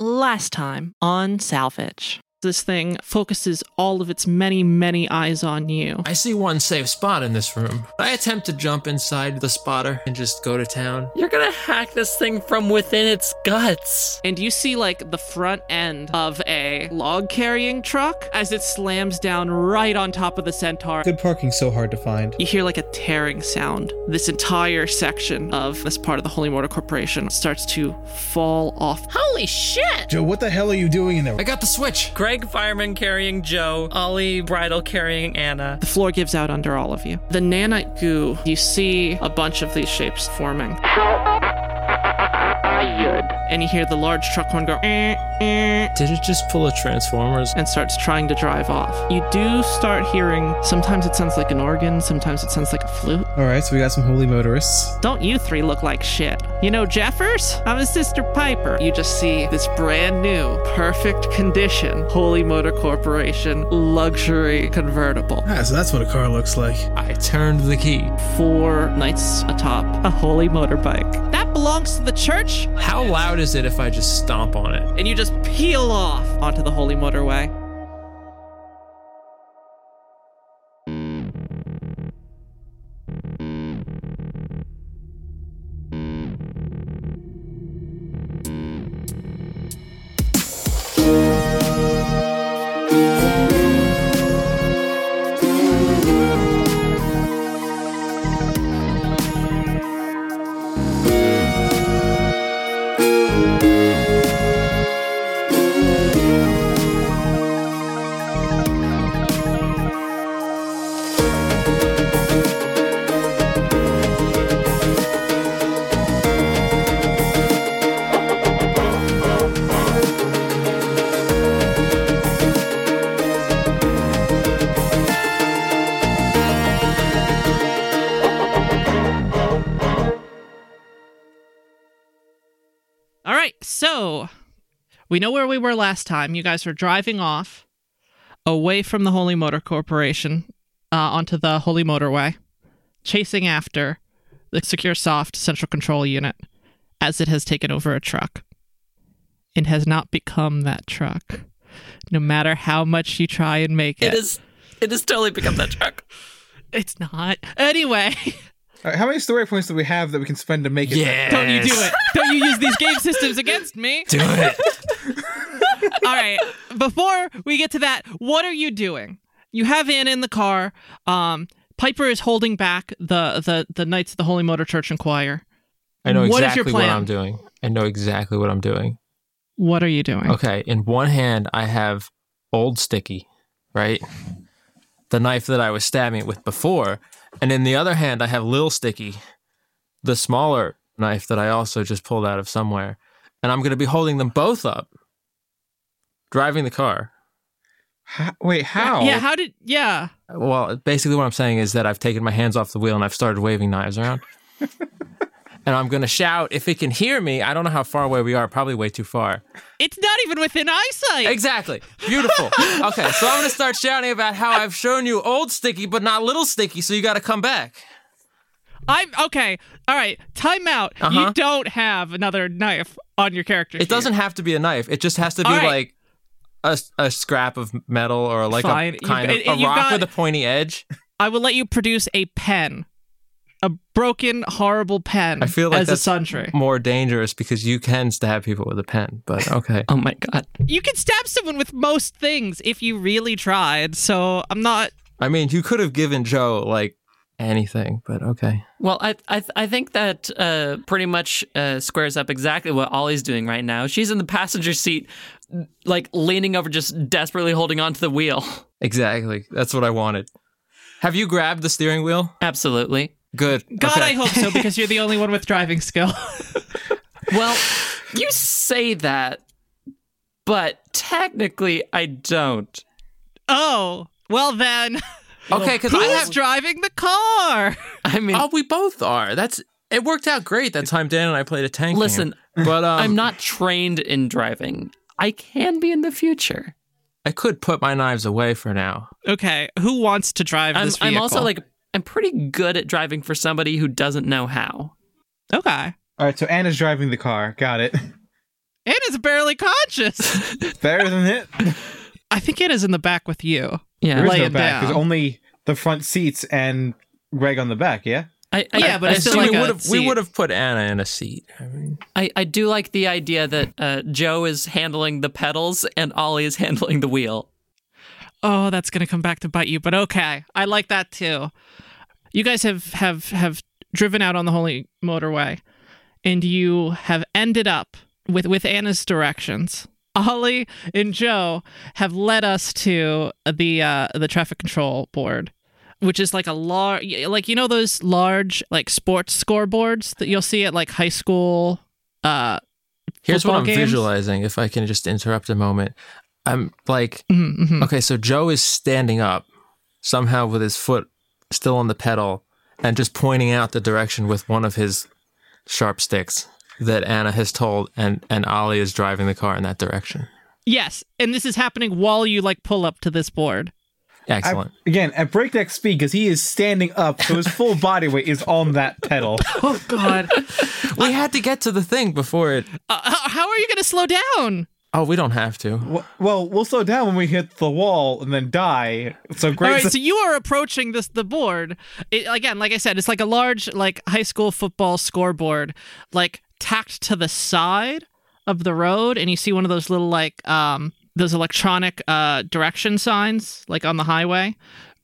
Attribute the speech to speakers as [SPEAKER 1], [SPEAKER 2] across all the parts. [SPEAKER 1] last time on Salvage. This thing focuses all of its many, many eyes on you.
[SPEAKER 2] I see one safe spot in this room. I attempt to jump inside the spotter and just go to town.
[SPEAKER 3] You're gonna hack this thing from within its guts.
[SPEAKER 1] And you see, like, the front end of a log carrying truck as it slams down right on top of the centaur.
[SPEAKER 4] Good parking's so hard to find.
[SPEAKER 1] You hear, like, a tearing sound. This entire section of this part of the Holy Mortar Corporation starts to fall off.
[SPEAKER 5] Holy shit!
[SPEAKER 4] Joe, what the hell are you doing in there?
[SPEAKER 2] I got the switch.
[SPEAKER 3] Greg Fireman carrying Joe, Ollie Bridle carrying Anna.
[SPEAKER 1] The floor gives out under all of you. The nanite goo, you see a bunch of these shapes forming. And you hear the large truck horn go, "Eh, eh,"
[SPEAKER 2] Did it just pull a Transformers?
[SPEAKER 1] and starts trying to drive off. You do start hearing, sometimes it sounds like an organ, sometimes it sounds like a flute.
[SPEAKER 4] All right, so we got some holy motorists.
[SPEAKER 1] Don't you three look like shit? You know Jeffers? I'm his sister Piper. You just see this brand new, perfect condition Holy Motor Corporation luxury convertible.
[SPEAKER 4] Ah, so that's what a car looks like.
[SPEAKER 2] I turned the key.
[SPEAKER 1] Four knights atop a holy motorbike. That belongs to the church,
[SPEAKER 2] How loud is it if I just stomp on it?
[SPEAKER 1] and you just peel off onto the holy motorway. All right, so we know where we were last time. You guys were driving off away from the Holy Motor Corporation uh, onto the Holy Motorway, chasing after the Secure Soft Central Control Unit as it has taken over a truck. It has not become that truck, no matter how much you try and make it.
[SPEAKER 3] It is. It is totally pick up that truck.
[SPEAKER 1] It's not. Anyway,
[SPEAKER 4] All right, how many story points do we have that we can spend to make it?
[SPEAKER 2] Yeah.
[SPEAKER 1] don't you do it. Don't you use these game systems against me.
[SPEAKER 2] Do it.
[SPEAKER 1] All right. Before we get to that, what are you doing? You have Anna in the car. Um, Piper is holding back the the the Knights of the Holy Motor Church and Choir.
[SPEAKER 2] I know
[SPEAKER 1] What
[SPEAKER 2] exactly
[SPEAKER 1] is your
[SPEAKER 2] what
[SPEAKER 1] plan?
[SPEAKER 2] I'm doing. I know exactly what I'm doing.
[SPEAKER 1] What are you doing?
[SPEAKER 2] Okay, in one hand I have old sticky, right? The knife that I was stabbing it with before. And in the other hand I have little sticky, the smaller knife that I also just pulled out of somewhere. And I'm gonna be holding them both up. Driving the car.
[SPEAKER 4] Ho- wait, how?
[SPEAKER 1] Yeah. How did? Yeah.
[SPEAKER 2] Well, basically what I'm saying is that I've taken my hands off the wheel and I've started waving knives around. and I'm gonna shout if it can hear me, I don't know how far away we are, probably way too far.
[SPEAKER 1] It's not even within eyesight.
[SPEAKER 2] Exactly. Beautiful. okay, so I'm gonna start shouting about how I've shown you old sticky, but not little sticky, so you gotta come back.
[SPEAKER 1] I'm okay. All right. Time out. You
[SPEAKER 2] Uh-huh.
[SPEAKER 1] don't have another knife on your character.
[SPEAKER 2] It doesn't have to be a knife. It just has to be
[SPEAKER 1] All right.
[SPEAKER 2] like a, a scrap of metal or like
[SPEAKER 1] Fine.
[SPEAKER 2] a kind
[SPEAKER 1] You've-
[SPEAKER 2] of
[SPEAKER 1] and
[SPEAKER 2] a
[SPEAKER 1] you've
[SPEAKER 2] rock
[SPEAKER 1] got-
[SPEAKER 2] with a pointy edge.
[SPEAKER 1] I will let you produce a pen, a broken, horrible pen.
[SPEAKER 2] I feel like
[SPEAKER 1] as a
[SPEAKER 2] that's
[SPEAKER 1] sundry.
[SPEAKER 2] More dangerous because you can stab people with a pen. But okay.
[SPEAKER 1] Um,
[SPEAKER 3] Oh my god.
[SPEAKER 1] You can stab someone with most things if you really tried. So I'm not.
[SPEAKER 2] I mean, you could have given Joe like anything, but okay.
[SPEAKER 3] Well, I I, I think that uh, pretty much uh, squares up exactly what Ollie's doing right now. She's in the passenger seat, like leaning over, just desperately holding onto the wheel.
[SPEAKER 2] Exactly. That's what I wanted. Have you grabbed the steering wheel?
[SPEAKER 3] Absolutely.
[SPEAKER 2] Good.
[SPEAKER 1] God,
[SPEAKER 2] Okay.
[SPEAKER 1] I hope so because you're the only one with driving skill.
[SPEAKER 3] Well, you say that, but technically I don't.
[SPEAKER 1] oh, well then,
[SPEAKER 2] Okay, because I
[SPEAKER 1] who's
[SPEAKER 2] have
[SPEAKER 1] driving the car?
[SPEAKER 3] I mean,
[SPEAKER 2] Oh, we both are. That's it worked out great that time Dan and I played a tank.
[SPEAKER 3] Listen,
[SPEAKER 2] game. but um,
[SPEAKER 3] I'm not trained in driving. I can be in the future.
[SPEAKER 2] I could put my knives away for now.
[SPEAKER 1] Okay, who wants to drive
[SPEAKER 3] I'm,
[SPEAKER 1] this
[SPEAKER 3] I'm
[SPEAKER 1] vehicle?
[SPEAKER 3] also like I'm pretty good at driving for somebody who doesn't know how.
[SPEAKER 1] okay,
[SPEAKER 4] All right, so Anna's driving the car. Got it.
[SPEAKER 1] Anna's barely conscious.
[SPEAKER 4] Better than it.
[SPEAKER 1] I think Anna's in the back with you.
[SPEAKER 3] Yeah.
[SPEAKER 4] There is no
[SPEAKER 1] Laying
[SPEAKER 4] back. There's
[SPEAKER 1] down.
[SPEAKER 4] only the front seats and Greg on the back. Yeah.
[SPEAKER 3] I, I,
[SPEAKER 1] Yeah, but
[SPEAKER 3] I
[SPEAKER 1] it's
[SPEAKER 3] feel
[SPEAKER 1] still a
[SPEAKER 3] like
[SPEAKER 2] we would have we
[SPEAKER 1] seat.
[SPEAKER 2] would have put Anna in a seat. I mean,
[SPEAKER 3] I, I do like the idea that uh, Joe is handling the pedals and Ollie is handling the wheel.
[SPEAKER 1] Oh, that's gonna come back to bite you. But okay, I like that too. You guys have have have driven out on the holy motorway, and you have ended up with with Anna's directions. Ollie and Joe have led us to the uh, the traffic control board, which is like a large, like you know those large like sports scoreboards that you'll see at like high school. Uh,
[SPEAKER 2] here's what
[SPEAKER 1] Football
[SPEAKER 2] I'm
[SPEAKER 1] games?
[SPEAKER 2] visualizing. If I can just interrupt a moment, I'm like,
[SPEAKER 1] mhm, mhm.
[SPEAKER 2] okay, so Joe is standing up somehow with his foot still on the pedal and just pointing out the direction with one of his sharp sticks that Anna has told, and and Ollie is driving the car in that direction.
[SPEAKER 1] Yes, and this is happening while you like pull up to this board.
[SPEAKER 4] I-
[SPEAKER 2] Excellent.
[SPEAKER 4] again, at breakneck speed because he is standing up, so his full body weight is on that pedal.
[SPEAKER 1] Oh God.
[SPEAKER 2] we had to get to the thing before it.
[SPEAKER 1] Uh, h- how are you going to slow down?
[SPEAKER 2] Oh, we don't have to.
[SPEAKER 4] W- Well, we'll slow down when we hit the wall and then die. So
[SPEAKER 1] All
[SPEAKER 4] great.
[SPEAKER 1] right, so you are approaching this the board it, again. Like I said, it's like a large like high school football scoreboard, like tacked to the side of the road, and you see one of those little like um those electronic uh direction signs like on the highway,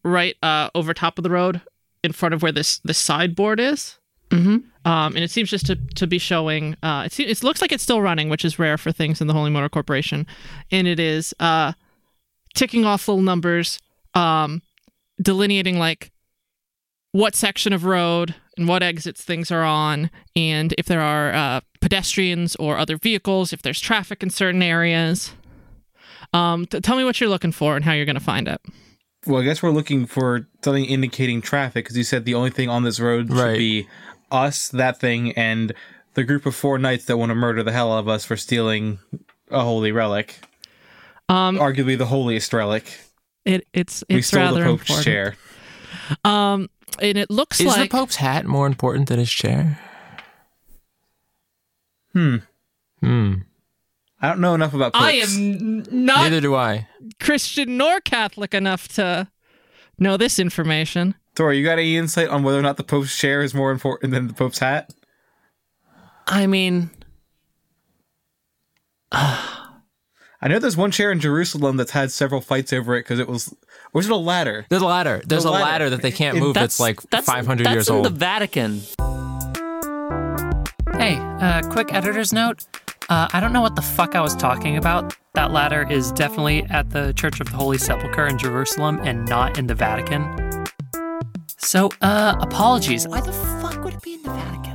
[SPEAKER 1] right uh over top of the road in front of where this this sideboard is.
[SPEAKER 3] Mm-hmm.
[SPEAKER 1] Um, and it seems just to, to be showing. Uh, it, se- it looks like it's still running, which is rare for things in the Holy Motor Corporation, and it is uh, ticking off little numbers, um, delineating like what section of road and what exits things are on, and if there are uh, pedestrians or other vehicles, if there's traffic in certain areas. Um, t- tell me what you're looking for and how you're going to find it.
[SPEAKER 4] well, I guess we're looking for something indicating traffic because you said the only thing on this road
[SPEAKER 2] Right.
[SPEAKER 4] should be us, that thing, and the group of four knights that want to murder the hell out of us for stealing a holy relic,
[SPEAKER 1] Um,
[SPEAKER 4] arguably the holiest relic.
[SPEAKER 1] it, it's it's
[SPEAKER 4] we stole
[SPEAKER 1] rather
[SPEAKER 4] the Pope's
[SPEAKER 1] important.
[SPEAKER 4] chair.
[SPEAKER 1] Um, and it looks
[SPEAKER 2] Is
[SPEAKER 1] like
[SPEAKER 2] the Pope's hat more important than his chair?
[SPEAKER 4] Hmm.
[SPEAKER 2] Hmm.
[SPEAKER 4] I don't know enough about popes.
[SPEAKER 1] I am not
[SPEAKER 2] Neither do I.
[SPEAKER 1] Christian nor Catholic enough to know this information.
[SPEAKER 4] Tori, you got any insight on whether or not the Pope's chair is more important than the Pope's hat?
[SPEAKER 3] I mean,
[SPEAKER 4] I know there's one chair in Jerusalem that's had several fights over it because it was was it a ladder?
[SPEAKER 2] There's a ladder. There's a
[SPEAKER 4] ladder.
[SPEAKER 2] ladder, that they can't move. That's, like
[SPEAKER 3] that's-
[SPEAKER 2] 500
[SPEAKER 3] that's
[SPEAKER 2] years
[SPEAKER 3] in
[SPEAKER 2] old.
[SPEAKER 3] The Vatican. Hey, uh, quick editor's note. Uh, I don't know what the fuck I was talking about. That ladder is definitely at the Church of the Holy Sepulchre in Jerusalem and not in the Vatican. So, uh, apologies. Why the fuck would it be in the Vatican?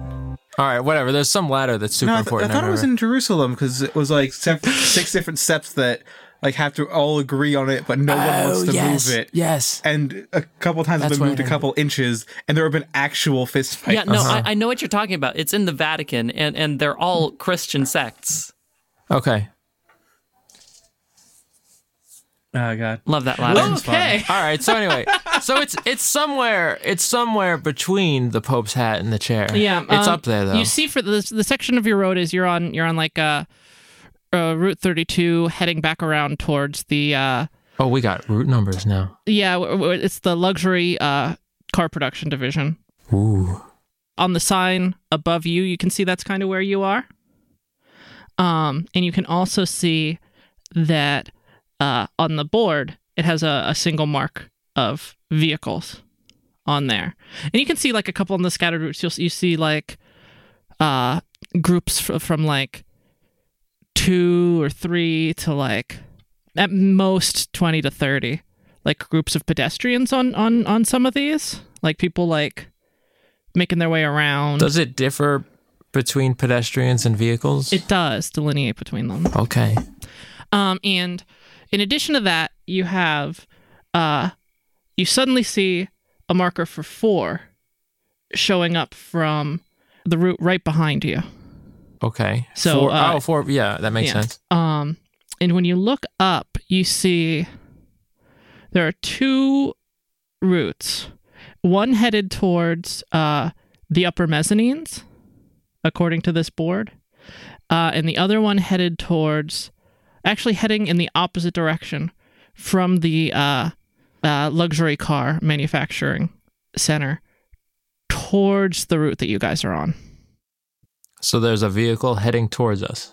[SPEAKER 2] All right, whatever. There's some ladder that's super
[SPEAKER 4] No, I, th- I
[SPEAKER 2] important.
[SPEAKER 4] thought it was
[SPEAKER 2] remember.
[SPEAKER 4] in Jerusalem because it was like se- six different steps that like have to all agree on it, but no one wants to
[SPEAKER 2] Oh, yes,
[SPEAKER 4] move it.
[SPEAKER 2] Yes.
[SPEAKER 4] And a couple times it's
[SPEAKER 2] That's
[SPEAKER 4] been
[SPEAKER 2] why I
[SPEAKER 4] moved a
[SPEAKER 2] remember.
[SPEAKER 4] couple inches, and there have been actual fist fights.
[SPEAKER 3] Yeah, no,
[SPEAKER 2] Uh-huh.
[SPEAKER 3] I, I know what you're talking about. It's in the Vatican, and, and they're all Christian sects.
[SPEAKER 2] Okay.
[SPEAKER 4] Oh god.
[SPEAKER 3] Love that ladder.
[SPEAKER 1] Okay.
[SPEAKER 2] All right. So anyway, so it's it's somewhere it's somewhere between the Pope's hat and the chair.
[SPEAKER 1] Yeah,
[SPEAKER 2] It's
[SPEAKER 1] um,
[SPEAKER 2] up there though.
[SPEAKER 1] You see, for the the section of your road is you're on you're on like uh, uh Route 32, heading back around towards the uh
[SPEAKER 2] oh, we got root numbers now.
[SPEAKER 1] yeah w- w- it's the luxury uh car production division.
[SPEAKER 2] Ooh.
[SPEAKER 1] On the sign above you, you can see that's kind of where you are. Um, and you can also see that uh on the board it has a, a single mark of vehicles. on there. And you can see like a couple on the scattered routes. You'll you see like uh groups fr- from like two or three to like at most 20 to 30 like groups of pedestrians on on on some of these like people like making their way around
[SPEAKER 2] Does it differ between pedestrians and vehicles?
[SPEAKER 1] it does delineate between them
[SPEAKER 2] okay.
[SPEAKER 1] Um, and in addition to that, you have uh, you suddenly see a marker for four showing up from the route right behind you.
[SPEAKER 2] Okay.
[SPEAKER 1] So,
[SPEAKER 2] four,
[SPEAKER 1] uh,
[SPEAKER 2] oh, four. Yeah, that makes
[SPEAKER 1] yeah.
[SPEAKER 2] sense.
[SPEAKER 1] Um, and when you look up, you see there are two routes. One headed towards uh, the upper mezzanines, according to this board, uh, and the other one headed towards, actually heading in the opposite direction from the uh, uh, luxury car manufacturing center towards the route that you guys are on.
[SPEAKER 2] So there's a vehicle heading towards us.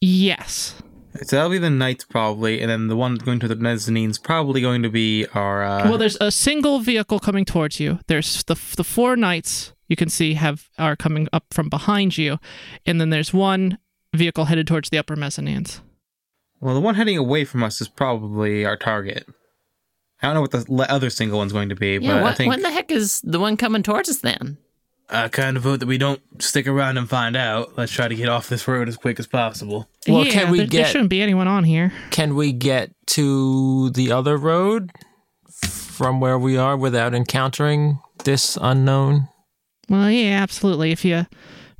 [SPEAKER 1] Yes.
[SPEAKER 4] So that'll be the knights probably, and then the one going to the mezzanine's probably going to be our. Uh,
[SPEAKER 2] Uh-huh.
[SPEAKER 1] well, there's a single vehicle coming towards you. There's the the four knights you can see have are coming up from behind you, and then there's one vehicle headed towards the upper mezzanines.
[SPEAKER 4] well, the one heading away from us is probably our target. I don't know what the le- other single one's going to be,
[SPEAKER 3] Yeah,
[SPEAKER 4] but
[SPEAKER 3] what,
[SPEAKER 4] I think
[SPEAKER 3] what the heck is the one coming towards us then?
[SPEAKER 4] I kind of vote that we don't stick around and find out. Let's try to get off this road as quick as possible.
[SPEAKER 2] Well,
[SPEAKER 1] yeah,
[SPEAKER 2] can we
[SPEAKER 1] there, there
[SPEAKER 2] get-
[SPEAKER 1] shouldn't be anyone on here.
[SPEAKER 2] Can we get to the other road from where we are without encountering this unknown?
[SPEAKER 1] Well, yeah, absolutely. If you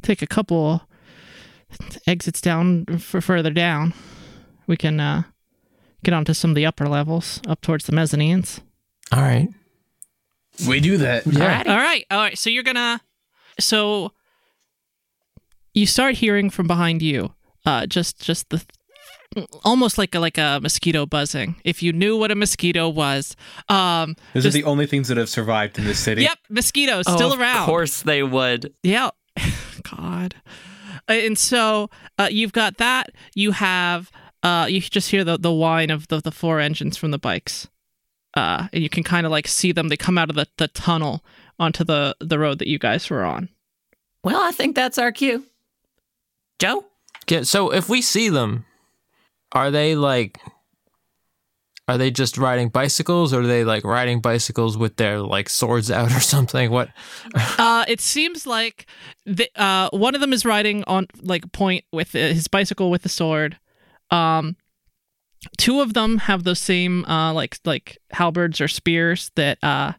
[SPEAKER 1] take a couple exits down for further down, we can uh, get onto some of the upper levels up towards the mezzanines.
[SPEAKER 2] All right.
[SPEAKER 4] We do that.
[SPEAKER 2] Yeah.
[SPEAKER 1] All right, all right. So you're gonna, so you start hearing from behind you, uh, just just the almost like a like a mosquito buzzing. If you knew what a mosquito was, um,
[SPEAKER 4] Those
[SPEAKER 1] Just-
[SPEAKER 4] are the only things that have survived in this city.
[SPEAKER 1] yep, mosquitoes
[SPEAKER 3] Oh,
[SPEAKER 1] still around.
[SPEAKER 6] Oh, Of course they would.
[SPEAKER 1] Yeah. God. And so uh, you've got that. You have uh, you just hear the the whine of the, the four engines from the bikes, uh, and you can kind of like see them. They come out of the, the tunnel onto the the road that you guys were on.
[SPEAKER 3] Well, I think that's our cue. Joe?
[SPEAKER 2] Yeah, so if we see them, are they like are they just riding bicycles or are they like riding bicycles with their like swords out or something? What
[SPEAKER 1] Uh, it seems like the, uh, one of them is riding on like point with uh, his bicycle with a sword. Um, two of them have those same uh, like like halberds or spears that uh,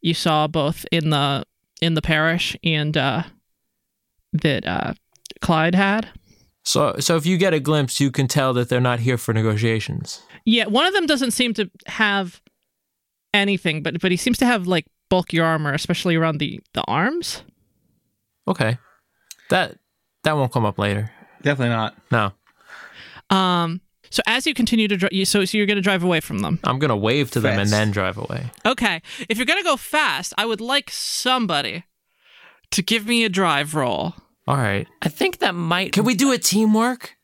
[SPEAKER 1] you saw both in the in the parish and uh, that uh, Clyde had.
[SPEAKER 2] so so if you get a glimpse you can tell that they're not here for negotiations.
[SPEAKER 1] Yeah, one of them doesn't seem to have anything, but but he seems to have like bulky armor, especially around the the arms.
[SPEAKER 2] Okay. That that won't come up later.
[SPEAKER 4] Definitely not.
[SPEAKER 2] No.
[SPEAKER 1] Um, so as you continue to drive, you, so so you're going to drive away from them.
[SPEAKER 2] I'm gonna wave to them and
[SPEAKER 4] Fast.
[SPEAKER 2] then drive away.
[SPEAKER 1] Okay, if you're going to go fast, I would like somebody to give me a drive roll.
[SPEAKER 2] All right.
[SPEAKER 3] I think that might.
[SPEAKER 2] Can we do a teamwork?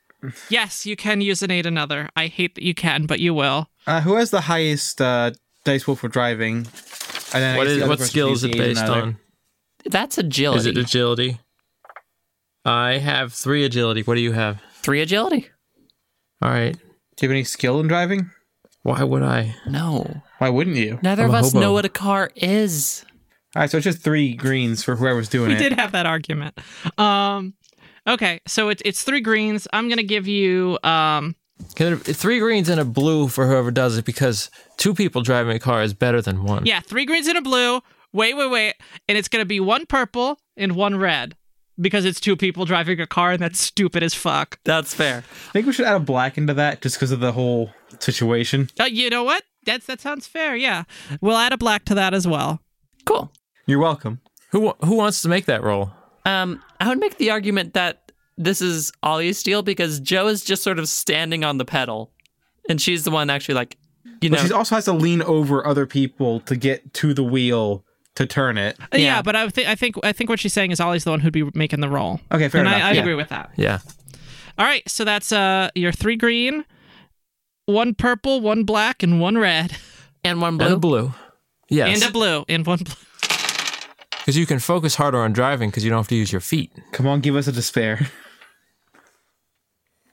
[SPEAKER 1] Yes, you can use an aid another. I hate that you can, but you will.
[SPEAKER 4] Uh, who has the highest uh, dice roll for driving? And then I
[SPEAKER 2] What
[SPEAKER 4] guess the
[SPEAKER 2] is
[SPEAKER 4] other
[SPEAKER 2] what
[SPEAKER 4] person
[SPEAKER 2] skill
[SPEAKER 4] can
[SPEAKER 2] is
[SPEAKER 4] use
[SPEAKER 2] it
[SPEAKER 4] the aid
[SPEAKER 2] based
[SPEAKER 4] and other.
[SPEAKER 2] on?
[SPEAKER 3] That's agility.
[SPEAKER 2] Is it agility? I have three agility. What do you have?
[SPEAKER 3] Three agility?
[SPEAKER 2] All right.
[SPEAKER 4] Do you have any skill in driving?
[SPEAKER 2] Why would I?
[SPEAKER 3] No.
[SPEAKER 4] Why wouldn't you?
[SPEAKER 3] Neither
[SPEAKER 2] I'm
[SPEAKER 3] of
[SPEAKER 2] a
[SPEAKER 3] us
[SPEAKER 2] hobo.
[SPEAKER 3] know what a car is.
[SPEAKER 4] All right, so it's just three greens for whoever's doing
[SPEAKER 1] We
[SPEAKER 4] it.
[SPEAKER 1] did have that argument. Um, okay, so it's it's three greens. I'm going to give you um,
[SPEAKER 2] Can it- Three greens and a blue for whoever does it because two people driving a car is better than one.
[SPEAKER 1] yeah, three greens and a blue. Wait, wait, wait, and it's going to be one purple and one red because it's two people driving a car, and that's stupid as fuck.
[SPEAKER 6] That's fair.
[SPEAKER 4] I think we should add a black into that just because of the whole situation.
[SPEAKER 1] Uh, you know what? That's that sounds fair. Yeah, we'll add a black to that as well.
[SPEAKER 3] Cool.
[SPEAKER 4] You're welcome.
[SPEAKER 2] Who wa- who wants to make that roll?
[SPEAKER 3] Um, I would make the argument that this is Ollie's deal because Joe is just sort of standing on the pedal, and she's the one actually like, you know,
[SPEAKER 4] But she also has to lean over other people to get to the wheel to turn it.
[SPEAKER 1] Uh, Yeah,
[SPEAKER 3] Yeah.
[SPEAKER 1] but I think I think I think what she's saying is Ollie's the one who'd be making the roll.
[SPEAKER 4] Okay, fair
[SPEAKER 1] and
[SPEAKER 4] enough.
[SPEAKER 1] I, I
[SPEAKER 4] yeah.
[SPEAKER 1] agree with that.
[SPEAKER 2] Yeah.
[SPEAKER 1] All right, so that's uh your three green, one purple, one black, and one red,
[SPEAKER 3] and one
[SPEAKER 2] And a
[SPEAKER 3] blue.
[SPEAKER 2] blue. Yes.
[SPEAKER 1] and a blue, and one blue.
[SPEAKER 2] Because you can focus harder on driving because you don't have to use your feet.
[SPEAKER 4] Come on, give us a despair.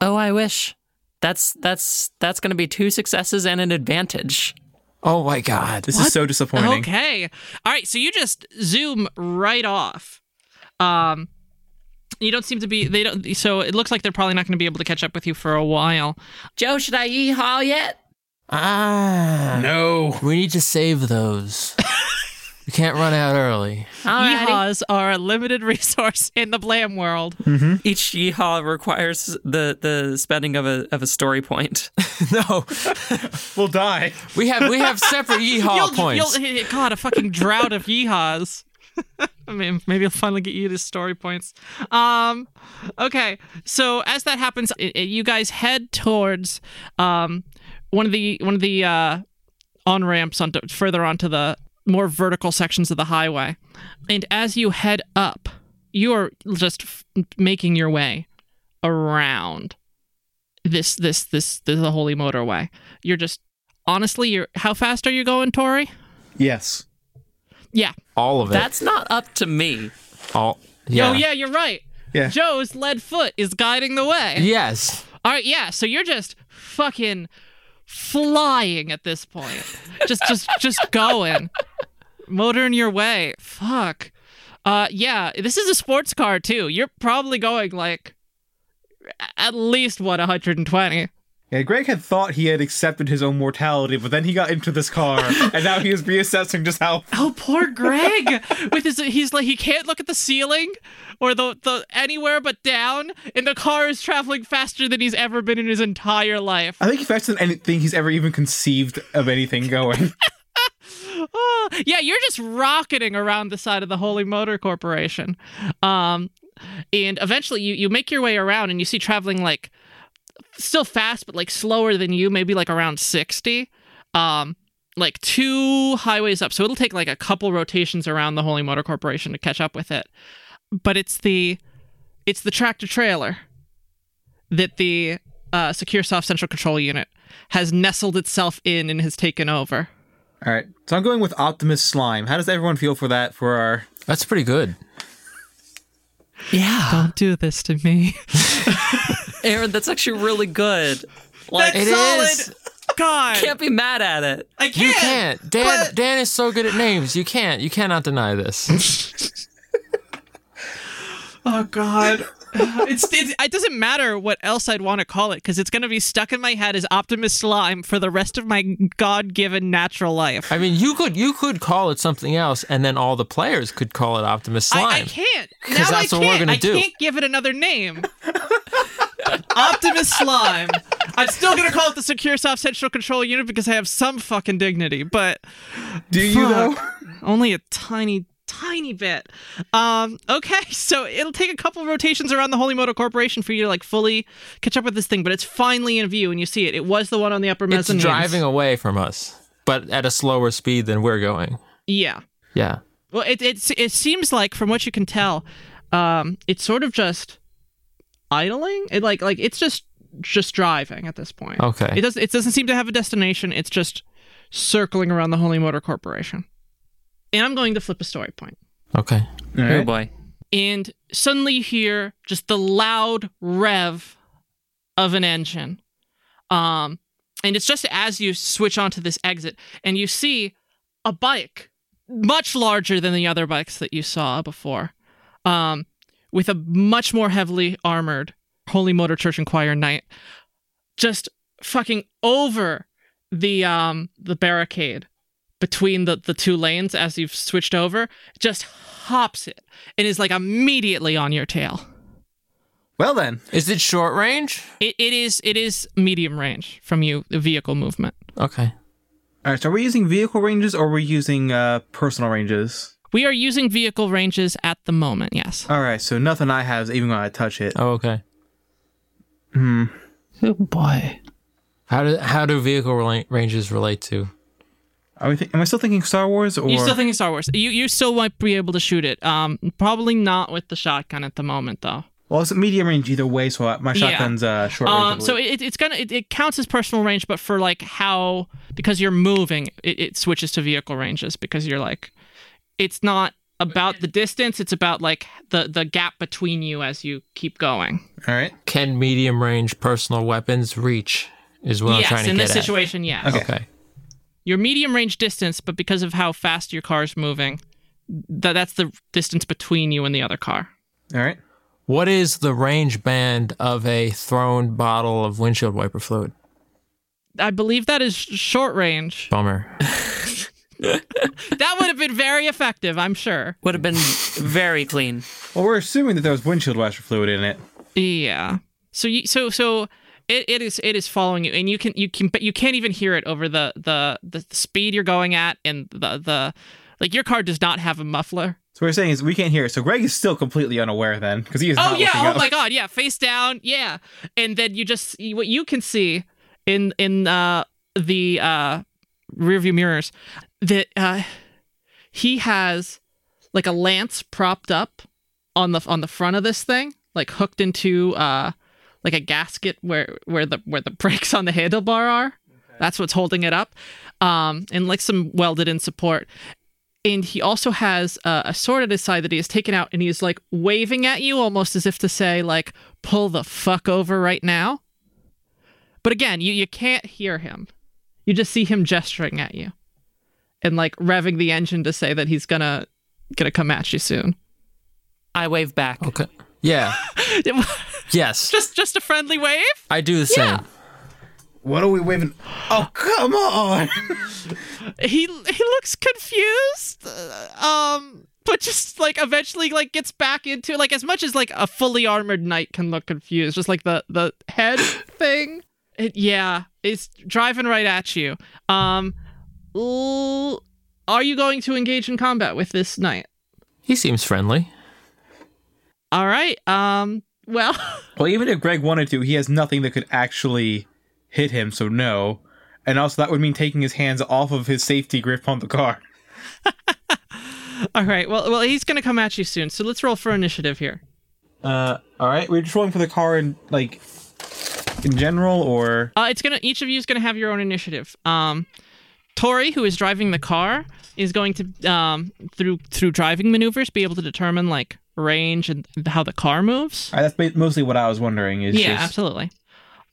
[SPEAKER 3] Oh, I wish. That's that's that's going to be two successes and an advantage.
[SPEAKER 2] Oh my God.
[SPEAKER 4] This is so disappointing.
[SPEAKER 1] Okay. All right. So you just zoom right off. Um, you don't seem to be. They don't. So it looks like they're probably not going to be able to catch up with you for a while.
[SPEAKER 3] Joe, should I yeehaw yet?
[SPEAKER 2] Ah.
[SPEAKER 4] No.
[SPEAKER 2] We need to save those. we can't run out early.
[SPEAKER 3] Alrighty.
[SPEAKER 1] Yeehaws are a limited resource in the Blam world.
[SPEAKER 3] Each yeehaw requires the the spending of a of a story point.
[SPEAKER 2] no.
[SPEAKER 4] We'll die.
[SPEAKER 2] We have we have separate yeehaw
[SPEAKER 1] You'll-
[SPEAKER 2] points.
[SPEAKER 1] you'll- God, a fucking drought of yeehaws. I mean, maybe I'll finally get you to story points. Um, okay, so as that happens, i i- you guys head towards um, one of the one of the uh, on ramps on further onto the more vertical sections of the highway, and as you head up, you are just f- making your way around this this this, this the holy motorway. You're just honestly, you're how fast are you going, Tori?
[SPEAKER 4] Yes.
[SPEAKER 1] Yeah,
[SPEAKER 2] All of it.
[SPEAKER 3] That's not up to me.
[SPEAKER 2] all.
[SPEAKER 1] Oh
[SPEAKER 2] Yeah.
[SPEAKER 1] yeah, you're right.
[SPEAKER 4] Yeah.
[SPEAKER 1] Joe's lead foot is guiding the way.
[SPEAKER 2] Yes.
[SPEAKER 1] All right, yeah. So you're just fucking flying at this point. just just just going. Motoring your way. Fuck. Uh yeah, this is a sports car too. You're probably going like at least what 120.
[SPEAKER 4] Yeah, Greg had thought he had accepted his own mortality, but then he got into this car, and now he is reassessing just how.
[SPEAKER 1] Oh, poor Greg! With his, he's like he can't look at the ceiling or the the anywhere but down, and the car is traveling faster than he's ever been in his entire life.
[SPEAKER 4] I think faster than anything he's ever even conceived of anything going.
[SPEAKER 1] Oh, yeah, you're just rocketing around the side of the Holy Motor Corporation. Um, and eventually you, you make your way around and you see traveling like still fast, but like slower than you, maybe like around 60. Um, like two highways up. So it'll take like a couple rotations around the Holy Motor Corporation to catch up with it. But it's the it's the tractor trailer that the uh, Secure Soft Central Control Unit has nestled itself in and has taken over.
[SPEAKER 4] All right, so I'm going with Optimus Slime. How does everyone feel for that? For our
[SPEAKER 2] That's pretty good.
[SPEAKER 3] Yeah.
[SPEAKER 1] Don't do this to me.
[SPEAKER 3] Aaron, that's actually really good. Like,
[SPEAKER 2] It is.
[SPEAKER 1] God.
[SPEAKER 3] can't be mad at it.
[SPEAKER 1] I
[SPEAKER 2] You can't. Dan Dan is so good at names. You can't. You cannot deny this.
[SPEAKER 1] Oh God. it's, it's it doesn't matter what else I'd want to call it because it's gonna be stuck in my head as Optimus Slime for the rest of my God-given natural life.
[SPEAKER 2] I mean, you could you could call it something else, and then all the players could call it Optimus Slime.
[SPEAKER 1] I, I can't.
[SPEAKER 2] 'Cause
[SPEAKER 1] Now
[SPEAKER 2] that's
[SPEAKER 1] I
[SPEAKER 2] what
[SPEAKER 1] can't.
[SPEAKER 2] we're gonna
[SPEAKER 1] I
[SPEAKER 2] do.
[SPEAKER 1] can't give it another name. Optimus Slime. I'm still gonna call it the Secure Soft Central Control Unit because I have some fucking dignity, but
[SPEAKER 4] do you though?
[SPEAKER 1] only a tiny tiny bit um okay so it'll take a couple rotations around the holy motor corporation for you to like fully catch up with this thing but it's finally in view and you see it it was the one on the upper
[SPEAKER 2] it's
[SPEAKER 1] mezzanine
[SPEAKER 2] driving away from us, but at a slower speed than we're going.
[SPEAKER 1] yeah
[SPEAKER 2] Yeah.
[SPEAKER 1] well it, it it seems like from what you can tell um it's sort of just idling it like like it's just just driving at this point
[SPEAKER 2] Okay.
[SPEAKER 1] it doesn't it doesn't seem to have a destination it's just circling around the holy motor corporation and i'm going to flip a story point
[SPEAKER 2] Okay.
[SPEAKER 3] Oh
[SPEAKER 4] All right.
[SPEAKER 3] boy.
[SPEAKER 1] and suddenly you hear just the loud rev of an engine. Um, and it's just as you switch onto this exit and you see a bike much larger than the other bikes that you saw before, um, with a much more heavily armored Holy Motor Church and Choir Knight just fucking over the um the barricade between the the two lanes as you've switched over just hops it and is like immediately on your tail.
[SPEAKER 4] Well then,
[SPEAKER 2] Is it short range?
[SPEAKER 1] It, it is it is medium range from you the vehicle movement.
[SPEAKER 2] Okay.
[SPEAKER 4] all right. So are we using vehicle ranges or are we using uh, personal ranges?
[SPEAKER 1] We are using vehicle ranges at the moment. Yes.
[SPEAKER 4] All right, so nothing I have is even going to touch it.
[SPEAKER 2] Oh, okay. Hmm.
[SPEAKER 3] Oh boy.
[SPEAKER 2] How do how do vehicle rela- ranges relate to?
[SPEAKER 4] Are we thi- am I still thinking Star Wars or?
[SPEAKER 1] You still thinking Star Wars? You you still might be able to shoot it. Um, probably not with the shotgun at the moment though.
[SPEAKER 4] well, it's medium range either way, so I- my
[SPEAKER 1] Yeah.
[SPEAKER 4] shotgun's uh, short range. I
[SPEAKER 1] Um, so
[SPEAKER 4] believe.
[SPEAKER 1] it, it's gonna it, it counts as personal range, but for like how because you're moving, it, it switches to vehicle ranges because you're like, it's not about the distance. It's about like the the gap between you as you keep going.
[SPEAKER 4] all right.
[SPEAKER 2] Can medium range personal weapons reach? Is what I'm
[SPEAKER 1] yes,
[SPEAKER 2] trying to
[SPEAKER 1] in
[SPEAKER 2] get
[SPEAKER 1] this
[SPEAKER 2] at.
[SPEAKER 1] situation, yes.
[SPEAKER 4] Okay.
[SPEAKER 2] Okay.
[SPEAKER 1] your medium range distance, but because of how fast your car is moving, th- that's the distance between you and the other car.
[SPEAKER 4] All right.
[SPEAKER 2] What is the range band of a thrown bottle of windshield wiper fluid?
[SPEAKER 1] I believe that is short range.
[SPEAKER 2] Bummer.
[SPEAKER 1] That would have been very effective, I'm sure.
[SPEAKER 3] Would have been very clean.
[SPEAKER 4] Well, we're assuming that there was windshield washer fluid in it.
[SPEAKER 1] Yeah. So you so so it, it is it is following you, and you can you can but you can't even hear it over the the the speed you're going at and the the like your car does not have a muffler.
[SPEAKER 4] So we're saying is we can't hear it. So Greg is still completely unaware then because he is.
[SPEAKER 1] Oh
[SPEAKER 4] not
[SPEAKER 1] yeah!
[SPEAKER 4] Looking
[SPEAKER 1] Oh
[SPEAKER 4] up.
[SPEAKER 1] my god! Yeah, face down. Yeah, and then you just you- what you can see in in uh, the uh, rearview mirrors that uh, he has like a lance propped up on the on the front of this thing, like hooked into uh, like a gasket where where the where the brakes on the handlebar are. That's what's holding it up, um, and like some welded in support. And he also has uh, a sword at his side that he has taken out, and he's like waving at you almost as if to say, like, pull the fuck over right now. But again, you, you can't hear him. You just see him gesturing at you and like revving the engine to say that he's gonna gonna come at you soon.
[SPEAKER 3] I wave back.
[SPEAKER 2] Okay. Yeah. Yes.
[SPEAKER 1] just just a friendly wave.
[SPEAKER 2] I do the same.
[SPEAKER 1] Yeah.
[SPEAKER 4] What are we waving? Oh come on!
[SPEAKER 1] he he looks confused uh, um but just like eventually like gets back into like as much as like a fully armored knight can look confused just like the the head thing it, yeah it's driving right at you um l- are you going to engage in combat with this knight
[SPEAKER 2] He seems friendly.
[SPEAKER 1] all right um well
[SPEAKER 4] well, even if Greg wanted to, he has nothing that could actually hit him. So no. And also that would mean taking his hands off of his safety grip on the car.
[SPEAKER 1] all right well well he's gonna come at you soon so let's roll for initiative here
[SPEAKER 4] Uh, all right. We're just rolling for the car and like in general, or
[SPEAKER 1] Uh, it's gonna. Each of you is gonna have your own initiative. Um, Tori, who is driving the car, is going to um, through through driving maneuvers be able to determine like range and how the car moves.
[SPEAKER 4] All right, that's ba- mostly what I was wondering. Is
[SPEAKER 1] Yeah,
[SPEAKER 4] just,
[SPEAKER 1] absolutely.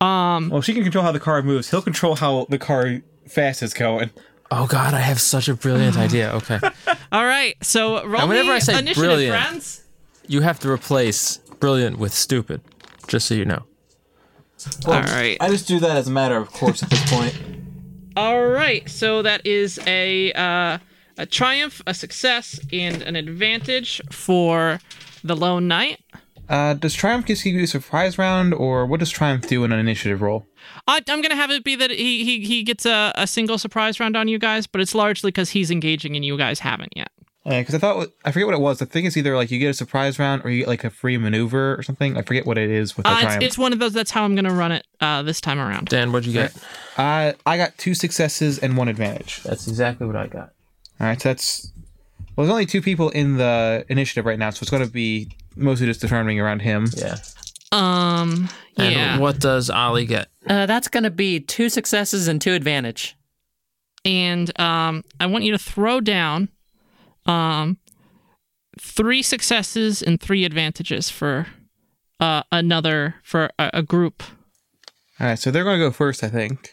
[SPEAKER 1] Um,
[SPEAKER 4] well, she can control how the car moves. He'll control how the car fast is going.
[SPEAKER 2] Oh God, I have such a brilliant idea. Okay.
[SPEAKER 1] all right. So roll
[SPEAKER 2] And whenever
[SPEAKER 1] me
[SPEAKER 2] I say
[SPEAKER 1] initiative,
[SPEAKER 2] brilliant-
[SPEAKER 1] friends.
[SPEAKER 2] You have to replace brilliant with stupid, just so you know.
[SPEAKER 1] All right.
[SPEAKER 4] I just do that as a matter of course at this point.
[SPEAKER 1] All right. So that is a uh, a triumph, a success, and an advantage for the lone knight.
[SPEAKER 4] Uh, does Triumph just give you a surprise round, or what does Triumph do in an initiative roll?
[SPEAKER 1] I, I'm gonna have it be that he he, he gets a, a single surprise round on you guys, but it's largely because he's engaging and you guys haven't yet.
[SPEAKER 4] Because Uh, I thought I forget what it was. I think it's either like you get a surprise round or you get like a free maneuver or something. I forget what it is with the
[SPEAKER 1] Uh,
[SPEAKER 4] Triumph.
[SPEAKER 1] it's, it's one of those. That's how I'm gonna run it uh, this time around.
[SPEAKER 2] Dan, what'd you get?
[SPEAKER 4] Uh, I got two successes and one advantage.
[SPEAKER 2] That's exactly what I got.
[SPEAKER 4] All right, so that's well. There's only two people in the initiative right now, so it's going to be mostly just determining around him.
[SPEAKER 2] Yeah.
[SPEAKER 1] Um.
[SPEAKER 2] And
[SPEAKER 1] yeah.
[SPEAKER 2] what does Ollie get?
[SPEAKER 3] Uh, that's going to be two successes and two advantage.
[SPEAKER 1] and um, I want you to throw down, um, three successes and three advantages for, uh, another for a, a group.
[SPEAKER 4] All right, so they're going to go first, I think.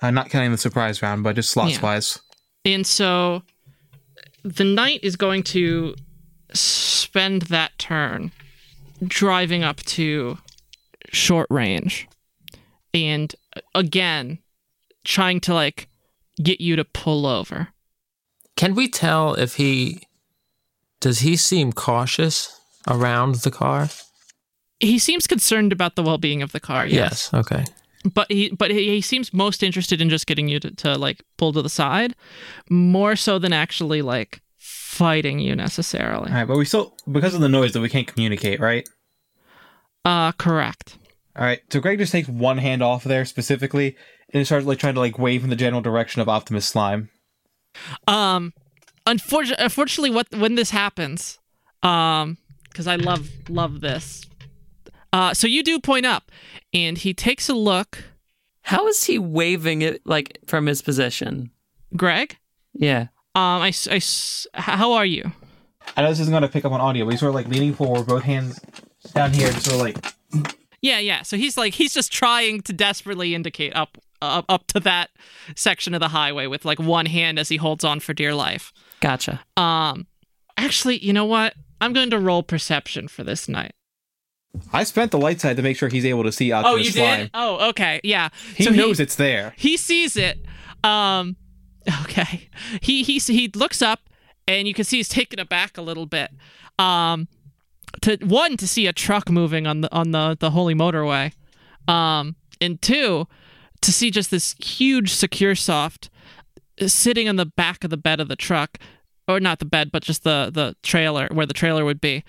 [SPEAKER 4] Uh, not counting the surprise round, but just slots
[SPEAKER 1] Yeah.
[SPEAKER 4] wise.
[SPEAKER 1] And so the knight is going to spend that turn driving up to short range and uh, again trying to like get you to pull over.
[SPEAKER 2] Can we tell if he does he seem cautious around the car?
[SPEAKER 1] He seems concerned about the well-being of the car. Yes.
[SPEAKER 2] Okay.
[SPEAKER 1] but he but he, he seems most interested in just getting you to, to like pull to the side more so than actually like fighting you necessarily.
[SPEAKER 4] All right, but we still because of the noise that we can't communicate, right?
[SPEAKER 1] Uh correct.
[SPEAKER 4] All right, so Greg just takes one hand off there specifically, and starts like trying to like wave in the general direction of Optimus Slime.
[SPEAKER 1] Um, unfortunately, unfortunately, what when this happens, um, because I love love this. Uh, so you do point up, and he takes a look.
[SPEAKER 3] How is he waving it like from his position?
[SPEAKER 1] Greg,
[SPEAKER 3] Yeah.
[SPEAKER 1] um, I, s- I s- h- how are you?
[SPEAKER 4] I know this isn't going to pick up on audio, but he's sort of like leaning forward, both hands down here, just sort of like
[SPEAKER 1] Yeah, yeah. So he's like he's just trying to desperately indicate up up up to that section of the highway with like one hand as he holds on for dear life.
[SPEAKER 3] Gotcha.
[SPEAKER 1] Um, actually, you know what? I'm going to roll perception for this night.
[SPEAKER 4] I spent the light side to make sure he's able to see Optimus Slime.
[SPEAKER 1] Oh, okay. Yeah.
[SPEAKER 4] He
[SPEAKER 1] So
[SPEAKER 4] knows it's there.
[SPEAKER 1] he sees it um okay he he he looks up and you can see he's taken aback a little bit um to one to see a truck moving on the on the the holy motorway um and two to see uh, just this huge secure soft sitting on the back of the bed of the truck or not the bed, but just the the trailer where the trailer would be.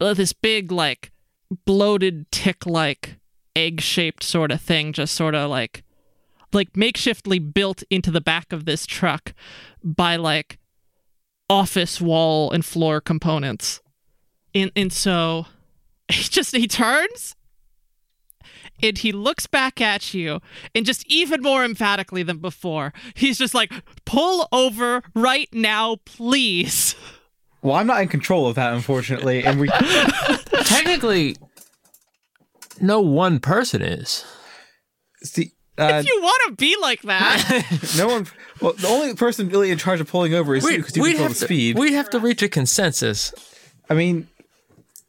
[SPEAKER 1] Uh, This big like bloated tick like egg shaped sort of thing, just sort of like like makeshiftly built into the back of this truck by like office wall and floor components. And and so he just he turns and he looks back at you and just even more emphatically than before he's just like pull over right now please
[SPEAKER 4] Well, I'm not in control of that, unfortunately, and we
[SPEAKER 2] Technically, no one person is.
[SPEAKER 4] see. Uh,
[SPEAKER 1] if you want to be like that
[SPEAKER 4] no one. Well, the only person really in charge of pulling over is you because you control the
[SPEAKER 2] have to,
[SPEAKER 4] speed.
[SPEAKER 2] we'd have to reach a consensus.
[SPEAKER 4] I mean,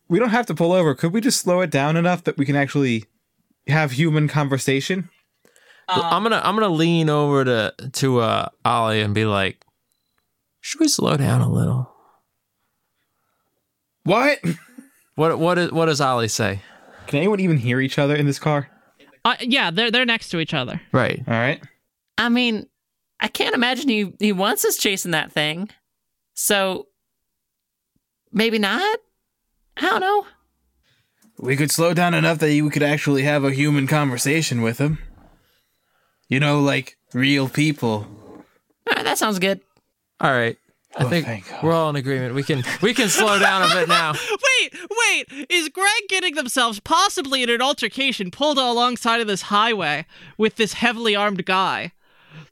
[SPEAKER 4] we don't have to pull over. Could we just slow it down enough that we can actually have human conversation?
[SPEAKER 2] I'm gonna I'm gonna lean over to to uh, Ollie and be like, "Should we slow down a little?"
[SPEAKER 4] What?
[SPEAKER 2] What what is what does Ollie say?
[SPEAKER 4] Can anyone even hear each other in this car?
[SPEAKER 1] uh, yeah they're they're next to each other
[SPEAKER 2] Right.
[SPEAKER 4] All right.
[SPEAKER 3] I mean, I can't imagine he, he wants us chasing that thing. So maybe not? I don't know.
[SPEAKER 4] We could slow down enough that you could actually have a human conversation with him. You know, like real people.
[SPEAKER 3] All right, that sounds good.
[SPEAKER 2] All right. I
[SPEAKER 4] Oh,
[SPEAKER 2] think
[SPEAKER 4] thank God.
[SPEAKER 2] we're all in agreement. We can we can slow down a bit now.
[SPEAKER 1] wait wait is greg getting themselves possibly in an altercation pulled alongside of this highway with this heavily armed guy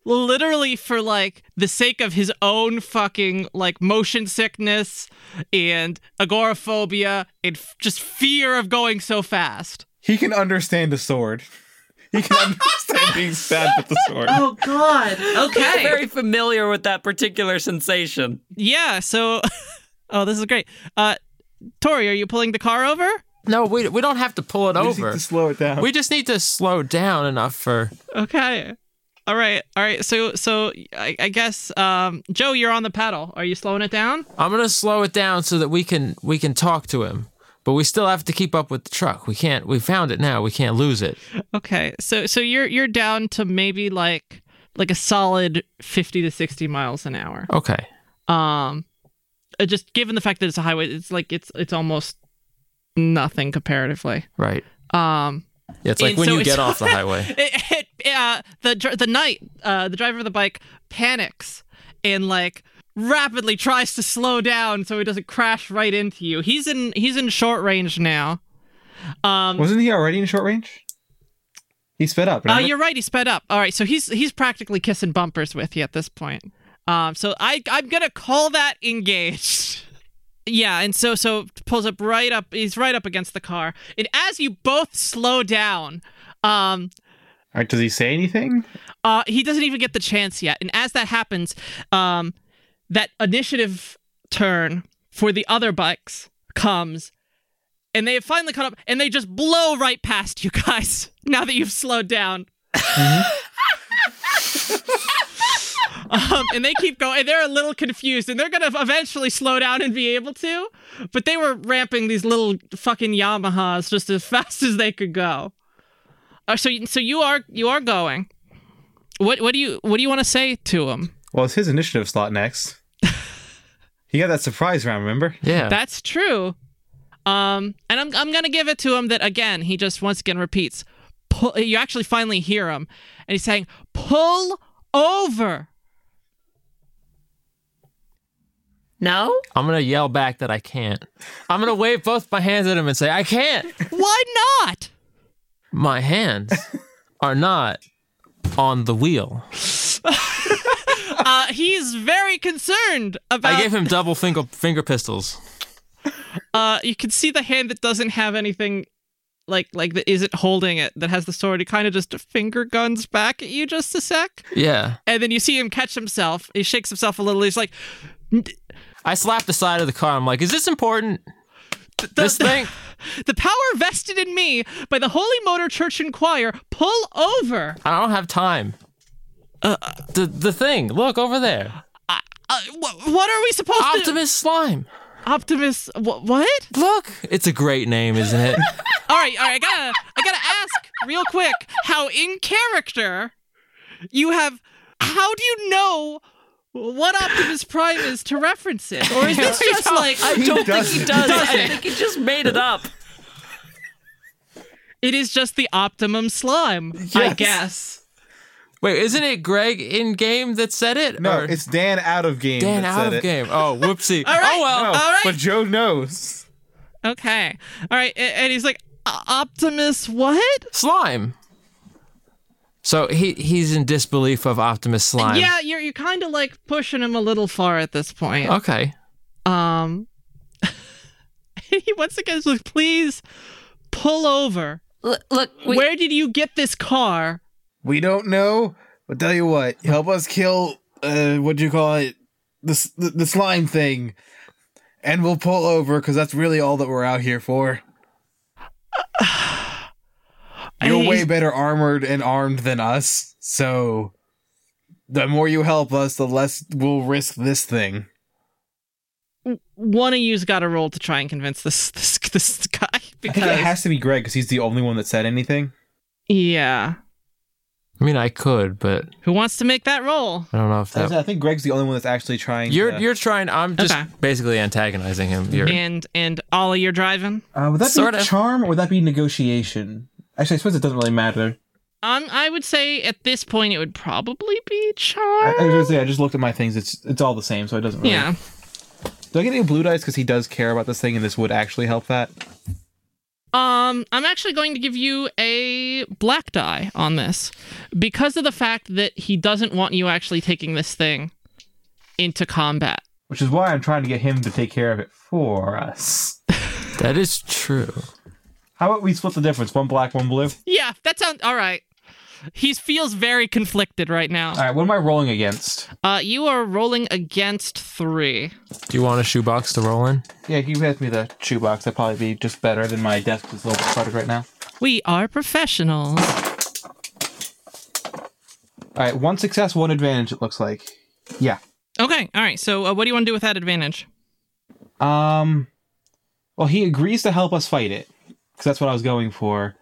[SPEAKER 1] literally for like the sake of his own fucking like motion sickness and agoraphobia and f- just fear of going so fast
[SPEAKER 4] He can understand a sword. He can understand being stabbed with the sword.
[SPEAKER 3] Oh, God. Okay. very familiar with that particular sensation.
[SPEAKER 1] Yeah, so oh, this is great. Uh Tori, are you pulling the car over?
[SPEAKER 2] No, we we don't have to pull it
[SPEAKER 4] We just need
[SPEAKER 2] over.
[SPEAKER 4] to slow it down.
[SPEAKER 2] We just need to slow down enough for
[SPEAKER 1] Okay. All right. All right. So so I, I guess um Joe, you're on the pedal. Are you slowing it down?
[SPEAKER 2] I'm gonna slow it down so that we can we can talk to him. But we still have to keep up with the truck. We can't we found it now. We can't lose it.
[SPEAKER 1] Okay. So so you're you're down to maybe like like a solid 50 to 60 miles an hour.
[SPEAKER 2] Okay.
[SPEAKER 1] Um uh, just given the fact that it's a highway, it's like it's it's almost nothing comparatively.
[SPEAKER 2] Right.
[SPEAKER 1] Um
[SPEAKER 2] Yeah, it's like
[SPEAKER 1] And
[SPEAKER 2] when
[SPEAKER 1] so
[SPEAKER 2] you
[SPEAKER 1] it's-
[SPEAKER 2] get off the highway.
[SPEAKER 1] it, it, uh, the dr- the knight, uh, the driver of the bike, panics and like rapidly tries to slow down so he doesn't crash right into you. He's in he's in short range now. Um,
[SPEAKER 4] Wasn't he already in short range? He sped
[SPEAKER 2] Uh,
[SPEAKER 4] up.
[SPEAKER 1] oh,
[SPEAKER 4] remember?
[SPEAKER 1] you're right. He sped up. All right, so he's he's practically kissing bumpers with you at this point. Um, so I I'm gonna call that engaged. Yeah, and so so pulls up right up. He's right up against the car, and as you both slow down, um,
[SPEAKER 4] All right. Does he say anything?
[SPEAKER 1] Uh, he doesn't even get the chance yet. And as that happens, um, that initiative turn for the other bikes comes, and they have finally caught up, and they just blow right past you guys now that you've slowed down. um, and they keep going. and They're a little confused, and they're gonna eventually slow down and be able to. But they were ramping these little fucking Yamahas just as fast as they could go. Uh, so, so you are you are going. What what do you what do you want to say to him?
[SPEAKER 4] Well, it's his initiative slot next. he got that surprise round. Remember?
[SPEAKER 2] Yeah.
[SPEAKER 1] That's true. Um, and I'm I'm gonna give it to him that again. He just once again repeats. Pull, you actually finally hear him, and he's saying, "Pull over."
[SPEAKER 3] No?
[SPEAKER 2] I'm gonna yell back that I can't. I'm gonna wave both my hands at him and say, I can't.
[SPEAKER 1] Why not?
[SPEAKER 2] My hands are not on the wheel.
[SPEAKER 1] Uh, he's very concerned about.
[SPEAKER 2] I gave him double finger finger pistols.
[SPEAKER 1] uh, you can see the hand that doesn't have anything, like like that isn't holding it. That has the sword. He kind of just finger guns back at you just a sec,
[SPEAKER 2] Yeah.
[SPEAKER 1] and then you see him catch himself. He shakes himself a little. He's like,
[SPEAKER 2] I slapped the side of the car. I'm like, is this important? This thing?
[SPEAKER 1] The power vested in me by the Holy Motor Church and Choir, pull over.
[SPEAKER 2] I don't have time. Uh, the the thing. Look over there.
[SPEAKER 1] Uh, wh- what are we supposed to?
[SPEAKER 2] Optimus Slime.
[SPEAKER 1] Optimus. Wh- what?
[SPEAKER 2] Look. It's a great name, isn't it?
[SPEAKER 1] All right, all right. I gotta, I gotta ask real quick how in character you have. How do you know what Optimus Prime is to reference it, or is this just like
[SPEAKER 3] I don't think he
[SPEAKER 4] doesn't.
[SPEAKER 3] does. I think he just made it up.
[SPEAKER 1] it is just the optimum slime? I
[SPEAKER 4] Yes.
[SPEAKER 1] guess.
[SPEAKER 2] Wait, isn't it Greg in game that said it?
[SPEAKER 4] No,
[SPEAKER 2] Or-
[SPEAKER 4] it's Dan out of game.
[SPEAKER 2] Dan
[SPEAKER 4] that
[SPEAKER 2] out
[SPEAKER 4] said
[SPEAKER 2] of
[SPEAKER 4] it.
[SPEAKER 2] game. Oh, whoopsie.
[SPEAKER 1] All right.
[SPEAKER 2] Oh well.
[SPEAKER 4] No,
[SPEAKER 1] All right.
[SPEAKER 4] but Joe knows.
[SPEAKER 1] Okay. All right. a- And he's like, "O- Optimus, what?
[SPEAKER 2] Slime. So he he's in disbelief of Optimus Slime.
[SPEAKER 1] Yeah, you're you're kind of like pushing him a little far at this point.
[SPEAKER 2] Okay.
[SPEAKER 1] Um, he once again is like, please pull over.
[SPEAKER 3] Look, look we,
[SPEAKER 1] Where did you get this car?
[SPEAKER 4] We don't know, but tell you what, help us kill. Uh, what do you call it? The, s- the the slime thing, and we'll pull over because that's really all that we're out here for. You're
[SPEAKER 1] Hey.
[SPEAKER 4] way better armored and armed than us, so the more you help us, the less we'll risk this thing.
[SPEAKER 1] One of you's got a roll to try and convince this this this guy because
[SPEAKER 4] to be Greg because he's the only one that said anything.
[SPEAKER 1] yeah,
[SPEAKER 2] I mean, I could, but
[SPEAKER 1] who wants to make that roll?
[SPEAKER 2] I don't know if that.
[SPEAKER 4] I think Greg's the only one that's actually trying.
[SPEAKER 2] You're you're trying. I'm just
[SPEAKER 1] Okay.
[SPEAKER 2] basically antagonizing him. You're,
[SPEAKER 1] And and Ollie, you're driving.
[SPEAKER 4] Uh, would that
[SPEAKER 3] Sort
[SPEAKER 4] be
[SPEAKER 3] of.
[SPEAKER 4] charm or would that be negotiation? Actually, I suppose it doesn't really matter.
[SPEAKER 1] Um, I would say at this point it would probably be
[SPEAKER 4] I, I was
[SPEAKER 1] charm.
[SPEAKER 4] gonna say I just looked at my things. It's it's all the same, so it doesn't. Really...
[SPEAKER 1] Yeah,
[SPEAKER 4] Do I get any blue dice because he does care about this thing, and this would actually help that?
[SPEAKER 1] Um, I'm actually going to give you a black die on this because of the fact that he doesn't want you actually taking this thing into combat.
[SPEAKER 4] Which is why I'm trying to get him to take care of it for us.
[SPEAKER 2] That is true.
[SPEAKER 4] How about we split the difference? One black, one blue.
[SPEAKER 1] Yeah, that sounds all right. He feels very conflicted right
[SPEAKER 4] All
[SPEAKER 1] now.
[SPEAKER 4] right. What am I rolling against?
[SPEAKER 1] Uh, you are rolling against three.
[SPEAKER 2] Do you want a shoebox to roll in?
[SPEAKER 4] Yeah, if you pass me the shoebox, that'd probably be just better than my desk is a little cluttered right now.
[SPEAKER 1] We are professionals.
[SPEAKER 4] All right. One success, one advantage. It looks like. Yeah.
[SPEAKER 1] Okay, all right. So, uh, what do you want to do with that advantage?
[SPEAKER 4] Um, well, he agrees to help us fight it because that's what I was going for.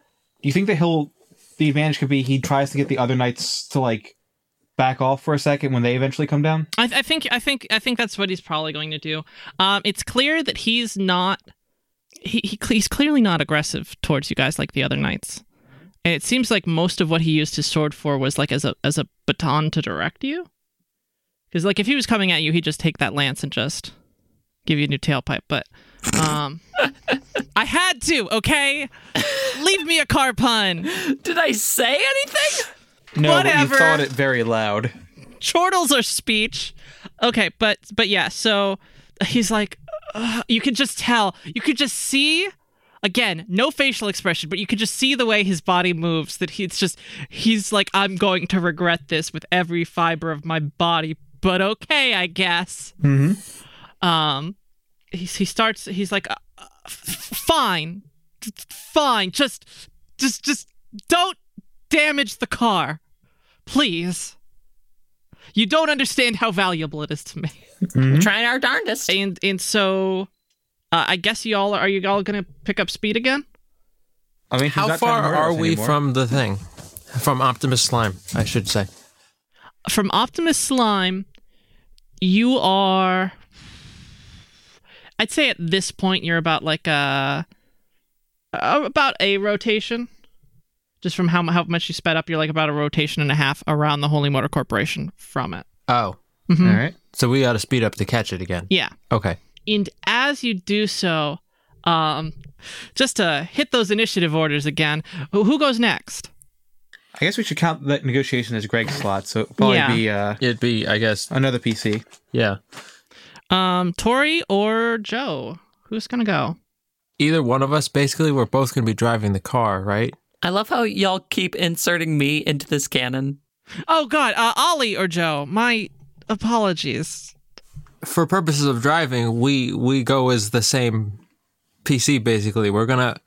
[SPEAKER 4] Do you think that he'll? The advantage could be he tries to get the other knights to like back off for a second when they eventually come down.
[SPEAKER 1] I, I think I think I think that's what he's probably going to do. Um, it's clear that he's not he, he he's clearly not aggressive towards you guys like the other knights. And it seems like most of what he used his sword for was like as a as a baton to direct you. Because like if he was coming at you, he'd just take that lance and just give you a new tailpipe. But um, I had to. Okay, leave me a car pun.
[SPEAKER 3] did I say anything?
[SPEAKER 4] No, but
[SPEAKER 1] Whatever.
[SPEAKER 4] you thought it very loud.
[SPEAKER 1] chortles are speech. Okay, but but yeah, so he's like "Ugh," you could just tell. You could just see again, no facial expression, but you could just see the way his body moves that he's just he's like I'm going to regret this with every fiber of my body, but okay, I guess.
[SPEAKER 4] Mm-hmm.
[SPEAKER 1] Um he he starts he's like uh, uh, f- fine. F- Fine. Just just just don't damage the car. Please. You don't understand how valuable it is to me.
[SPEAKER 3] We're trying our darndest.
[SPEAKER 1] And and so uh, I guess y'all are, are you all going to pick up speed again?
[SPEAKER 4] I mean,
[SPEAKER 2] How far are we from the thing? From Optimus Slime, I should say.
[SPEAKER 1] From Optimus Slime, you are I'd say at this point you're about like a uh, about a rotation. Just from how mu- how much you sped up, you're like about a rotation and a half around the Holy Motor Corporation from it.
[SPEAKER 2] Oh,
[SPEAKER 1] Mhm.
[SPEAKER 4] right.
[SPEAKER 2] so we got to speed up to catch it again.
[SPEAKER 1] Yeah.
[SPEAKER 2] Okay.
[SPEAKER 1] and as you do so, um, just to hit those initiative orders again, who, who goes next?
[SPEAKER 4] I guess we should count that negotiation as Greg's slot, so it'll probably
[SPEAKER 1] Yeah.
[SPEAKER 4] be uh,
[SPEAKER 2] It'd be, I guess,
[SPEAKER 4] another PC.
[SPEAKER 2] yeah.
[SPEAKER 1] Um, Tori or Joe? Who's gonna go?
[SPEAKER 2] Either one of us, basically, we're both going to be driving the car, right?
[SPEAKER 3] I love how y'all keep inserting me into this canon.
[SPEAKER 1] Oh God, uh, Ollie or Joe? My apologies.
[SPEAKER 2] For purposes of driving, we we go as the same PC. Basically, we're gonna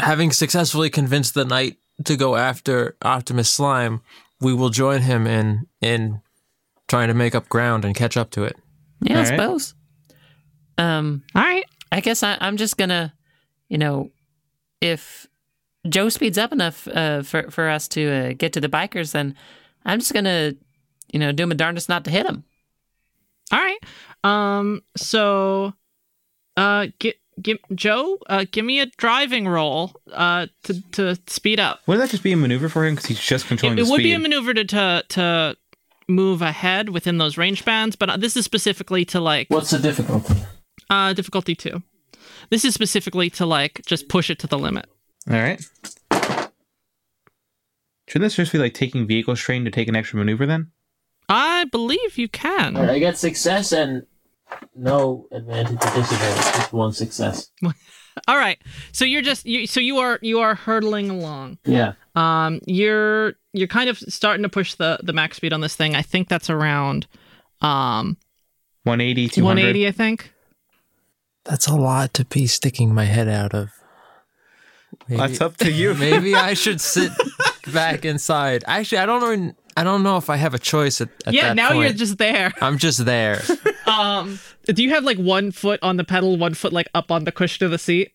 [SPEAKER 2] having successfully convinced the knight to go after Optimus Slime. We will join him in in trying to make up ground and catch up to it.
[SPEAKER 3] Yeah,
[SPEAKER 4] All
[SPEAKER 3] I
[SPEAKER 4] right.
[SPEAKER 3] suppose. Um,
[SPEAKER 1] All right.
[SPEAKER 3] I guess I, I'm just gonna, you know, if Joe speeds up enough uh, for for us to uh, get to the bikers, then I'm just gonna you know, doom and darndest not to hit him.
[SPEAKER 1] All right. Um. So, uh, get. Give, Joe, uh, give me a driving roll uh, to, to speed up.
[SPEAKER 4] Wouldn't that just be a maneuver for him? Because he's just controlling
[SPEAKER 1] It, it
[SPEAKER 4] the
[SPEAKER 1] would
[SPEAKER 4] speed.
[SPEAKER 1] be a maneuver to, to to move ahead within those range bands, but this is specifically to like
[SPEAKER 7] What's the difficulty?
[SPEAKER 1] uh, difficulty two. This is specifically to like just push it to the limit.
[SPEAKER 4] All right. Shouldn't this just be like taking vehicle strain to take an extra maneuver then?
[SPEAKER 1] I believe you can.
[SPEAKER 7] All right, I got success and no advantage or disadvantage. Just one success.
[SPEAKER 1] All right. So you're just you, so you are you are hurtling along.
[SPEAKER 7] Yeah.
[SPEAKER 1] Um, you're you're kind of starting to push the the max speed on this thing. I think that's around um
[SPEAKER 4] 180, 200.
[SPEAKER 1] 180. I think.
[SPEAKER 2] That's a lot to be sticking my head out of. Maybe,
[SPEAKER 4] That's up to you.
[SPEAKER 2] maybe I should sit back inside. Actually, I don't know. I don't know if I have a choice at, at
[SPEAKER 1] yeah.
[SPEAKER 2] that
[SPEAKER 1] Now you're
[SPEAKER 2] point.
[SPEAKER 1] just there.
[SPEAKER 2] I'm just there.
[SPEAKER 1] Um, do you have like one foot on the pedal, one foot like up on the cushion of the seat?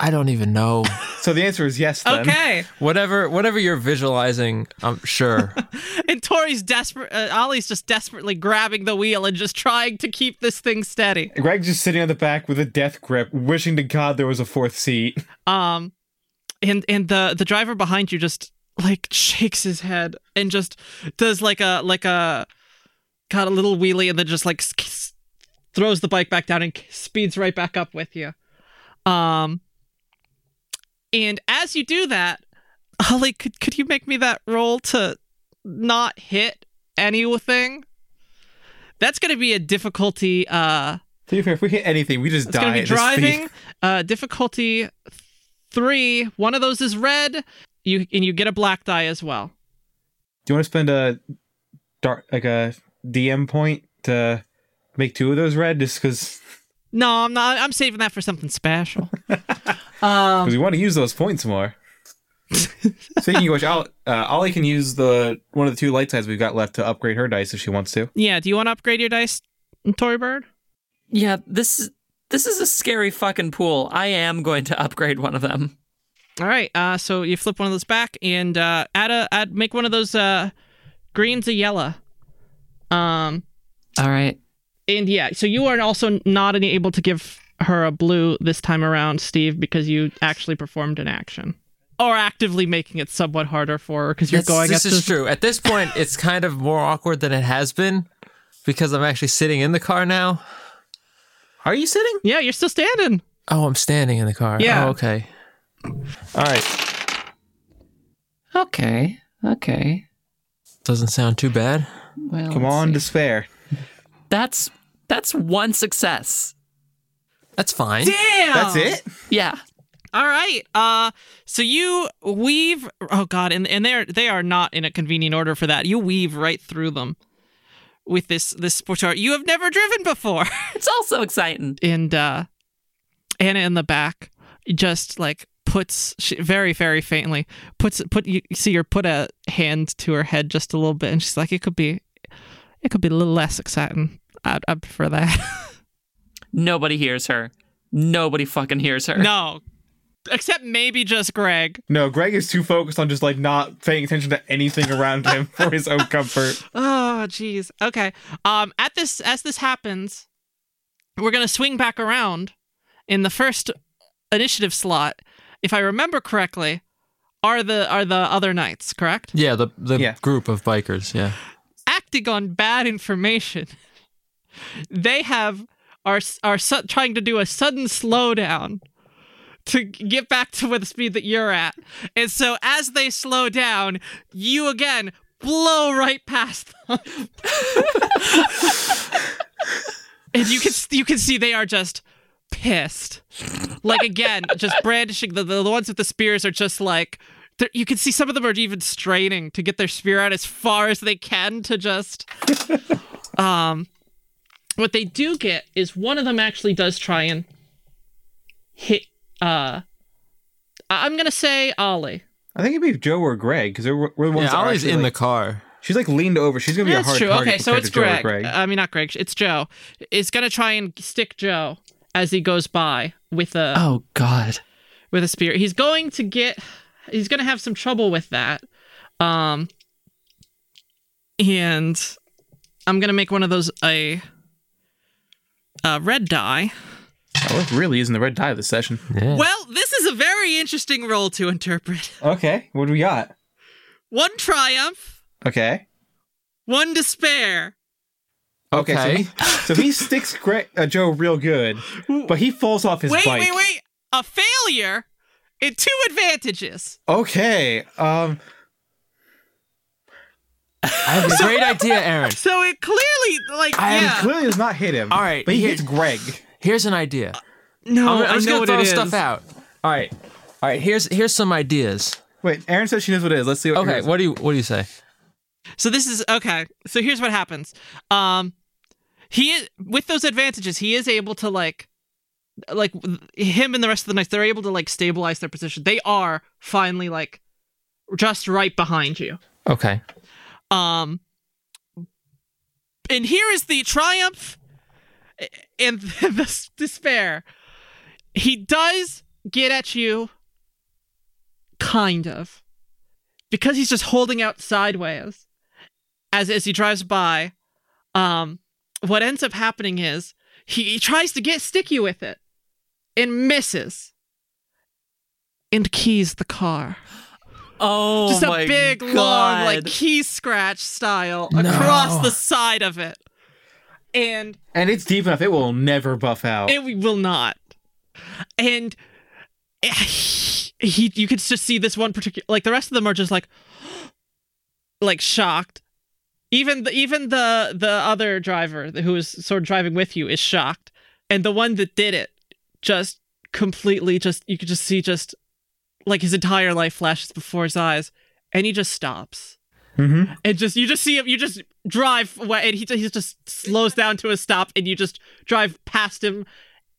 [SPEAKER 2] I don't even know.
[SPEAKER 4] So the answer is yes then.
[SPEAKER 1] Okay.
[SPEAKER 2] Whatever, whatever you're visualizing, I'm sure.
[SPEAKER 1] And Tori's desperate. Uh, Ollie's just desperately grabbing the wheel and just trying to keep this thing steady.
[SPEAKER 4] Greg's just sitting on the back with a death grip, wishing to God there was a fourth seat.
[SPEAKER 1] Um, and and the the driver behind you just like shakes his head and just does like a like a got a little wheelie and then just like s- s- throws the bike back down and speeds right back up with you. Um, and as you do that, Ollie, could could you make me that roll to not hit anything? That's going to be a difficulty. Uh,
[SPEAKER 4] To be fair, if we hit anything, we just
[SPEAKER 1] it's
[SPEAKER 4] die.
[SPEAKER 1] going to be
[SPEAKER 4] at this
[SPEAKER 1] driving.
[SPEAKER 4] speed.
[SPEAKER 1] Uh, difficulty three. One of those is red. You and you get a black die as well.
[SPEAKER 4] Do you want to spend a dark, like a DM point to make two of those red, just because
[SPEAKER 1] No, I'm not. I'm saving that for something special. um,
[SPEAKER 4] we want to use those points more? Speaking of which, I'll, uh, Ollie can use the one of the two light sides we've got left to upgrade her dice if she wants to.
[SPEAKER 1] yeah. Do you want to upgrade your dice, Tory Bird?
[SPEAKER 3] Yeah, this this is a scary fucking pool. I am going to upgrade one of them.
[SPEAKER 1] All right. Uh, so you flip one of those back and uh, add a add make one of those uh, greens a yellow. Um,
[SPEAKER 3] All right.
[SPEAKER 1] and yeah. So you are also not able to give her a blue this time around, Steve, because you actually performed an action or actively making it somewhat harder for her because you're
[SPEAKER 2] That's-
[SPEAKER 1] going
[SPEAKER 2] this
[SPEAKER 1] at
[SPEAKER 2] is true. At this point, it's kind of more awkward than it has been because I'm actually sitting in the car now.
[SPEAKER 4] Are you sitting?
[SPEAKER 1] Yeah, you're still standing.
[SPEAKER 2] Oh, I'm standing in the car.
[SPEAKER 1] Yeah.
[SPEAKER 2] Oh, okay.
[SPEAKER 4] All right.
[SPEAKER 3] Okay. Okay.
[SPEAKER 2] Doesn't sound too bad.
[SPEAKER 3] Well,
[SPEAKER 4] Come
[SPEAKER 3] let's
[SPEAKER 4] on,
[SPEAKER 3] see.
[SPEAKER 4] despair.
[SPEAKER 3] That's that's one success.
[SPEAKER 2] That's fine.
[SPEAKER 1] Damn.
[SPEAKER 4] That's it.
[SPEAKER 3] Yeah.
[SPEAKER 1] All right. Uh, so you weave. Oh God, and and they're they are not in a convenient order for that. You weave right through them with this this sports car you have never driven before,
[SPEAKER 3] It's also exciting.
[SPEAKER 1] and uh, Anna in the back just like puts she, very very faintly puts put you see her put a hand to her head just a little bit, and she's like, it could be, it could be a little less exciting. I'd, I'd prefer that.
[SPEAKER 3] Nobody hears her. Nobody fucking hears her.
[SPEAKER 1] no, except maybe just Greg.
[SPEAKER 4] No, Greg is too focused on just like not paying attention to anything around him for his own comfort.
[SPEAKER 1] Oh, jeez. Okay. Um, at this as this happens, we're gonna swing back around in the first initiative slot. If I remember correctly, are the are the other knights correct?
[SPEAKER 2] Yeah, the the
[SPEAKER 4] Yeah.
[SPEAKER 2] group of bikers. Yeah.
[SPEAKER 1] Acting on bad information, they have are are su- trying to do a sudden slowdown to get back to where the speed that you're at, and so as they slow down, you again blow right past them. and you can you can see they are just pissed. Like again, just brandishing the the ones with the spears are just like they're- you can see some of them are even straining to get their spear out as far as they can to just um what they do get is one of them actually does try and hit uh I- I'm going to say Ollie.
[SPEAKER 4] I think it'd be Joe or Greg because we're, we're the ones.
[SPEAKER 2] Yeah,
[SPEAKER 4] that are
[SPEAKER 2] Ollie's
[SPEAKER 4] actually,
[SPEAKER 2] in
[SPEAKER 4] like,
[SPEAKER 2] the car.
[SPEAKER 4] She's like leaned over. She's gonna be a
[SPEAKER 1] That's
[SPEAKER 4] hard
[SPEAKER 1] true.
[SPEAKER 4] target
[SPEAKER 1] Okay, so
[SPEAKER 4] compared
[SPEAKER 1] it's
[SPEAKER 4] to Joe or
[SPEAKER 1] Greg.
[SPEAKER 4] Greg.
[SPEAKER 1] I mean, not Greg. It's Joe. Is gonna try and stick Joe as he goes by with a
[SPEAKER 3] Oh God.
[SPEAKER 1] with a spear. He's going to get. He's gonna have some trouble with that. Um, and I'm gonna make one of those a, a red die.
[SPEAKER 8] Oh, we're really using the red dye this session.
[SPEAKER 2] Yeah.
[SPEAKER 1] Well, this is a very interesting role to interpret.
[SPEAKER 4] Okay, what do we got?
[SPEAKER 1] One triumph,
[SPEAKER 8] Okay.
[SPEAKER 1] one despair.
[SPEAKER 2] okay.
[SPEAKER 4] So, he, so he sticks Gre- uh, Joe real good, but he falls off his
[SPEAKER 1] wait,
[SPEAKER 4] bike.
[SPEAKER 1] wait, wait! A failure and two advantages.
[SPEAKER 4] Okay. Um.
[SPEAKER 2] I have a great idea, Aaron.
[SPEAKER 1] So it clearly, like,
[SPEAKER 2] I am
[SPEAKER 1] yeah.
[SPEAKER 4] He clearly does not hit him.
[SPEAKER 2] All right,
[SPEAKER 4] But he
[SPEAKER 2] here-
[SPEAKER 4] hits Greg.
[SPEAKER 2] Here's an idea.
[SPEAKER 1] no,
[SPEAKER 2] I'm, I'm
[SPEAKER 1] I
[SPEAKER 2] just
[SPEAKER 1] know
[SPEAKER 2] gonna
[SPEAKER 1] what
[SPEAKER 2] throw
[SPEAKER 1] it
[SPEAKER 2] stuff
[SPEAKER 1] is.
[SPEAKER 2] out. All right. All right. Here's here's some ideas.
[SPEAKER 8] Wait, Aaron says she knows what it is. Let's see what
[SPEAKER 2] Okay.
[SPEAKER 8] yours is.
[SPEAKER 2] What do you what do you say?
[SPEAKER 1] So this is okay. So here's what happens. Um, he is with those advantages. He is able to like, like him and the rest of the knights. They're able to like stabilize their position. They are finally like just right behind you.
[SPEAKER 2] Okay.
[SPEAKER 1] Um, and here is the triumph and the s- despair. He does get at you, kind of, because he's just holding out sideways as as he drives by. Um, what ends up happening is he, he tries to get sticky with it and misses and keys the car
[SPEAKER 3] Oh
[SPEAKER 1] just
[SPEAKER 3] my
[SPEAKER 1] a big
[SPEAKER 3] God.
[SPEAKER 1] long like key scratch style across the side of it and
[SPEAKER 4] And it's deep enough; it will never buff out.
[SPEAKER 1] it will not and eh, he you could just see this one particular like the rest of them are just like like shocked even the even the the other driver who is sort of driving with you is shocked and the one that did it just completely just you could just see just like his entire life flashes before his eyes and he just stops
[SPEAKER 4] mm-hmm.
[SPEAKER 1] and just you just see him you just drive away and he, he just slows down to a stop and you just drive past him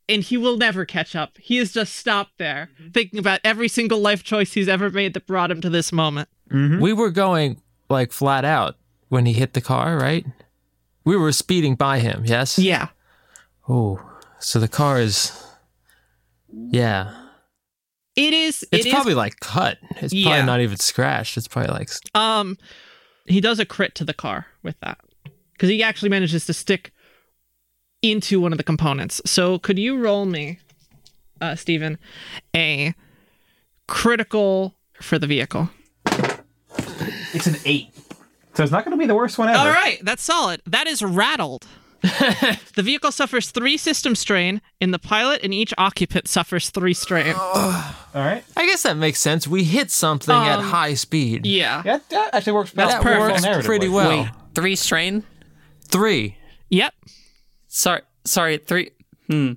[SPEAKER 1] and he will never catch up he is just stopped there thinking about every single life choice he's ever made that brought him to this moment
[SPEAKER 4] Mm-hmm.
[SPEAKER 2] We were going like flat out when he hit the car, right? We were speeding by him. Yes.
[SPEAKER 1] yeah
[SPEAKER 2] Oh, so the car is. Yeah.
[SPEAKER 1] it is
[SPEAKER 2] It's
[SPEAKER 1] it is-
[SPEAKER 2] probably like cut. It's
[SPEAKER 1] Yeah.
[SPEAKER 2] probably not even scratched. It's probably like.
[SPEAKER 1] um he does a crit to the car with that because he actually manages to stick into one of the components so could you roll me uh steven a critical for the vehicle
[SPEAKER 4] It's an eight. So it's not going to be the worst one ever.
[SPEAKER 1] All right, that's solid. That is rattled. the vehicle suffers three system strain, and the pilot and each occupant suffers three strain.
[SPEAKER 4] All right.
[SPEAKER 2] I guess that makes sense. We hit something at
[SPEAKER 1] Um,
[SPEAKER 2] high speed.
[SPEAKER 1] Yeah.
[SPEAKER 4] That, that actually works.
[SPEAKER 2] That
[SPEAKER 4] pretty well
[SPEAKER 2] works pretty
[SPEAKER 4] narratively.
[SPEAKER 2] well.
[SPEAKER 3] Wait, three strain?
[SPEAKER 2] Three.
[SPEAKER 1] Yep.
[SPEAKER 3] Sorry, sorry, three. Hmm.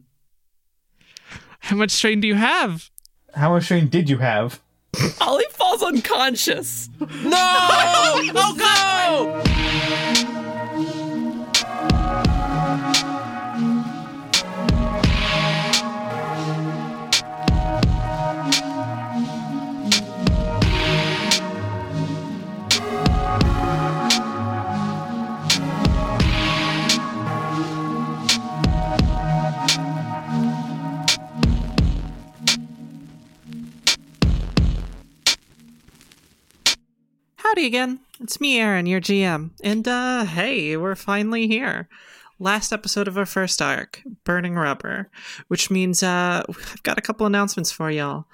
[SPEAKER 1] How much strain do you have?
[SPEAKER 4] How much strain did you have?
[SPEAKER 3] Ollie falls unconscious.
[SPEAKER 2] No!
[SPEAKER 1] Oh god! Howdy again. It's me, Aaron, your GM. And uh hey, we're finally here. Last episode of our first arc, Burning Rubber, which means uh I've got a couple announcements for y'all.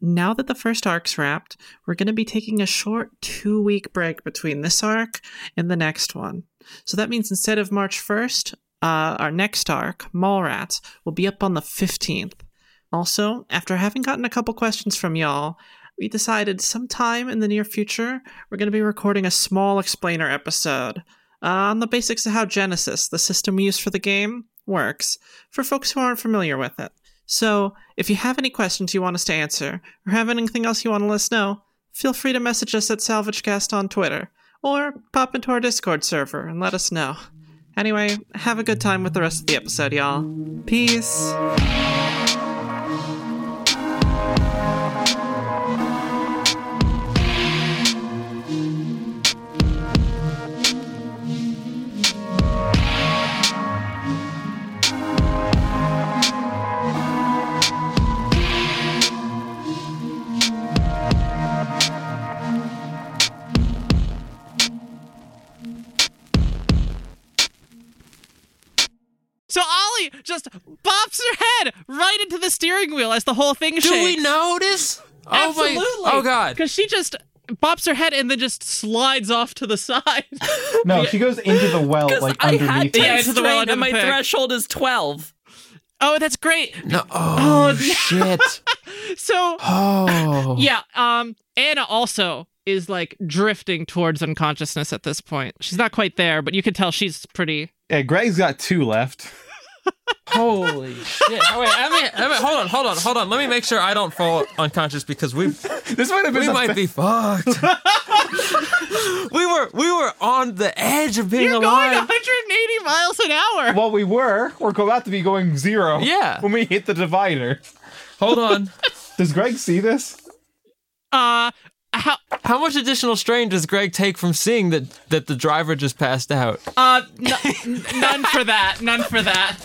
[SPEAKER 1] Now that the first arc's wrapped, we're going to be taking a short 2-week break between this arc and the next one. So that means instead of March 1st, uh, our next arc, Mallrats, will be up on the 15th. Also, after having gotten a couple questions from y'all, we decided sometime in the near future we're going to be recording a small explainer episode uh, on the basics of how Genesis, the system we use for the game, works for folks who aren't familiar with it. So, if you have any questions you want us to answer or have anything else you want to let us know, feel free to message us at SalvageCast on Twitter or pop into our Discord server and let us know. Anyway, have a good time with the rest of the episode, y'all. Peace.
[SPEAKER 9] So Ollie just bops her head right into the steering wheel as the whole thing shakes.
[SPEAKER 2] Do we notice? Oh my-
[SPEAKER 9] Absolutely.
[SPEAKER 2] Oh god.
[SPEAKER 9] Because she just bops her head and then just slides off to the side.
[SPEAKER 4] No, she goes into the well, like
[SPEAKER 3] I had
[SPEAKER 4] underneath.
[SPEAKER 3] to
[SPEAKER 9] Yeah,
[SPEAKER 4] it.
[SPEAKER 9] into the well,
[SPEAKER 3] restrain
[SPEAKER 9] into
[SPEAKER 3] and
[SPEAKER 9] the
[SPEAKER 3] my
[SPEAKER 9] pig.
[SPEAKER 3] threshold is 12.
[SPEAKER 9] oh, that's great.
[SPEAKER 2] No. Oh, shit.
[SPEAKER 9] So
[SPEAKER 2] Oh.
[SPEAKER 9] yeah, um, Anna also is like drifting towards unconsciousness at this point. She's not quite there, but you can tell she's pretty.
[SPEAKER 10] Yeah, Greg's got two left.
[SPEAKER 2] Holy shit. Oh, wait, I mean, I mean, hold on, hold on, hold on. Let me make sure I don't fall unconscious because we
[SPEAKER 10] This might have been
[SPEAKER 2] we
[SPEAKER 10] the
[SPEAKER 2] might be fucked. we were we were on the edge of being
[SPEAKER 9] You're going
[SPEAKER 2] alive.
[SPEAKER 9] 180 miles an hour.
[SPEAKER 4] Well, we were. We're about to be going zero.
[SPEAKER 2] Yeah.
[SPEAKER 4] When we hit the divider.
[SPEAKER 2] Hold on.
[SPEAKER 4] Does Greg see this?
[SPEAKER 9] Uh, how,
[SPEAKER 2] How much additional strain does Greg take from seeing that that the driver just passed out?
[SPEAKER 9] uh, n- none for that. None for that.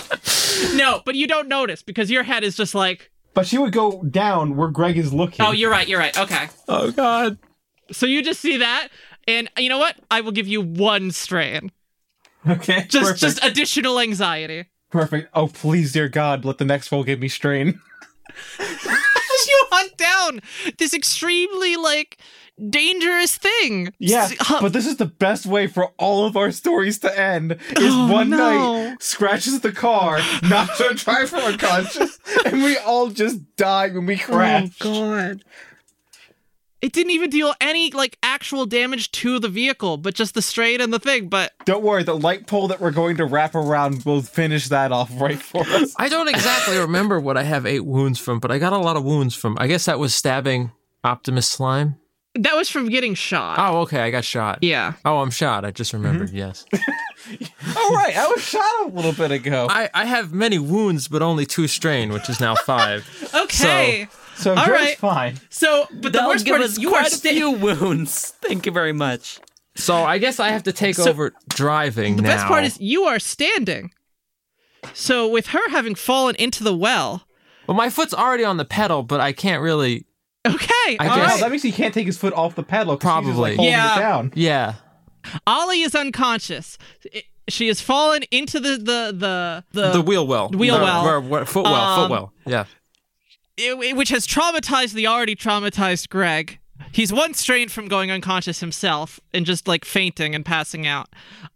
[SPEAKER 9] No, but you don't notice because your head is just like,
[SPEAKER 4] But she would go down where Greg is looking.
[SPEAKER 9] oh, you're right. You're right. Okay.
[SPEAKER 2] Oh god.
[SPEAKER 9] So you just see that, and you know what? I will give you one strain.
[SPEAKER 4] okay.
[SPEAKER 9] Just
[SPEAKER 4] perfect.
[SPEAKER 9] just additional anxiety.
[SPEAKER 4] perfect. Oh, please, dear God, let the next roll give me strain.
[SPEAKER 9] As you hunt down this extremely like dangerous thing.
[SPEAKER 4] Yeah,
[SPEAKER 9] S- huh,
[SPEAKER 4] but this is the best way for all of our stories to end. Is
[SPEAKER 9] Oh,
[SPEAKER 4] one
[SPEAKER 9] no.
[SPEAKER 4] night scratches the car, knocks our driver unconscious, and we all just die when we crash.
[SPEAKER 9] Oh, god. It didn't even deal any like actual damage to the vehicle, but just the strain and the thing. But
[SPEAKER 4] Don't worry, the light pole that we're going to wrap around will finish that off right for us.
[SPEAKER 2] I don't exactly remember what I have eight wounds from, but I got a lot of wounds from. I guess that was stabbing Optimus Slime.
[SPEAKER 9] that was from getting shot.
[SPEAKER 2] Oh, okay, I got shot.
[SPEAKER 9] yeah.
[SPEAKER 2] Oh, I'm shot. I just remembered. Yes.
[SPEAKER 4] all right, I was shot a little bit ago.
[SPEAKER 2] I, I have many wounds, but only two strain, which is now five.
[SPEAKER 9] Okay.
[SPEAKER 4] So
[SPEAKER 9] All
[SPEAKER 4] Joe's
[SPEAKER 9] right.
[SPEAKER 4] fine.
[SPEAKER 9] So, but the
[SPEAKER 3] That'll
[SPEAKER 9] worst
[SPEAKER 3] give
[SPEAKER 9] part
[SPEAKER 3] us
[SPEAKER 9] is you are
[SPEAKER 3] quite a
[SPEAKER 9] sta-
[SPEAKER 3] few wounds. Thank you very much.
[SPEAKER 2] So I guess I have to take
[SPEAKER 9] So-
[SPEAKER 2] over driving
[SPEAKER 9] The
[SPEAKER 2] now.
[SPEAKER 9] best part is you are standing. So with her having fallen into the well,
[SPEAKER 2] well, my foot's already on the pedal, but I can't really. I
[SPEAKER 9] okay, all
[SPEAKER 2] guess-
[SPEAKER 4] No,
[SPEAKER 9] right.
[SPEAKER 4] that means he can't take his foot off the pedal. 'cause he's just,
[SPEAKER 2] Probably.
[SPEAKER 4] like, holding
[SPEAKER 9] Yeah.
[SPEAKER 4] It down.
[SPEAKER 2] Yeah.
[SPEAKER 9] Ollie is unconscious. I- She has fallen into the the the, the,
[SPEAKER 2] The wheel well.
[SPEAKER 9] wheel
[SPEAKER 2] The-
[SPEAKER 9] well.
[SPEAKER 2] where- where- foot well.
[SPEAKER 9] Um,
[SPEAKER 2] foot well. Yeah.
[SPEAKER 9] i- which has traumatized the already traumatized Greg. He's one strain from going unconscious himself and just like fainting and passing out.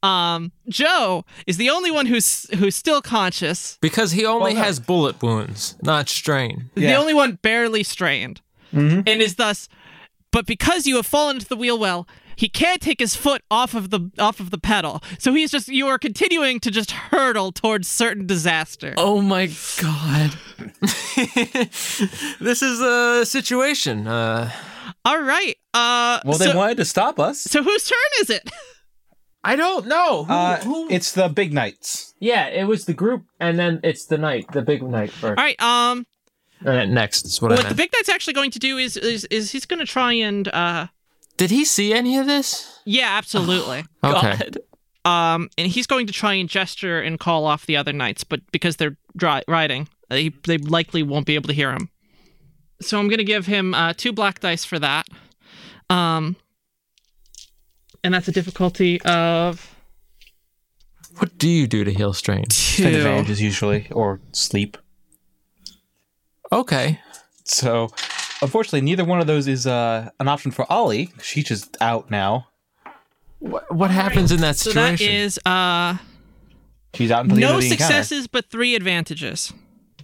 [SPEAKER 9] Um, Joe is the only one who's who's still conscious.
[SPEAKER 2] Because he only
[SPEAKER 4] Well, no.
[SPEAKER 2] has bullet wounds, not strain.
[SPEAKER 9] The
[SPEAKER 4] Yeah.
[SPEAKER 9] only one barely strained, and is thus. But because you have fallen into the wheel well, he can't take his foot off of the off of the pedal. So he's just you are continuing to just hurtle towards certain disaster.
[SPEAKER 3] Oh my god.
[SPEAKER 2] this is a situation. Uh,
[SPEAKER 9] All right. Uh,
[SPEAKER 10] Well, they
[SPEAKER 9] so,
[SPEAKER 10] wanted to stop us.
[SPEAKER 9] so whose turn is it?
[SPEAKER 2] I don't know. Who-
[SPEAKER 4] Uh,
[SPEAKER 2] who-
[SPEAKER 4] it's the big nights.
[SPEAKER 7] Yeah, it was the group, and then it's the night, the big night first.
[SPEAKER 9] All right. Um,
[SPEAKER 2] Uh, next is what, I
[SPEAKER 9] what
[SPEAKER 2] meant.
[SPEAKER 9] the big knight's actually going to do is is, is he's going to try and uh,
[SPEAKER 2] Did he see any of this?
[SPEAKER 9] yeah, absolutely.
[SPEAKER 2] Okay.
[SPEAKER 3] God.
[SPEAKER 9] um, and he's going to try and gesture and call off the other knights, but because they're dri- riding, they they likely won't be able to hear him. So I'm going to give him uh, two black dice for that. Um, and that's a difficulty of
[SPEAKER 2] What do you do to heal strain?
[SPEAKER 4] Take
[SPEAKER 9] two.
[SPEAKER 4] advantages usually, or sleep.
[SPEAKER 2] Okay.
[SPEAKER 4] So, unfortunately, neither one of those is uh, an option for Ollie. She's just out now.
[SPEAKER 2] What, what happens in that
[SPEAKER 9] So
[SPEAKER 2] situation?
[SPEAKER 9] that is uh,
[SPEAKER 4] She's out until the end
[SPEAKER 9] no
[SPEAKER 4] of the encounter.
[SPEAKER 9] successes but three advantages.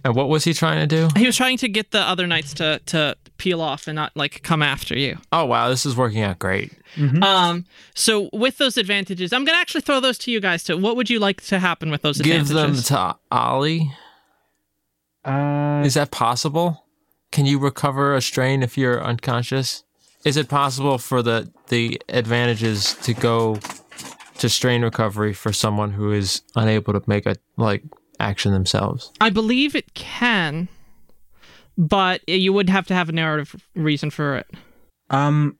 [SPEAKER 2] and what was he trying to do?
[SPEAKER 9] He was trying to get the other knights to to peel off and not like come after you.
[SPEAKER 2] Oh wow, this is working out great. Mm-hmm.
[SPEAKER 9] Um, so with those advantages, I'm gonna actually throw those to you guys. To what would you like to happen with those
[SPEAKER 2] Give them
[SPEAKER 9] advantages?
[SPEAKER 2] to Ollie.
[SPEAKER 4] Uh,
[SPEAKER 2] Is that possible? Can you recover a strain if you're unconscious? Is it possible for the the advantages to go to strain recovery for someone who is unable to make a like action themselves?
[SPEAKER 9] I believe it can, but you would have to have a narrative reason for it.
[SPEAKER 4] um,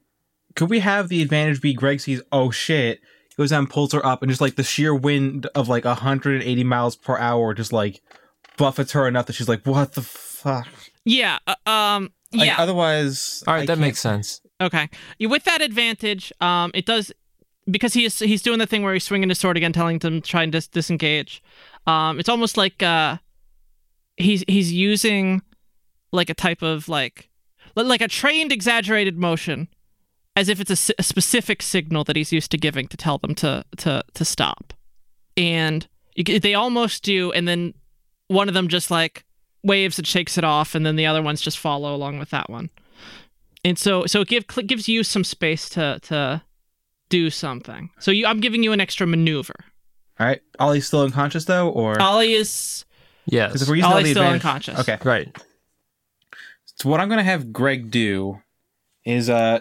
[SPEAKER 4] could we have the advantage be Greg sees? Oh shit! Goes down, pulls her up, and just like the sheer wind of like 180 miles per hour, just like buffets her enough that she's like, "What the fuck?"
[SPEAKER 9] Yeah. Uh, um.
[SPEAKER 4] Like,
[SPEAKER 9] Yeah.
[SPEAKER 4] otherwise,
[SPEAKER 2] All right,
[SPEAKER 4] I
[SPEAKER 2] that
[SPEAKER 4] can't-
[SPEAKER 2] makes sense.
[SPEAKER 9] okay. You with that advantage. Um. It does because he is he's doing the thing where he's swinging his sword again, telling them to try and dis- disengage. Um, it's almost like uh, he's he's using like a type of like li- like a trained exaggerated motion, as if it's a, si- a specific signal that he's used to giving to tell them to to to stop. And you c- they almost do, and then one of them just like waves and shakes it off, and then the other ones just follow along with that one. And so so it give, cl- gives you some space to to do something. So you, I'm giving you an extra maneuver.
[SPEAKER 4] All right. Ollie's still unconscious though, or
[SPEAKER 9] Ollie is
[SPEAKER 2] Yes.
[SPEAKER 4] if we're using all
[SPEAKER 9] Ollie's
[SPEAKER 4] the
[SPEAKER 9] still
[SPEAKER 4] advantage-
[SPEAKER 9] unconscious.
[SPEAKER 4] Okay.
[SPEAKER 2] right.
[SPEAKER 4] So what I'm gonna have Greg do is uh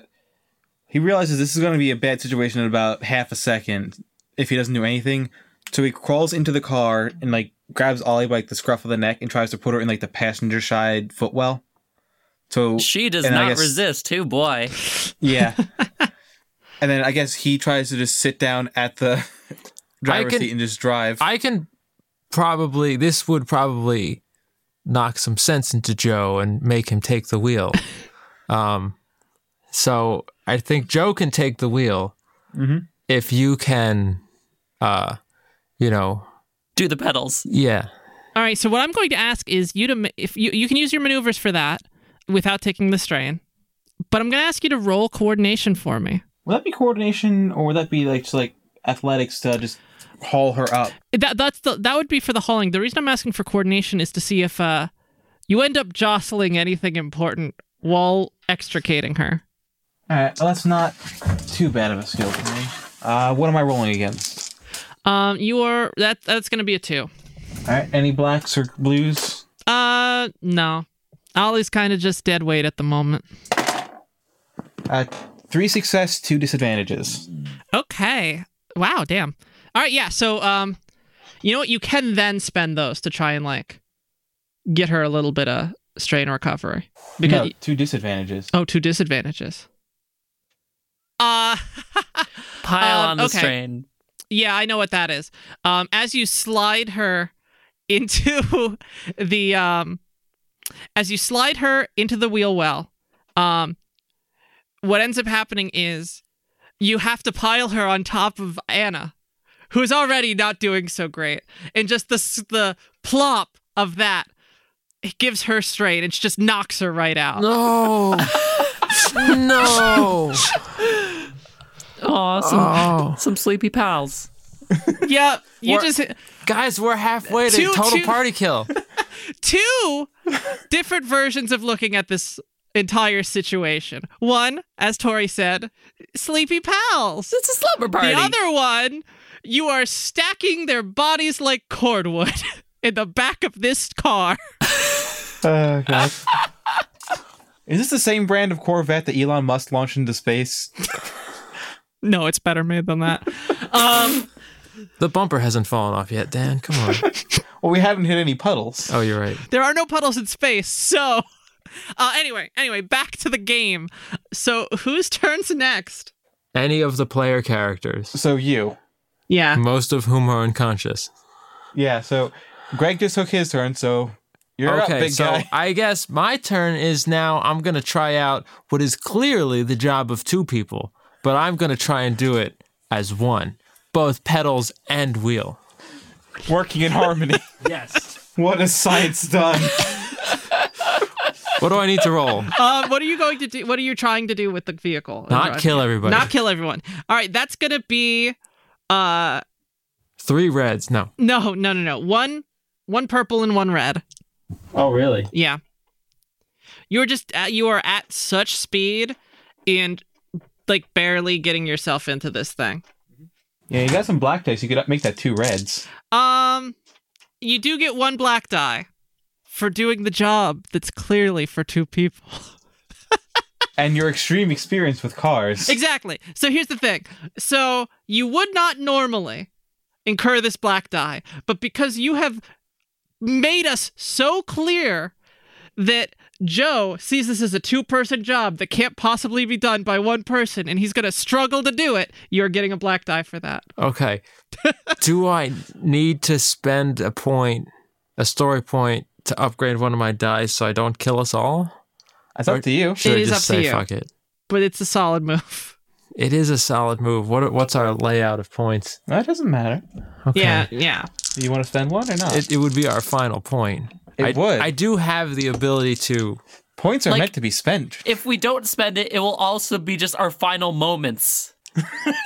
[SPEAKER 4] he realizes this is gonna be a bad situation in about half a second if he doesn't do anything. So he crawls into the car and like grabs Ollie by like, the scruff of the neck and tries to put her in like the passenger side footwell. So
[SPEAKER 3] She does
[SPEAKER 4] And I
[SPEAKER 3] not
[SPEAKER 4] guess-
[SPEAKER 3] resist, too, boy.
[SPEAKER 4] yeah. and then I guess he tries to just sit down at the driver's
[SPEAKER 2] can-
[SPEAKER 4] seat and just drive.
[SPEAKER 2] I can probably this would probably knock some sense into Joe and make him take the wheel. um, so I think Joe can take the wheel
[SPEAKER 9] Mm-hmm.
[SPEAKER 4] Mhm.
[SPEAKER 2] if you can, uh, you know,
[SPEAKER 3] Do the pedals.
[SPEAKER 2] yeah,
[SPEAKER 9] All right. So what I'm going to ask is you to ma- if you you can use your maneuvers for that without taking the strain, but I'm going to ask you to roll coordination for me.
[SPEAKER 4] Would that be coordination or would that be like just like athletics to just haul her up?
[SPEAKER 9] That that's the that would be for the hauling. The reason I'm asking for coordination is to see if uh you end up jostling anything important while extricating her.
[SPEAKER 4] Alright, well, that's not too bad of a skill for me. Uh, what am I rolling against?
[SPEAKER 9] Um, you are that that's going to be a two.
[SPEAKER 4] Alright, any blacks or blues?
[SPEAKER 9] Uh, no. Ollie's kind of just dead weight at the moment.
[SPEAKER 4] Uh, three success, two disadvantages.
[SPEAKER 9] Okay. Wow, damn. All right, yeah. So um you know what you can then spend those to try and like get her a little bit of strain recovery. Because
[SPEAKER 4] no, two disadvantages.
[SPEAKER 9] oh, two disadvantages. Uh
[SPEAKER 3] Pile
[SPEAKER 9] Um,
[SPEAKER 3] on the
[SPEAKER 9] okay.
[SPEAKER 3] strain.
[SPEAKER 9] Yeah, I know what that is. Um, as you slide her into the um, as you slide her into the wheel well, um, what ends up happening is you have to pile her on top of Anna, who's already not doing so great, and just the s- the plop of that it gives her strain and she just knocks her right out.
[SPEAKER 2] no, no,
[SPEAKER 3] Aw, some,
[SPEAKER 2] oh,
[SPEAKER 3] some sleepy pals.
[SPEAKER 9] Yep, you
[SPEAKER 2] Or-
[SPEAKER 9] just
[SPEAKER 2] guys, we're halfway to
[SPEAKER 9] Two-
[SPEAKER 2] total
[SPEAKER 9] two-
[SPEAKER 2] party kill.
[SPEAKER 9] two different versions of looking at this entire situation. One, as Tori said, sleepy pals.
[SPEAKER 3] It's a slumber party.
[SPEAKER 9] The other one, you are stacking their bodies like cordwood in the back of this car.
[SPEAKER 4] Uh, Is this the same brand of Corvette that Elon Musk launched into space?
[SPEAKER 9] No, it's better made than that. Um,
[SPEAKER 2] The bumper hasn't fallen off yet, Dan. Come on.
[SPEAKER 4] Well, we haven't hit any puddles.
[SPEAKER 2] Oh, you're right.
[SPEAKER 9] there are no puddles in space, so. Uh, anyway, anyway, back to the game. So, whose turns next?
[SPEAKER 2] Any of the player characters,
[SPEAKER 4] So you.
[SPEAKER 9] Yeah.
[SPEAKER 2] most of whom are unconscious.
[SPEAKER 4] Yeah, so Greg just took his turn, so you're
[SPEAKER 2] okay,
[SPEAKER 4] up, big
[SPEAKER 2] so
[SPEAKER 4] guy.
[SPEAKER 2] I guess my turn is now. I'm gonna try out what is clearly the job of two people, but I'm gonna try and do it as one, both pedals and wheel.
[SPEAKER 4] Working in harmony.
[SPEAKER 7] Yes.
[SPEAKER 4] what has science done?
[SPEAKER 2] What do I need to roll?
[SPEAKER 9] um, what are you going to do? What are you trying to do with the vehicle? and
[SPEAKER 2] Not
[SPEAKER 9] driving
[SPEAKER 2] kill
[SPEAKER 9] it?
[SPEAKER 2] everybody.
[SPEAKER 9] Not kill everyone. All right, that's gonna be, uh,
[SPEAKER 2] Three reds. No,
[SPEAKER 9] no, no, no, no. One, one purple and one red.
[SPEAKER 7] Oh, really?
[SPEAKER 9] Yeah. You're just at, you are at such speed, and like barely getting yourself into this thing.
[SPEAKER 4] yeah, you got some black dice. You could up- make that two reds.
[SPEAKER 9] Um, you do get one black die for doing the job that's clearly for two people.
[SPEAKER 4] And your extreme experience with cars.
[SPEAKER 9] Exactly. So here's the thing. So you would not normally incur this black die, but because you have made us so clear that Joe sees this as a two person job that can't possibly be done by one person and he's going to struggle to do it, you're getting a black die for that.
[SPEAKER 2] okay. do I need to spend a point, a story point, to upgrade one of my dice so I don't kill us all?
[SPEAKER 4] That's up to you.
[SPEAKER 2] Should I
[SPEAKER 9] It is
[SPEAKER 2] just
[SPEAKER 9] up to
[SPEAKER 2] say
[SPEAKER 9] you.
[SPEAKER 2] fuck it?
[SPEAKER 9] But it's a solid move.
[SPEAKER 2] It is a solid move. What what's our layout of points?
[SPEAKER 4] That doesn't matter.
[SPEAKER 2] Okay.
[SPEAKER 9] Yeah, yeah.
[SPEAKER 4] You want to spend one or not?
[SPEAKER 2] It, it would be our final point.
[SPEAKER 10] It
[SPEAKER 2] I,
[SPEAKER 10] would.
[SPEAKER 2] I do have the ability to.
[SPEAKER 10] Points are
[SPEAKER 3] Like-
[SPEAKER 10] meant to be spent.
[SPEAKER 3] If we don't spend it, it will also be just our final moments.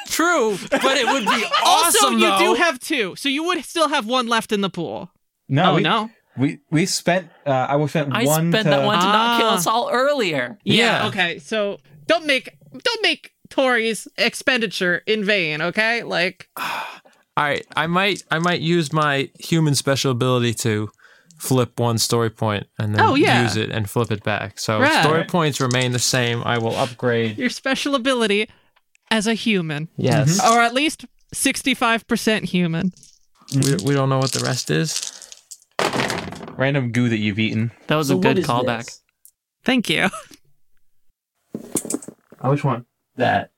[SPEAKER 2] True, but it would be
[SPEAKER 9] Also,
[SPEAKER 2] awesome.
[SPEAKER 9] you
[SPEAKER 2] though.
[SPEAKER 9] do have two, so you would still have one left in the pool.
[SPEAKER 4] no,
[SPEAKER 9] oh
[SPEAKER 4] we,
[SPEAKER 9] no.
[SPEAKER 4] We we spent. Uh, I would spent
[SPEAKER 3] I
[SPEAKER 4] one.
[SPEAKER 3] spent
[SPEAKER 4] to,
[SPEAKER 3] that one to not kill
[SPEAKER 9] Ah.
[SPEAKER 3] us all earlier.
[SPEAKER 9] Yeah.
[SPEAKER 2] Yeah.
[SPEAKER 9] Okay. So don't make don't make Tori's expenditure in vain. Okay. Like
[SPEAKER 2] All right, I might I might use my human special ability to flip one story point and then
[SPEAKER 9] Oh, yeah.
[SPEAKER 2] use it and flip it back. So
[SPEAKER 9] Right.
[SPEAKER 2] story points remain the same. I will upgrade.
[SPEAKER 9] your special ability as a human,
[SPEAKER 2] Yes.
[SPEAKER 9] or at least sixty five percent human.
[SPEAKER 2] We, we don't know what the rest is.
[SPEAKER 4] Random goo that you've eaten.
[SPEAKER 3] That was
[SPEAKER 7] So
[SPEAKER 3] a
[SPEAKER 7] what
[SPEAKER 3] good
[SPEAKER 7] is
[SPEAKER 3] callback.
[SPEAKER 7] this?
[SPEAKER 9] Thank you.
[SPEAKER 4] Oh, which one?
[SPEAKER 7] That.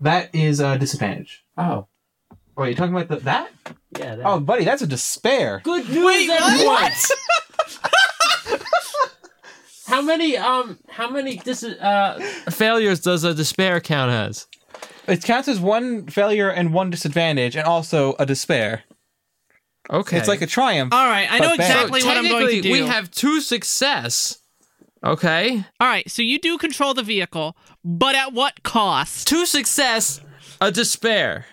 [SPEAKER 4] That is a disadvantage.
[SPEAKER 7] Oh.
[SPEAKER 4] Wait, you're talking about the, that?
[SPEAKER 7] Yeah. That.
[SPEAKER 10] Oh, buddy, that's a despair.
[SPEAKER 7] Good news, everyone. how many um? How many this is uh?
[SPEAKER 2] Failures does a despair count as?
[SPEAKER 10] It counts as one failure and one disadvantage, and also a despair.
[SPEAKER 2] Okay.
[SPEAKER 10] It's like a triumph.
[SPEAKER 9] All right. I know
[SPEAKER 10] But bad.
[SPEAKER 9] exactly what I'm going to do.
[SPEAKER 2] We have two success. Okay.
[SPEAKER 9] All right. So you do control the vehicle, but at what cost?
[SPEAKER 2] Two success, a despair.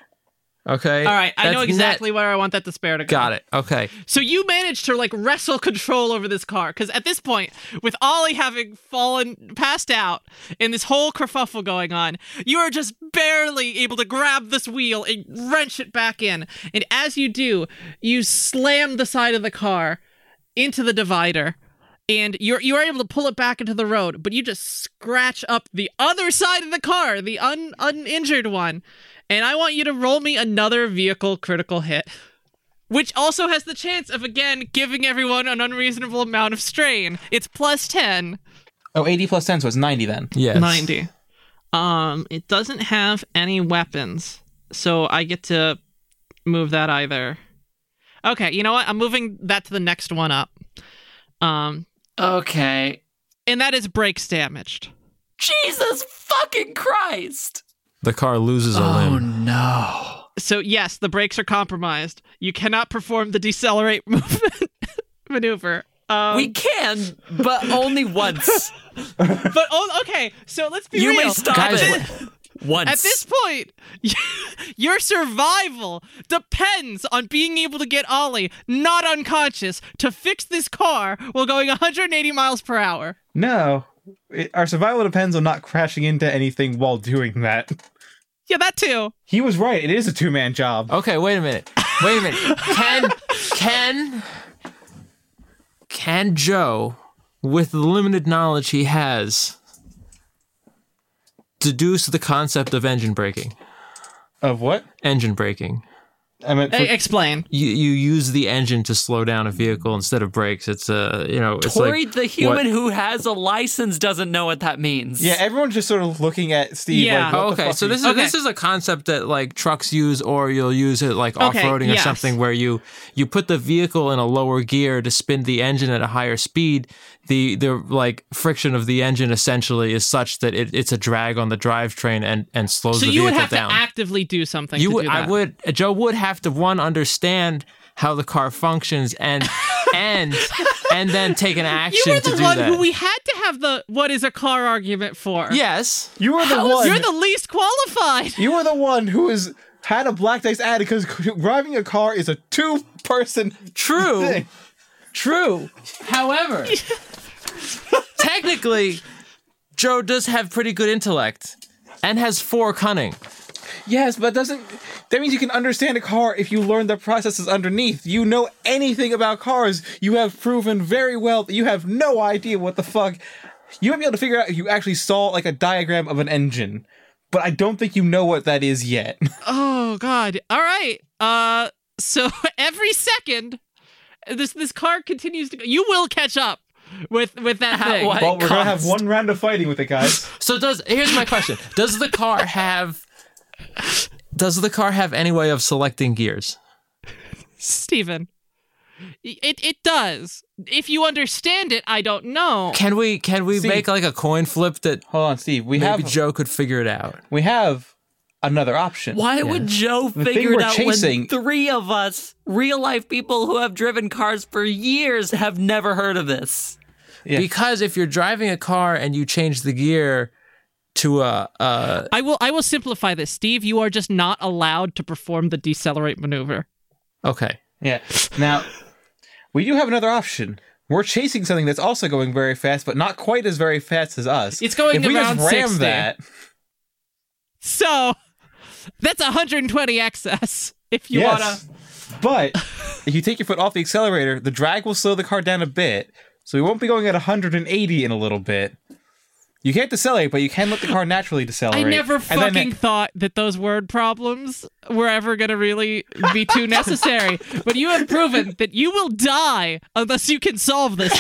[SPEAKER 2] Okay.
[SPEAKER 9] All right. I
[SPEAKER 2] That's
[SPEAKER 9] know
[SPEAKER 2] net-
[SPEAKER 9] exactly where I want that despair to go.
[SPEAKER 2] Got it. Okay.
[SPEAKER 9] So you managed to like wrestle control over this car because at this point, with Ollie having fallen, passed out, and this whole kerfuffle going on, you are just barely able to grab this wheel and wrench it back in. And as you do, you slam the side of the car into the divider. And you're you're able to pull it back into the road, but you just scratch up the other side of the car, the un, uninjured one. And I want you to roll me another vehicle critical hit which also has the chance of again giving everyone an unreasonable amount of strain. It's plus 10.
[SPEAKER 10] Oh, 80 plus 10, so it's 90 then.
[SPEAKER 2] Yes.
[SPEAKER 9] 90. Um it doesn't have any weapons. So I get to move that either. Okay, you know what? I'm moving that to the next one up. Um
[SPEAKER 3] Okay.
[SPEAKER 9] and that is brakes damaged.
[SPEAKER 3] Jesus fucking Christ.
[SPEAKER 2] The car loses a limb.
[SPEAKER 3] Oh, no.
[SPEAKER 9] So yes, the brakes are compromised. You cannot perform the decelerate movement maneuver. Um,
[SPEAKER 3] we can, but only once.
[SPEAKER 9] but oh, okay. So let's be
[SPEAKER 3] you
[SPEAKER 9] real.
[SPEAKER 3] may stop
[SPEAKER 2] Guys,
[SPEAKER 3] it. Once.
[SPEAKER 9] At this point, your survival depends on being able to get Ollie, not unconscious, to fix this car while going 180 miles per hour.
[SPEAKER 10] No. It- our survival depends on not crashing into anything while doing that.
[SPEAKER 9] Yeah, that too.
[SPEAKER 10] He was right. It is a two man job.
[SPEAKER 2] Okay, wait a minute. Wait a minute. Can can can Joe, with the limited knowledge he has, deduce the concept of engine braking?
[SPEAKER 10] Of what?
[SPEAKER 2] Engine braking.
[SPEAKER 10] I meant.
[SPEAKER 9] Hey, explain.
[SPEAKER 2] You you use the engine to slow down a vehicle instead of brakes. It's a you know it's
[SPEAKER 3] Tori,
[SPEAKER 2] like
[SPEAKER 3] the human
[SPEAKER 2] what-
[SPEAKER 3] who has a license, doesn't know what that means.
[SPEAKER 10] yeah, everyone's just sort of looking at Steve
[SPEAKER 9] Yeah.
[SPEAKER 10] like, what the
[SPEAKER 2] okay,
[SPEAKER 10] fuck
[SPEAKER 2] so
[SPEAKER 10] are
[SPEAKER 2] this is
[SPEAKER 10] you-
[SPEAKER 9] Okay.
[SPEAKER 2] this is a concept that like trucks use, or you'll use it like
[SPEAKER 9] Okay,
[SPEAKER 2] off-roading or
[SPEAKER 9] yes.
[SPEAKER 2] something, where you you put the vehicle in a lower gear to spin the engine at a higher speed. The the like friction of the engine essentially is such that it, it's a drag on the drivetrain and and slows
[SPEAKER 9] So
[SPEAKER 2] the
[SPEAKER 9] you
[SPEAKER 2] vehicle
[SPEAKER 9] would have
[SPEAKER 2] down.
[SPEAKER 9] to actively do something.
[SPEAKER 2] you
[SPEAKER 9] to
[SPEAKER 2] would,
[SPEAKER 9] do
[SPEAKER 2] I
[SPEAKER 9] that.
[SPEAKER 2] would, Joe would have to one understand how the car functions and and and then take an action
[SPEAKER 9] You were
[SPEAKER 2] to
[SPEAKER 9] the
[SPEAKER 2] do
[SPEAKER 9] one
[SPEAKER 2] that.
[SPEAKER 9] who we had to have the what is a car argument for.
[SPEAKER 2] yes.
[SPEAKER 10] You were the one.
[SPEAKER 9] You're the least qualified.
[SPEAKER 10] You were the one who is had a black dice added because driving a car is a two person
[SPEAKER 2] True.
[SPEAKER 10] thing.
[SPEAKER 2] True. However, technically, Joe does have pretty good intellect and has four cunning.
[SPEAKER 10] Yes, but doesn't that means you can understand a car if you learn the processes underneath? You know anything about cars? You have proven very well that you have no idea what the fuck. You might be able to figure out if you actually saw like a diagram of an engine, but I don't think you know what that is yet.
[SPEAKER 9] Oh God! All right. Uh, so every second, this this car continues to. go. You will catch up with with that thing.
[SPEAKER 3] what?
[SPEAKER 10] well, we're gonna have
[SPEAKER 3] cost.
[SPEAKER 10] one round of fighting with it, guys.
[SPEAKER 2] So does here's my question: Does the car have? Does the car have any way of selecting gears?
[SPEAKER 9] Stephen? It it does. If you understand it, I don't know.
[SPEAKER 2] Can we can we
[SPEAKER 10] See-
[SPEAKER 2] make like a coin flip that
[SPEAKER 10] Hold on, Steve. We
[SPEAKER 2] maybe
[SPEAKER 10] have
[SPEAKER 2] Joe could figure it out?
[SPEAKER 10] we have
[SPEAKER 4] another option.
[SPEAKER 3] Why would Joe
[SPEAKER 4] thing
[SPEAKER 3] figure it
[SPEAKER 4] we're
[SPEAKER 3] out
[SPEAKER 4] chasing-
[SPEAKER 3] when three of us, real life people who have driven cars for years, have never heard of this?
[SPEAKER 2] Because if you're driving a car and you change the gear to a, a
[SPEAKER 9] I will I will simplify this. Steve, you are just not allowed to perform the decelerate maneuver.
[SPEAKER 2] okay,
[SPEAKER 4] Yeah. Now, we do have another option. We're chasing something that's also going very fast, but not quite as very fast as us.
[SPEAKER 9] It's going
[SPEAKER 4] if we
[SPEAKER 9] around
[SPEAKER 4] just ram
[SPEAKER 9] 60.
[SPEAKER 4] that.
[SPEAKER 9] So that's 120 excess. If you wanna
[SPEAKER 4] yes. But if you take your foot off the accelerator, the drag will slow the car down a bit, so we won't be going at 180 in a little bit. You can't decelerate, but you can let the car naturally
[SPEAKER 9] I
[SPEAKER 4] decelerate.
[SPEAKER 9] never
[SPEAKER 4] And then-
[SPEAKER 9] fucking thought that those word problems were ever going to really be too necessary. But you have proven that you will die unless you can solve this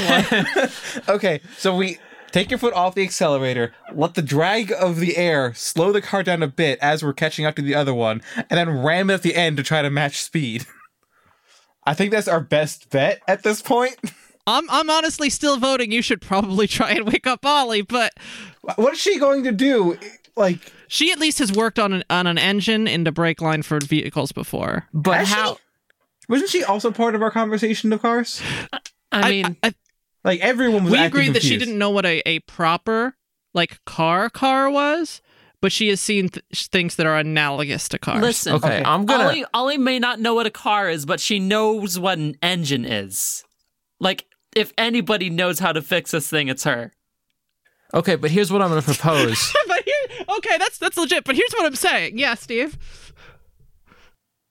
[SPEAKER 9] one.
[SPEAKER 4] Okay, so we take your foot off the accelerator, let the drag of the air slow the car down a bit as we're catching up to the other one, and then ram it at the end to try to match speed. I think that's our best bet at this point.
[SPEAKER 9] I'm, I'm honestly still voting. You should probably try and wake up Ollie, but
[SPEAKER 4] What is she going to do? Like,
[SPEAKER 9] she at least has worked on an, on an engine in the brake line for vehicles before.
[SPEAKER 3] But
[SPEAKER 4] Has she?
[SPEAKER 3] how?
[SPEAKER 4] wasn't she also part of our conversation of cars?
[SPEAKER 3] I mean,
[SPEAKER 9] I,
[SPEAKER 4] Like everyone was.
[SPEAKER 9] we
[SPEAKER 4] acting
[SPEAKER 9] agreed that she
[SPEAKER 4] confused.
[SPEAKER 9] didn't know what a, a proper like car car was, but she has seen th- things that are analogous to cars.
[SPEAKER 3] listen.
[SPEAKER 2] okay, I'm gonna.
[SPEAKER 3] Ollie, Ollie may not know what a car is, but she knows what an engine is. Like, if anybody knows how to fix this thing, it's her.
[SPEAKER 2] Okay, but here's what I'm gonna propose.
[SPEAKER 9] but here, okay, that's that's legit. But here's what I'm saying. Yeah, Steve.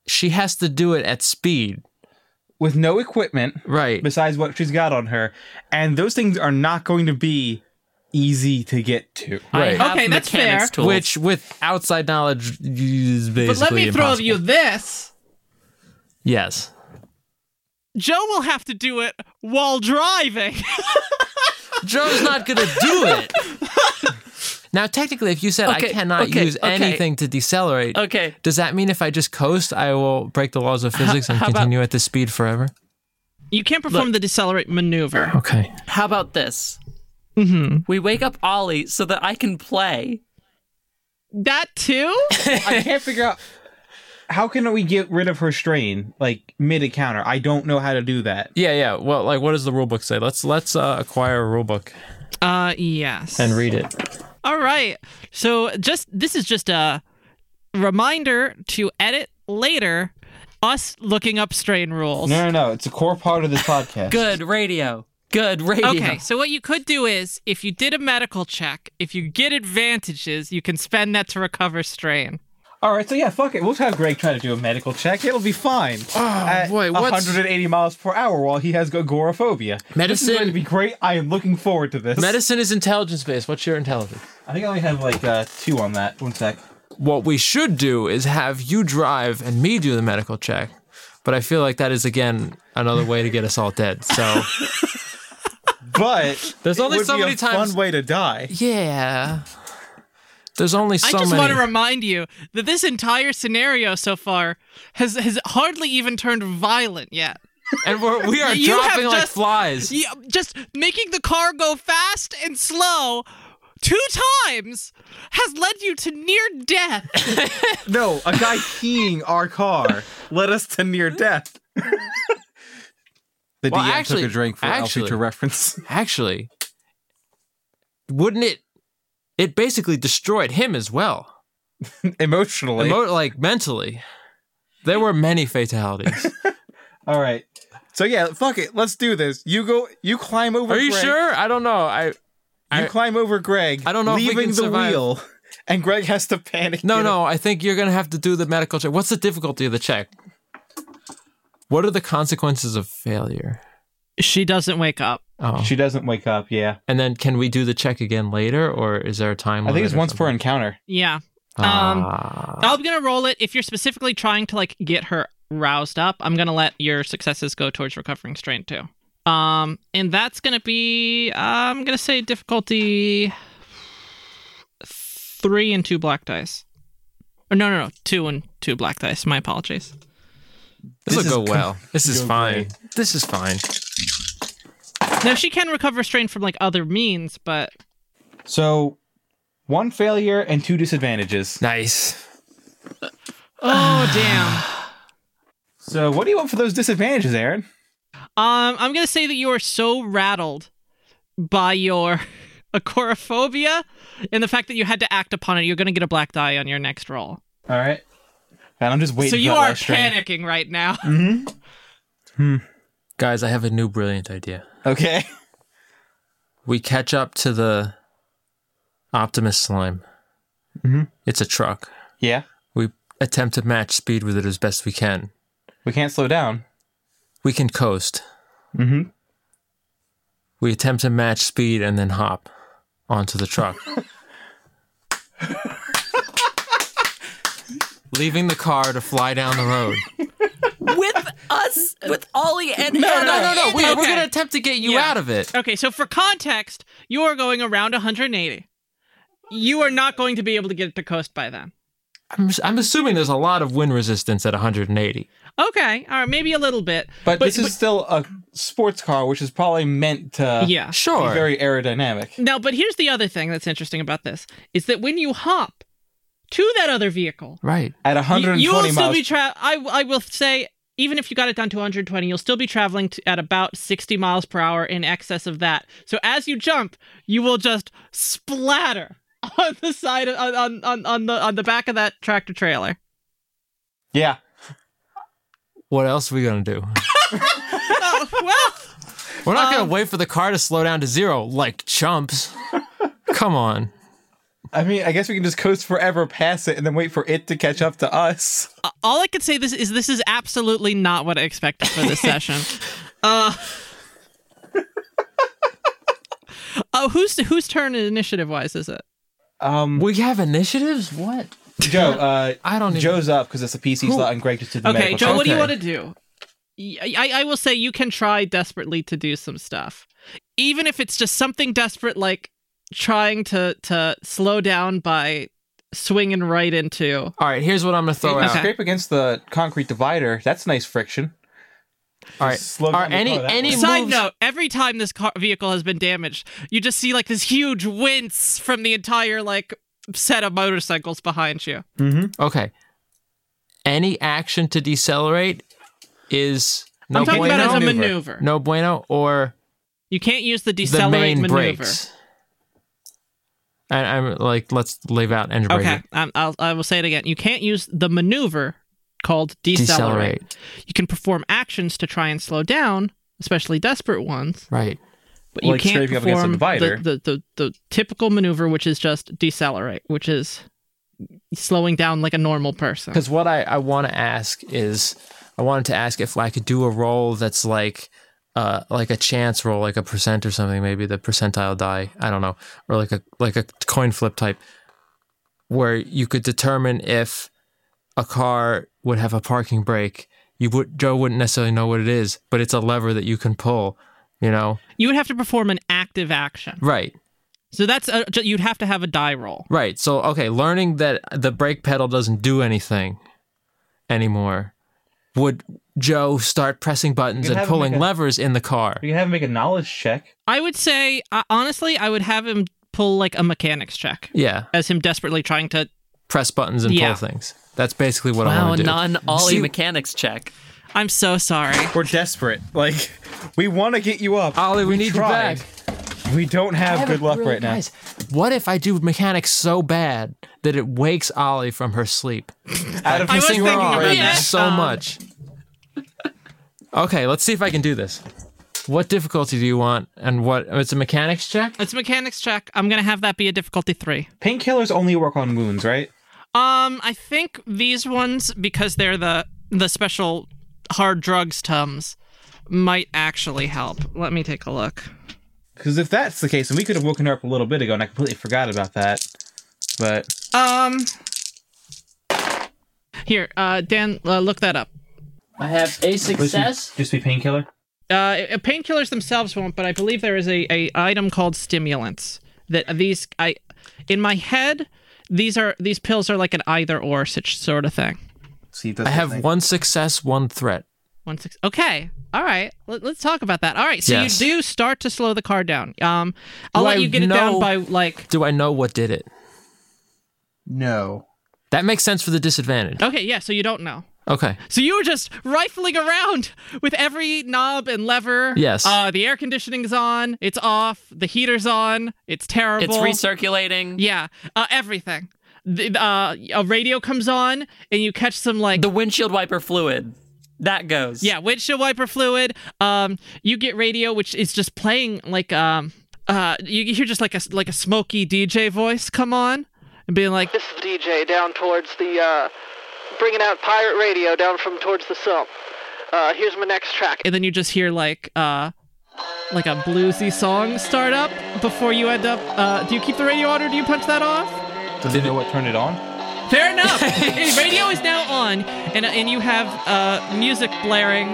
[SPEAKER 2] she has to do it at speed,
[SPEAKER 4] with no equipment
[SPEAKER 2] right?
[SPEAKER 4] besides what she's got on her, and those things are not going to be easy to get to.
[SPEAKER 2] Right.
[SPEAKER 3] I have
[SPEAKER 9] Okay, that's
[SPEAKER 3] mechanics
[SPEAKER 9] fair.
[SPEAKER 3] Tools.
[SPEAKER 2] Which, with outside knowledge, is basically
[SPEAKER 9] But let me throw
[SPEAKER 2] impossible.
[SPEAKER 9] you this.
[SPEAKER 2] Yes.
[SPEAKER 9] Joe will have to do it while driving.
[SPEAKER 2] Joe's not gonna do it. now, technically, if you said I
[SPEAKER 3] Okay,
[SPEAKER 2] cannot
[SPEAKER 3] okay,
[SPEAKER 2] use
[SPEAKER 3] okay.
[SPEAKER 2] anything to decelerate,
[SPEAKER 3] Okay.
[SPEAKER 2] does that mean if I just coast, I will break the laws of physics and
[SPEAKER 3] how about-
[SPEAKER 2] continue at this speed forever?
[SPEAKER 9] You can't perform the decelerate maneuver.
[SPEAKER 2] Okay.
[SPEAKER 3] How about this?
[SPEAKER 9] Mhm.
[SPEAKER 3] We wake up Ollie so that I can play.
[SPEAKER 9] That too?
[SPEAKER 4] I can't figure out how can we get rid of her strain like mid encounter. I don't know how to do that.
[SPEAKER 2] Yeah, yeah. Well, like, what does the rule book say? Let's let's uh, acquire a rule book
[SPEAKER 9] Uh, yes.
[SPEAKER 2] and read it.
[SPEAKER 9] All right. So just this is just a reminder to edit later. Us looking up strain rules.
[SPEAKER 11] no, no. It's a core part of this podcast.
[SPEAKER 3] Good radio. Good radio.
[SPEAKER 9] Okay, so what you could do is if you did a medical check, if you get advantages, you can spend that to recover strain.
[SPEAKER 4] All right, so yeah, fuck it. We'll have Greg try to do a medical check. It'll be fine. Oh At
[SPEAKER 2] boy, what's-
[SPEAKER 4] 180 miles per hour while he has agoraphobia. This is
[SPEAKER 2] Medicine-
[SPEAKER 4] going to be great. I am looking forward to this.
[SPEAKER 2] Medicine is intelligence based. What's your intelligence?
[SPEAKER 4] I think I only have like uh, two on that. One sec.
[SPEAKER 2] What we should do is have you drive and me do the medical check. But I feel like that is again another way to get us all dead. So
[SPEAKER 4] But
[SPEAKER 2] There's
[SPEAKER 4] it
[SPEAKER 2] only
[SPEAKER 4] would
[SPEAKER 2] so
[SPEAKER 4] be
[SPEAKER 2] many
[SPEAKER 4] a
[SPEAKER 2] times-
[SPEAKER 4] Fun way to die.
[SPEAKER 2] yeah, there's only so
[SPEAKER 9] I just
[SPEAKER 2] many.
[SPEAKER 9] want to remind you that this entire scenario so far has has hardly even turned violent yet.
[SPEAKER 2] and we're, we are
[SPEAKER 9] You have
[SPEAKER 2] dropping like
[SPEAKER 9] just-
[SPEAKER 2] flies.
[SPEAKER 9] Yeah, just making the car go fast and slow two times has led you to near death.
[SPEAKER 4] No, a guy keying our car led us to near death. the
[SPEAKER 2] Well,
[SPEAKER 4] DM
[SPEAKER 2] actually-
[SPEAKER 4] took a drink for our
[SPEAKER 2] actually-
[SPEAKER 4] future reference.
[SPEAKER 2] Actually, wouldn't it? It basically destroyed him as well,
[SPEAKER 4] Emotionally.
[SPEAKER 2] Emo- like mentally. There were many fatalities.
[SPEAKER 11] All right.
[SPEAKER 4] so yeah, fuck it. Let's do this. You go you climb over
[SPEAKER 2] Are you
[SPEAKER 4] Greg.
[SPEAKER 2] sure? I don't know. I
[SPEAKER 4] You
[SPEAKER 2] I-
[SPEAKER 4] climb over Greg.
[SPEAKER 2] I don't know if we
[SPEAKER 4] leaving
[SPEAKER 2] can
[SPEAKER 4] the
[SPEAKER 2] survive.
[SPEAKER 4] wheel. And Greg has to panic.
[SPEAKER 2] no
[SPEAKER 4] You know,
[SPEAKER 2] no. I think you're gonna have to do the medical check. What's the difficulty of the check? What are the consequences of failure?
[SPEAKER 9] She doesn't wake up.
[SPEAKER 2] Oh,
[SPEAKER 11] She doesn't wake up. Yeah.
[SPEAKER 2] and then can we do the check again later, or is there a time?
[SPEAKER 4] I think
[SPEAKER 2] limit
[SPEAKER 4] it's
[SPEAKER 2] or
[SPEAKER 4] once per
[SPEAKER 2] something?
[SPEAKER 4] encounter.
[SPEAKER 9] Yeah. Um
[SPEAKER 2] Ah.
[SPEAKER 9] I'm gonna roll it if you're specifically trying to like get her roused up. I'm gonna let your successes go towards recovering strain too. Um, and that's gonna be I'm gonna say difficulty three and two black dice. Or no, no, no, two and two black dice. My apologies.
[SPEAKER 2] This will
[SPEAKER 4] This is
[SPEAKER 2] go
[SPEAKER 4] com-
[SPEAKER 2] well. This is
[SPEAKER 4] go
[SPEAKER 2] fine.
[SPEAKER 4] great.
[SPEAKER 2] This is fine.
[SPEAKER 9] Now she can recover strain from like other means, but
[SPEAKER 4] So one failure and two disadvantages.
[SPEAKER 2] Nice.
[SPEAKER 9] Oh damn.
[SPEAKER 4] So what do you want for those disadvantages, Aaron?
[SPEAKER 9] Um, I'm gonna say that you are so rattled by your agoraphobia and the fact that you had to act upon it. You're gonna get a black die on your next roll.
[SPEAKER 4] All right. And I'm just waiting.
[SPEAKER 9] so
[SPEAKER 4] for
[SPEAKER 9] you
[SPEAKER 4] that
[SPEAKER 9] are
[SPEAKER 4] last string. Mm.
[SPEAKER 9] panicking right now.
[SPEAKER 2] Guys, I have a new brilliant idea.
[SPEAKER 4] Okay.
[SPEAKER 2] We catch up to the Optimus slime.
[SPEAKER 4] Mm-hmm.
[SPEAKER 2] It's a truck.
[SPEAKER 4] Yeah.
[SPEAKER 2] We attempt to match speed with it as best we can.
[SPEAKER 4] We can't slow down.
[SPEAKER 2] We can coast.
[SPEAKER 9] Mm-hmm.
[SPEAKER 4] Mhm.
[SPEAKER 2] We attempt to match speed and then hop onto the truck. Leaving the car to fly down the road.
[SPEAKER 3] with us, with Ollie and no,
[SPEAKER 2] No, no, no. We, We're
[SPEAKER 9] Okay.
[SPEAKER 2] going to attempt to get you
[SPEAKER 9] Yeah.
[SPEAKER 2] out of it.
[SPEAKER 9] Okay, so for context, you are going around 180. You are not going to be able to get it to coast by then.
[SPEAKER 2] I'm, I'm assuming there's a lot of wind resistance at 180.
[SPEAKER 9] Okay, all right, maybe a little bit.
[SPEAKER 4] But,
[SPEAKER 9] But-
[SPEAKER 4] this is still a sports car, which is probably meant to
[SPEAKER 9] Yeah.
[SPEAKER 4] be
[SPEAKER 2] Sure.
[SPEAKER 4] very aerodynamic.
[SPEAKER 9] Now, but here's the other thing that's interesting about this is that when you hop to that other vehicle,
[SPEAKER 2] right.
[SPEAKER 4] At 120
[SPEAKER 9] you will
[SPEAKER 4] miles.
[SPEAKER 9] still be tra- I, I will say even if you got it down to 120 you'll still be traveling t at about 60 miles per hour in excess of that so as you jump you will just splatter on the side of, on- on, on, on the on the back of that tractor trailer
[SPEAKER 4] yeah.
[SPEAKER 2] What else are we going to do?
[SPEAKER 9] oh well
[SPEAKER 2] We're not going to wait for the car to slow down to zero like chumps. Come on.
[SPEAKER 4] I mean, I guess we can just coast forever past it and then wait for it to catch up to us.
[SPEAKER 9] all i can say this is this is absolutely not what i expected for this session uh Oh, whose whose turn initiative wise is it?
[SPEAKER 4] Um,
[SPEAKER 2] We have initiatives? What?
[SPEAKER 4] Joe, uh,
[SPEAKER 2] I don't even-
[SPEAKER 4] Joe's up because it's a PC slot and Greg just did the
[SPEAKER 9] Okay,
[SPEAKER 4] medical
[SPEAKER 9] Joe,
[SPEAKER 4] check.
[SPEAKER 9] what do you
[SPEAKER 2] Okay.
[SPEAKER 9] want to do? Y- I, I will say you can try desperately to do some stuff. Even if it's just something desperate like trying to to slow down by swinging right into.
[SPEAKER 2] All right, here's what I'm going to throw
[SPEAKER 4] You
[SPEAKER 2] out.
[SPEAKER 9] Okay.
[SPEAKER 4] Scrape against the concrete divider. That's nice friction.
[SPEAKER 2] All right.
[SPEAKER 4] Slow
[SPEAKER 2] Are
[SPEAKER 4] down the
[SPEAKER 2] any
[SPEAKER 4] car that
[SPEAKER 2] any
[SPEAKER 4] way.
[SPEAKER 2] moves,
[SPEAKER 9] Side note, every time this car- vehicle has been damaged, you just see like this huge wince from the entire like set of motorcycles behind you.
[SPEAKER 2] Okay. Any action to decelerate is no
[SPEAKER 9] I'm talking
[SPEAKER 2] bueno.
[SPEAKER 9] about as a maneuver.
[SPEAKER 2] No bueno or
[SPEAKER 9] You can't use the
[SPEAKER 2] the
[SPEAKER 9] decelerate
[SPEAKER 2] main
[SPEAKER 9] maneuver.
[SPEAKER 2] brakes. I, I'm like, let's leave out engine
[SPEAKER 9] Okay,
[SPEAKER 2] braking.
[SPEAKER 9] um, I'll, I will say it again. You can't use the maneuver called decelerate.
[SPEAKER 2] Decelerate.
[SPEAKER 9] You can perform actions to try and slow down, especially desperate ones,
[SPEAKER 2] Right.
[SPEAKER 9] but
[SPEAKER 4] Like
[SPEAKER 9] you can't
[SPEAKER 4] scraping up against a
[SPEAKER 9] perform
[SPEAKER 4] divider.
[SPEAKER 9] the, the, the, the typical maneuver, which is just decelerate, which is slowing down like a normal person.
[SPEAKER 2] Because what I, I want to ask is, I wanted to ask if I could do a roll that's like, uh, like a chance roll, like a percent or something, maybe the percentile die. I don't know, or like a like a coin flip type, where you could determine if a car would have a parking brake. You would Joe wouldn't necessarily know what it is, but it's a lever that you can pull. You know,
[SPEAKER 9] You would have to perform an active action.
[SPEAKER 2] right,
[SPEAKER 9] So that's a, ju- you'd have to have a die roll.
[SPEAKER 2] right. So okay, learning that the brake pedal doesn't do anything anymore. Would Joe start pressing buttons
[SPEAKER 4] You
[SPEAKER 2] and
[SPEAKER 4] have him
[SPEAKER 2] pulling
[SPEAKER 4] make a-
[SPEAKER 2] levers in the car?
[SPEAKER 4] We can have him make a knowledge check.
[SPEAKER 9] I would say, uh, honestly, I would have him pull like a mechanics check
[SPEAKER 2] Yeah,
[SPEAKER 9] as him desperately trying to.
[SPEAKER 2] press buttons and
[SPEAKER 9] Yeah.
[SPEAKER 2] pull things. That's basically what I
[SPEAKER 3] Wow,
[SPEAKER 2] want to do.
[SPEAKER 3] non Ollie
[SPEAKER 2] See-
[SPEAKER 3] mechanics check.
[SPEAKER 9] I'm so sorry.
[SPEAKER 4] We're desperate. Like, we want to get you up.
[SPEAKER 2] Ollie, we, need
[SPEAKER 4] tried.
[SPEAKER 2] you back.
[SPEAKER 4] We don't
[SPEAKER 2] I
[SPEAKER 4] have,
[SPEAKER 2] have
[SPEAKER 4] good
[SPEAKER 2] a
[SPEAKER 4] luck
[SPEAKER 2] really-
[SPEAKER 4] right now.
[SPEAKER 2] guys, What if I do mechanics so bad that it wakes Ollie from her sleep?
[SPEAKER 4] Out of
[SPEAKER 9] I was
[SPEAKER 2] Pissing her
[SPEAKER 9] thinking
[SPEAKER 2] off
[SPEAKER 9] about that.
[SPEAKER 2] so
[SPEAKER 9] Um,
[SPEAKER 2] much. Okay, let's see if I can do this. What difficulty do you want? And what? It's a mechanics check.
[SPEAKER 9] It's a mechanics check. I'm gonna have that be a difficulty three.
[SPEAKER 4] Painkillers only work on wounds, right?
[SPEAKER 9] Um, I think these ones because they're the the special hard drugs tums might actually help. Let me take a look.
[SPEAKER 4] Because if that's the case, and we could have woken her up a little bit ago, and I completely forgot about that. But
[SPEAKER 9] Um, here, uh, Dan, uh, look that up.
[SPEAKER 7] I have a success.
[SPEAKER 4] just be painkiller.
[SPEAKER 9] Uh, uh, painkillers themselves won't, but I believe there is a, a item called stimulants that these I, in my head, these are these pills are like an either or such sort of thing.
[SPEAKER 4] See, if that's
[SPEAKER 2] I
[SPEAKER 4] the
[SPEAKER 2] have
[SPEAKER 4] thing.
[SPEAKER 2] one success, one threat.
[SPEAKER 9] One six. Okay. All right. Let, us talk about that. All right. So
[SPEAKER 2] Yes.
[SPEAKER 9] you do start to slow the car down. Um, I'll
[SPEAKER 2] Do
[SPEAKER 9] let
[SPEAKER 2] I
[SPEAKER 9] you get it down
[SPEAKER 2] know-
[SPEAKER 9] by like.
[SPEAKER 2] Do I know what did it?
[SPEAKER 4] No.
[SPEAKER 2] That makes sense for the disadvantage.
[SPEAKER 9] Okay, yeah, so you don't know.
[SPEAKER 2] Okay.
[SPEAKER 9] So you were just rifling around with every knob and lever.
[SPEAKER 2] Yes.
[SPEAKER 9] Uh, the air conditioning's on. It's off. The heater's on. It's terrible.
[SPEAKER 3] It's recirculating.
[SPEAKER 9] Yeah. Uh, everything. The, uh, a radio comes on, and you catch some like
[SPEAKER 3] The windshield wiper fluid. That goes.
[SPEAKER 9] yeah windshield wiper fluid. Um, you get radio, which is just playing like um uh you hear just like a like a smoky DJ voice come on and being like
[SPEAKER 12] This is DJ down towards the, uh, bringing out pirate radio down from towards the sump. Uh, here's my next track.
[SPEAKER 9] and then you just hear like uh like a bluesy song start up before you end up uh do you keep the radio on or do you punch that off
[SPEAKER 4] Does it know what turned it on?
[SPEAKER 9] fair enough radio is now on and and you have uh music blaring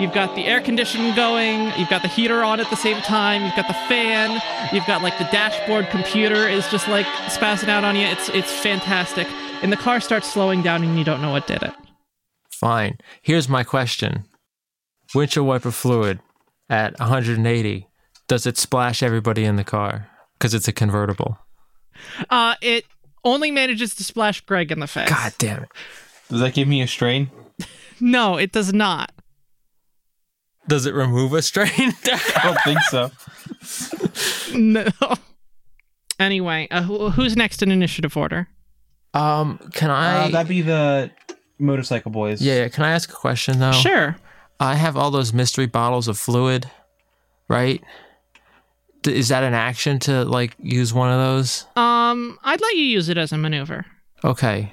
[SPEAKER 9] you've got the air conditioning going you've got the heater on at the same time you've got the fan you've got like the dashboard computer is just like spazzing out on you it's it's fantastic and the car starts slowing down and you don't know what did it
[SPEAKER 2] Fine. Here's my question Windshield wiper fluid at 180, does it splash everybody in the car? Because it's a convertible.
[SPEAKER 9] uh it only manages to splash greg in the face
[SPEAKER 2] God damn it.
[SPEAKER 4] Does that give me a strain?
[SPEAKER 9] no it does not
[SPEAKER 2] Does it remove a strain?
[SPEAKER 4] I don't think so.
[SPEAKER 9] No. Anyway, uh, who, who's next in initiative order?
[SPEAKER 2] um, can I?
[SPEAKER 4] Uh, that'd be the motorcycle boys.
[SPEAKER 2] yeah, yeah, can I ask a question though?
[SPEAKER 9] Sure.
[SPEAKER 2] I have all those mystery bottles of fluid, right? D- is that an action to like use one of those?
[SPEAKER 9] Um, I'd let you use it as a maneuver.
[SPEAKER 2] Okay.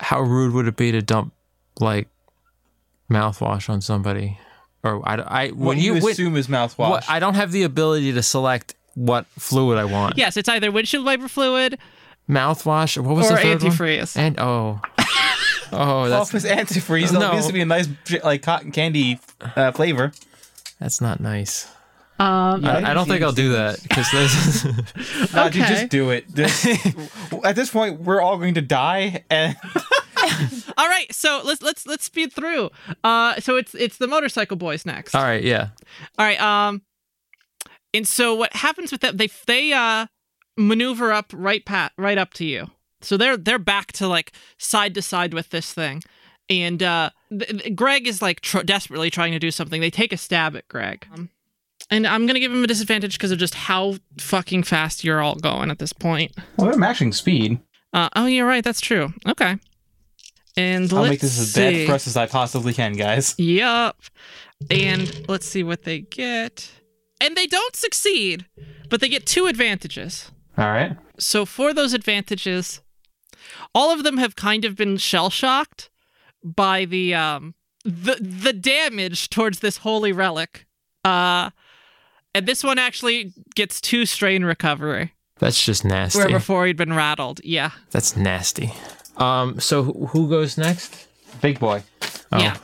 [SPEAKER 2] How rude would it be to dump like mouthwash on somebody? Or I, I when
[SPEAKER 4] What you,
[SPEAKER 2] when-
[SPEAKER 4] assume is mouthwash.
[SPEAKER 2] what, I don't have the ability to select what fluid I want.
[SPEAKER 9] Yes, it's either windshield wiper fluid.
[SPEAKER 2] Mouthwash. What was
[SPEAKER 9] Or
[SPEAKER 2] the third one?
[SPEAKER 9] antifreeze.
[SPEAKER 2] And oh, oh, that's
[SPEAKER 4] Off is antifreeze. No.
[SPEAKER 2] No.
[SPEAKER 4] It used to be a nice like cotton candy uh, flavor.
[SPEAKER 2] that's not nice.
[SPEAKER 9] Um,
[SPEAKER 2] I, I don't think I'll do that because this. is-
[SPEAKER 4] Uh, dude,
[SPEAKER 9] Okay.
[SPEAKER 4] just do it. Just- at this point, we're all going to die, and
[SPEAKER 9] all right, so let's let's let's speed through. Uh, so it's it's the motorcycle boys next.
[SPEAKER 2] all right, yeah.
[SPEAKER 9] All right. Um, and so what happens with that? They they uh maneuver up right pat right up to you. So they're they're back to like side to side with this thing, and uh, th- th- Greg is like tr- desperately trying to do something. They take a stab at Greg, um, and I'm gonna give him a disadvantage because of just how fucking fast you're all going at this point.
[SPEAKER 4] well, they're matching speed.
[SPEAKER 9] Uh, oh, you're right. That's true. Okay. And
[SPEAKER 4] I'll
[SPEAKER 9] let's
[SPEAKER 4] make this as
[SPEAKER 9] see.
[SPEAKER 4] bad for us as I possibly can, guys.
[SPEAKER 9] Yup. And let's see what they get. And they don't succeed, but they get two advantages.
[SPEAKER 4] All right.
[SPEAKER 9] So for those advantages, all of them have kind of been shell shocked by the um the the damage towards this holy relic. Uh and this one actually gets two strain recovery.
[SPEAKER 2] That's just nasty.
[SPEAKER 9] Where before he'd been rattled. Yeah.
[SPEAKER 2] That's nasty. Um. So who who goes next?
[SPEAKER 4] Big boy.
[SPEAKER 2] Oh.
[SPEAKER 9] Yeah.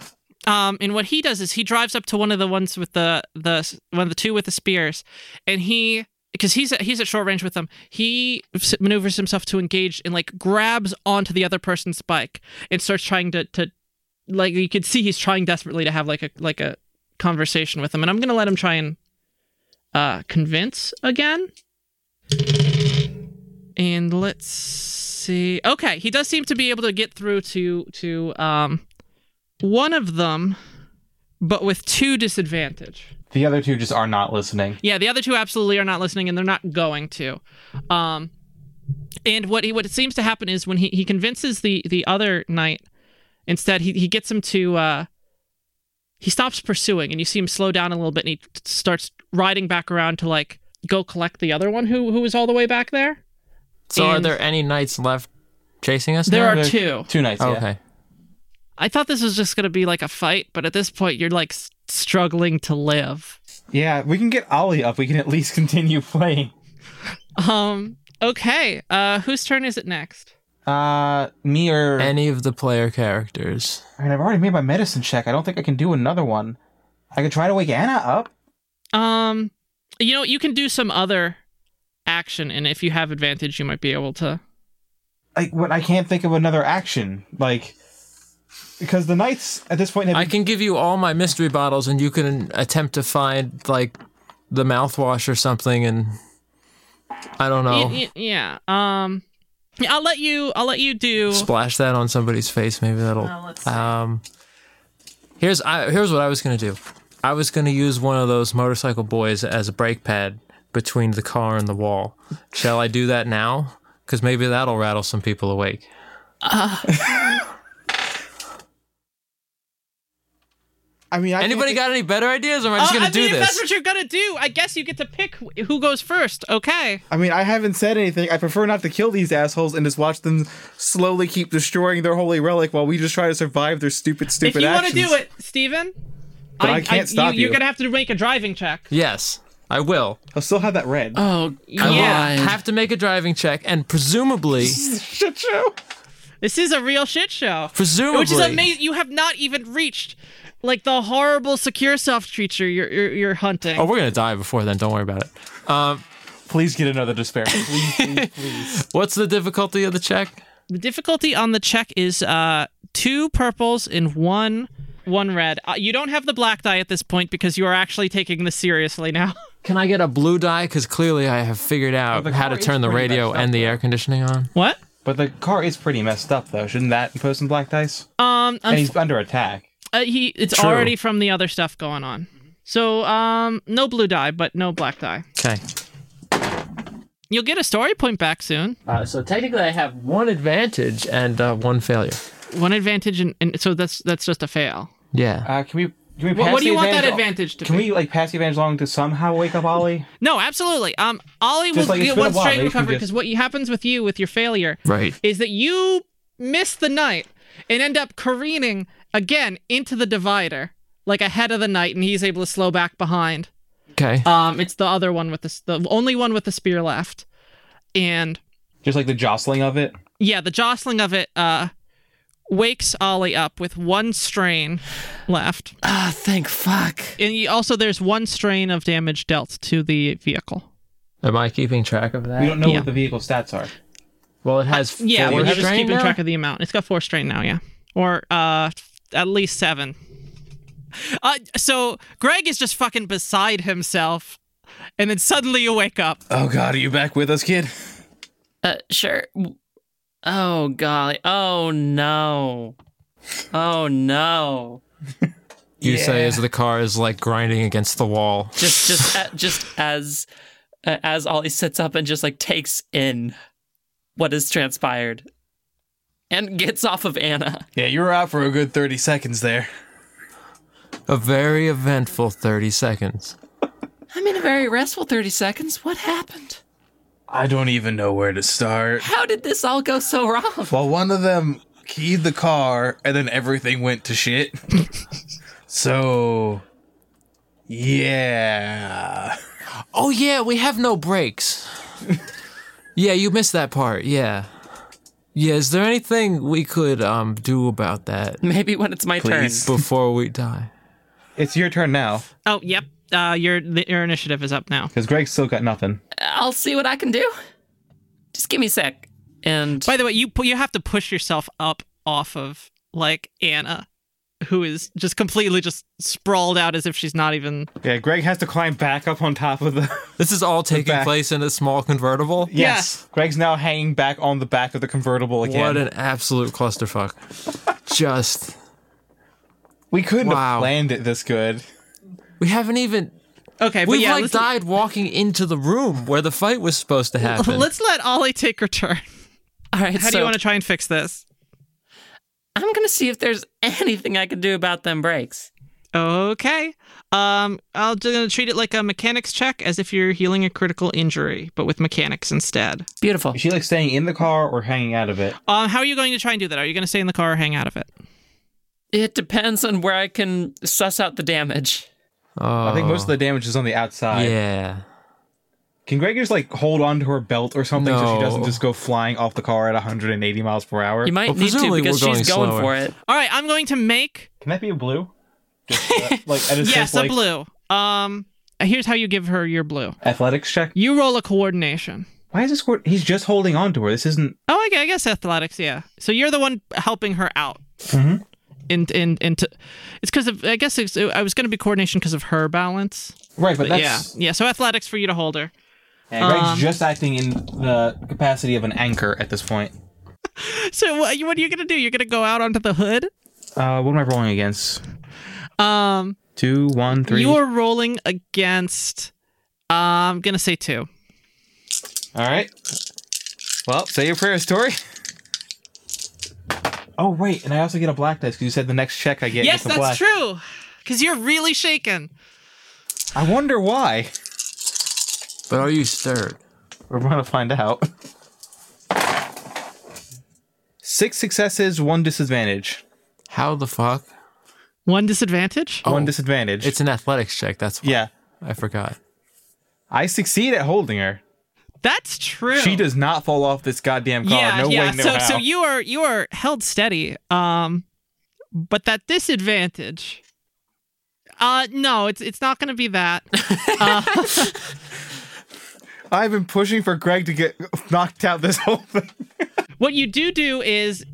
[SPEAKER 9] Um, and what he does is he drives up to one of the ones with the the one of the two with the spears, and he because he's at, he's at short range with them, he s- maneuvers himself to engage and like grabs onto the other person's bike and starts trying to to like you could see he's trying desperately to have like a like a conversation with him, and I'm gonna let him try and uh, convince again. And let's see. Okay, he does seem to be able to get through to to um one of them, but with two disadvantage.
[SPEAKER 4] The other two just are not listening.
[SPEAKER 9] Yeah, the other two absolutely are not listening, and they're not going to. Um, and what he, what seems to happen is when he, he convinces the the other knight, instead he he gets him to uh, he stops pursuing, and you see him slow down a little bit, and he t- starts riding back around to like go collect the other one who who was all the way back there.
[SPEAKER 2] So are
[SPEAKER 9] And-
[SPEAKER 2] there any knights left chasing us?
[SPEAKER 9] There
[SPEAKER 2] now? Oh,
[SPEAKER 9] are
[SPEAKER 4] they're-
[SPEAKER 9] two.
[SPEAKER 4] Two nights.
[SPEAKER 2] Okay.
[SPEAKER 4] Yeah.
[SPEAKER 9] I thought this was just gonna be like a fight, but at this point you're like s- struggling to live.
[SPEAKER 4] Yeah, we can get Ollie up. We can at least continue playing.
[SPEAKER 9] Um. Okay. Uh. Whose turn is it next?
[SPEAKER 4] Uh, me or
[SPEAKER 2] Any of the player characters?
[SPEAKER 4] I mean, I've already made my medicine check. I don't think I can do another one. I could try to wake Anna up.
[SPEAKER 9] Um. You know, you can do some other action, and if you have advantage, you might be able to.
[SPEAKER 4] Like, what? I can't think of another action. Like, because the knights at this point have
[SPEAKER 2] I can give you all my mystery bottles, and you can attempt to find like the mouthwash or something, and I don't know.
[SPEAKER 9] Y- y- yeah. Um. Yeah, I'll let you. I'll let you do.
[SPEAKER 2] Splash that on somebody's face. Maybe that'll.
[SPEAKER 9] Oh,
[SPEAKER 2] um, here's I, here's what I was gonna do. I was gonna use one of those motorcycle boys as a brake pad between the car and the wall. Shall I do that now? Because maybe that'll rattle some people awake.
[SPEAKER 4] I mean, I can't
[SPEAKER 2] Anybody
[SPEAKER 4] think-
[SPEAKER 2] got any better ideas? Or am I just
[SPEAKER 9] Oh,
[SPEAKER 2] gonna
[SPEAKER 9] I
[SPEAKER 2] do
[SPEAKER 9] mean, If that's
[SPEAKER 2] this?
[SPEAKER 9] what you're gonna do, I guess you get to pick wh- who goes first. Okay.
[SPEAKER 4] I mean, I haven't said anything. I prefer not to kill these assholes and just watch them slowly keep destroying their holy relic while we just try to survive their stupid,
[SPEAKER 9] If
[SPEAKER 4] stupid.
[SPEAKER 9] you want to
[SPEAKER 4] actions.
[SPEAKER 9] do it, Steven,
[SPEAKER 4] But I can't stop
[SPEAKER 9] You're
[SPEAKER 4] you.
[SPEAKER 9] gonna have to make a driving check.
[SPEAKER 2] Yes, I will.
[SPEAKER 4] I'll still have that red.
[SPEAKER 9] Uh,
[SPEAKER 3] Oh,
[SPEAKER 2] I will
[SPEAKER 9] Yeah.
[SPEAKER 2] have to make a driving check, and presumably,
[SPEAKER 9] This is a real shit show.
[SPEAKER 2] presumably,
[SPEAKER 9] Which is amazing. You have not even reached like the horrible secure soft creature you're you're, you're hunting.
[SPEAKER 2] Oh, we're gonna die before then. Don't worry about it. Um,
[SPEAKER 4] Please get another despair.
[SPEAKER 2] What's the difficulty of the check?
[SPEAKER 9] The difficulty on the check is uh two purples and one one red. Uh, you don't have the black die at this point because you are actually taking this seriously now.
[SPEAKER 2] Can I get a blue die? Because clearly I have figured out
[SPEAKER 4] the
[SPEAKER 2] how to
[SPEAKER 4] car is
[SPEAKER 2] turn the
[SPEAKER 4] pretty
[SPEAKER 2] radio
[SPEAKER 4] messed up,
[SPEAKER 2] and the air conditioning on.
[SPEAKER 9] what?
[SPEAKER 4] but the car is pretty messed up, though. Shouldn't that impose some black dice?
[SPEAKER 9] Um,
[SPEAKER 4] And
[SPEAKER 9] unf-
[SPEAKER 4] he's under attack.
[SPEAKER 9] uh, he it's
[SPEAKER 2] True.
[SPEAKER 9] already from the other stuff going on. So um, no blue die, but no black die.
[SPEAKER 2] Okay.
[SPEAKER 9] You'll get a story point back soon.
[SPEAKER 2] Uh, so technically I have one advantage and uh, one failure.
[SPEAKER 9] One advantage, and, and so that's that's just a fail.
[SPEAKER 2] Yeah.
[SPEAKER 4] Uh, can we? Can we
[SPEAKER 9] What,
[SPEAKER 4] pass
[SPEAKER 9] what do you
[SPEAKER 4] the
[SPEAKER 9] want that
[SPEAKER 4] advantage-
[SPEAKER 9] advantage to
[SPEAKER 4] Can
[SPEAKER 9] be?
[SPEAKER 4] we like pass the advantage along to somehow wake up Ollie?
[SPEAKER 9] No, absolutely. Um, Ollie will
[SPEAKER 4] Just like it's
[SPEAKER 9] get
[SPEAKER 4] been a
[SPEAKER 9] one
[SPEAKER 4] while,
[SPEAKER 9] straight
[SPEAKER 4] maybe we can
[SPEAKER 9] recovery
[SPEAKER 4] just-
[SPEAKER 9] because what happens with you with your failure
[SPEAKER 2] Right.
[SPEAKER 9] is that you miss the knight and end up careening again into the divider, like ahead of the knight, and he's able to slow back behind.
[SPEAKER 2] Okay.
[SPEAKER 9] Um, it's the other one with the s- the only one with the spear left, and
[SPEAKER 4] Just like the jostling of it.
[SPEAKER 9] yeah, the jostling of it uh wakes Ollie up with one strain left,
[SPEAKER 3] ah, thank fuck.
[SPEAKER 9] and you, also there's one strain of damage dealt to the vehicle.
[SPEAKER 2] Am I keeping track of
[SPEAKER 4] We
[SPEAKER 2] that?
[SPEAKER 4] don't know
[SPEAKER 9] Yeah.
[SPEAKER 4] what the vehicle stats are.
[SPEAKER 2] Well, it has
[SPEAKER 9] Yeah,
[SPEAKER 2] four
[SPEAKER 9] we're just
[SPEAKER 2] strain
[SPEAKER 9] keeping
[SPEAKER 2] now?
[SPEAKER 9] track of the amount. It's got four strain now, yeah, or uh, at least seven. Uh, so Greg is just fucking beside himself, and then suddenly you wake up.
[SPEAKER 10] Oh God, are you back with us, kid?
[SPEAKER 3] Uh, sure. Oh golly. Oh no. Oh no.
[SPEAKER 2] You say as the car is like grinding against the wall.
[SPEAKER 3] Just, just, a- just as, uh, as Ollie sits up and just like takes in what has transpired, and gets off of Anna.
[SPEAKER 10] Yeah, you were out for a good thirty seconds there.
[SPEAKER 2] A very eventful 30 seconds.
[SPEAKER 3] I'm in a very restful thirty seconds. What happened?
[SPEAKER 10] I don't even know where to start.
[SPEAKER 3] How did this all go so wrong?
[SPEAKER 10] Well, one of them keyed the car, and then everything went to shit. so, yeah.
[SPEAKER 2] Oh yeah, we have no breaks. yeah, you missed that part. Yeah. Yeah, is there anything we could um do about that
[SPEAKER 3] Maybe when it's my
[SPEAKER 10] Please.
[SPEAKER 3] turn.
[SPEAKER 2] before we die?
[SPEAKER 4] It's your turn now,
[SPEAKER 9] Oh, yep. Uh, your your initiative is up now.
[SPEAKER 4] because Greg's still got nothing.
[SPEAKER 3] I'll see what I can do. Just give me a sec. And
[SPEAKER 9] By the way, you pu- you have to push yourself up off of like Anna, who is just completely just sprawled out as if she's not even.
[SPEAKER 4] Yeah, Greg has to climb back up on top of the.
[SPEAKER 2] This is all taking
[SPEAKER 4] back.
[SPEAKER 2] place in a small convertible.
[SPEAKER 4] yes. Greg's now hanging back on the back of the convertible again.
[SPEAKER 2] What an absolute clusterfuck. Just
[SPEAKER 4] We couldn't
[SPEAKER 2] Wow.
[SPEAKER 4] have planned it this good.
[SPEAKER 2] we haven't even
[SPEAKER 9] Okay, but
[SPEAKER 2] we've
[SPEAKER 9] yeah,
[SPEAKER 2] like
[SPEAKER 9] let's,
[SPEAKER 2] died walking into the room where the fight was supposed to happen.
[SPEAKER 9] let's let Ollie take her turn.
[SPEAKER 3] all right,
[SPEAKER 9] How
[SPEAKER 3] so
[SPEAKER 9] do you want to try and fix this?
[SPEAKER 3] I'm gonna see if there's anything I can do about them breaks.
[SPEAKER 9] Okay. Um, I'm just gonna treat it like a mechanics check, as if you're healing a critical injury, but with mechanics instead.
[SPEAKER 3] Beautiful.
[SPEAKER 4] Is she like staying in the car or hanging out of it?
[SPEAKER 9] Um, how are you going to try and do that? Are you going to stay in the car or hang out of it?
[SPEAKER 3] It depends on where I can suss out the damage.
[SPEAKER 2] oh,
[SPEAKER 4] I think most of the damage is on the outside.
[SPEAKER 2] Yeah.
[SPEAKER 4] Can Greg just like hold onto her belt or something so
[SPEAKER 2] No.
[SPEAKER 4] she doesn't just go flying off the car at 180 miles per hour?
[SPEAKER 3] You might
[SPEAKER 2] Well,
[SPEAKER 3] need to
[SPEAKER 2] presumably
[SPEAKER 3] because
[SPEAKER 2] we're
[SPEAKER 3] she's
[SPEAKER 2] going
[SPEAKER 3] going
[SPEAKER 2] slower.
[SPEAKER 3] for it.
[SPEAKER 9] All right, I'm going to make
[SPEAKER 4] Can that be a blue? Just, uh, like I just
[SPEAKER 9] yes
[SPEAKER 4] like,
[SPEAKER 9] a blue. Um, here's how you give her your blue.
[SPEAKER 4] athletics check.
[SPEAKER 9] You roll a coordination.
[SPEAKER 4] Why is this? Court- He's just holding onto her. This isn't.
[SPEAKER 9] Oh, I gue- I guess athletics. Yeah. So you're the one helping her out.
[SPEAKER 4] Mhm.
[SPEAKER 9] And and and to, it's because of I guess it's, I was going to be coordination because of her balance.
[SPEAKER 4] Right, but
[SPEAKER 9] But
[SPEAKER 4] that's
[SPEAKER 9] yeah, yeah. So athletics for you to hold her.
[SPEAKER 4] And Greg's
[SPEAKER 9] Um,
[SPEAKER 4] just acting in the capacity of an anchor at this point.
[SPEAKER 9] So what, what are you gonna do? You're gonna go out onto the hood.
[SPEAKER 4] Uh, what am I rolling against?
[SPEAKER 9] Um,
[SPEAKER 4] Two, one, three.
[SPEAKER 9] you are rolling against. Uh, I'm gonna say two.
[SPEAKER 4] All right.
[SPEAKER 10] Well, say your prayers, Tori.
[SPEAKER 4] Oh wait, and I also get a black dice because you said the next check I get.
[SPEAKER 9] yes,
[SPEAKER 4] is the
[SPEAKER 9] that's
[SPEAKER 4] black.
[SPEAKER 9] true. Because you're really shaken.
[SPEAKER 4] I wonder why.
[SPEAKER 2] But are you stirred?
[SPEAKER 4] We're gonna find out. Six successes, one disadvantage.
[SPEAKER 2] How the fuck?
[SPEAKER 9] One disadvantage.
[SPEAKER 4] One
[SPEAKER 2] Oh,
[SPEAKER 4] disadvantage.
[SPEAKER 2] It's an athletics check. That's why.
[SPEAKER 4] yeah.
[SPEAKER 2] I forgot.
[SPEAKER 4] I succeed at holding her.
[SPEAKER 9] That's true.
[SPEAKER 4] She does not fall off this goddamn car.
[SPEAKER 9] Yeah,
[SPEAKER 4] no
[SPEAKER 9] yeah.
[SPEAKER 4] way, no
[SPEAKER 9] so,
[SPEAKER 4] how.
[SPEAKER 9] so you are you are held steady. Um, but that disadvantage. Uh, no, it's it's not gonna be that. Uh,
[SPEAKER 10] I've been pushing for Greg to get knocked out this whole thing.
[SPEAKER 9] What you do do is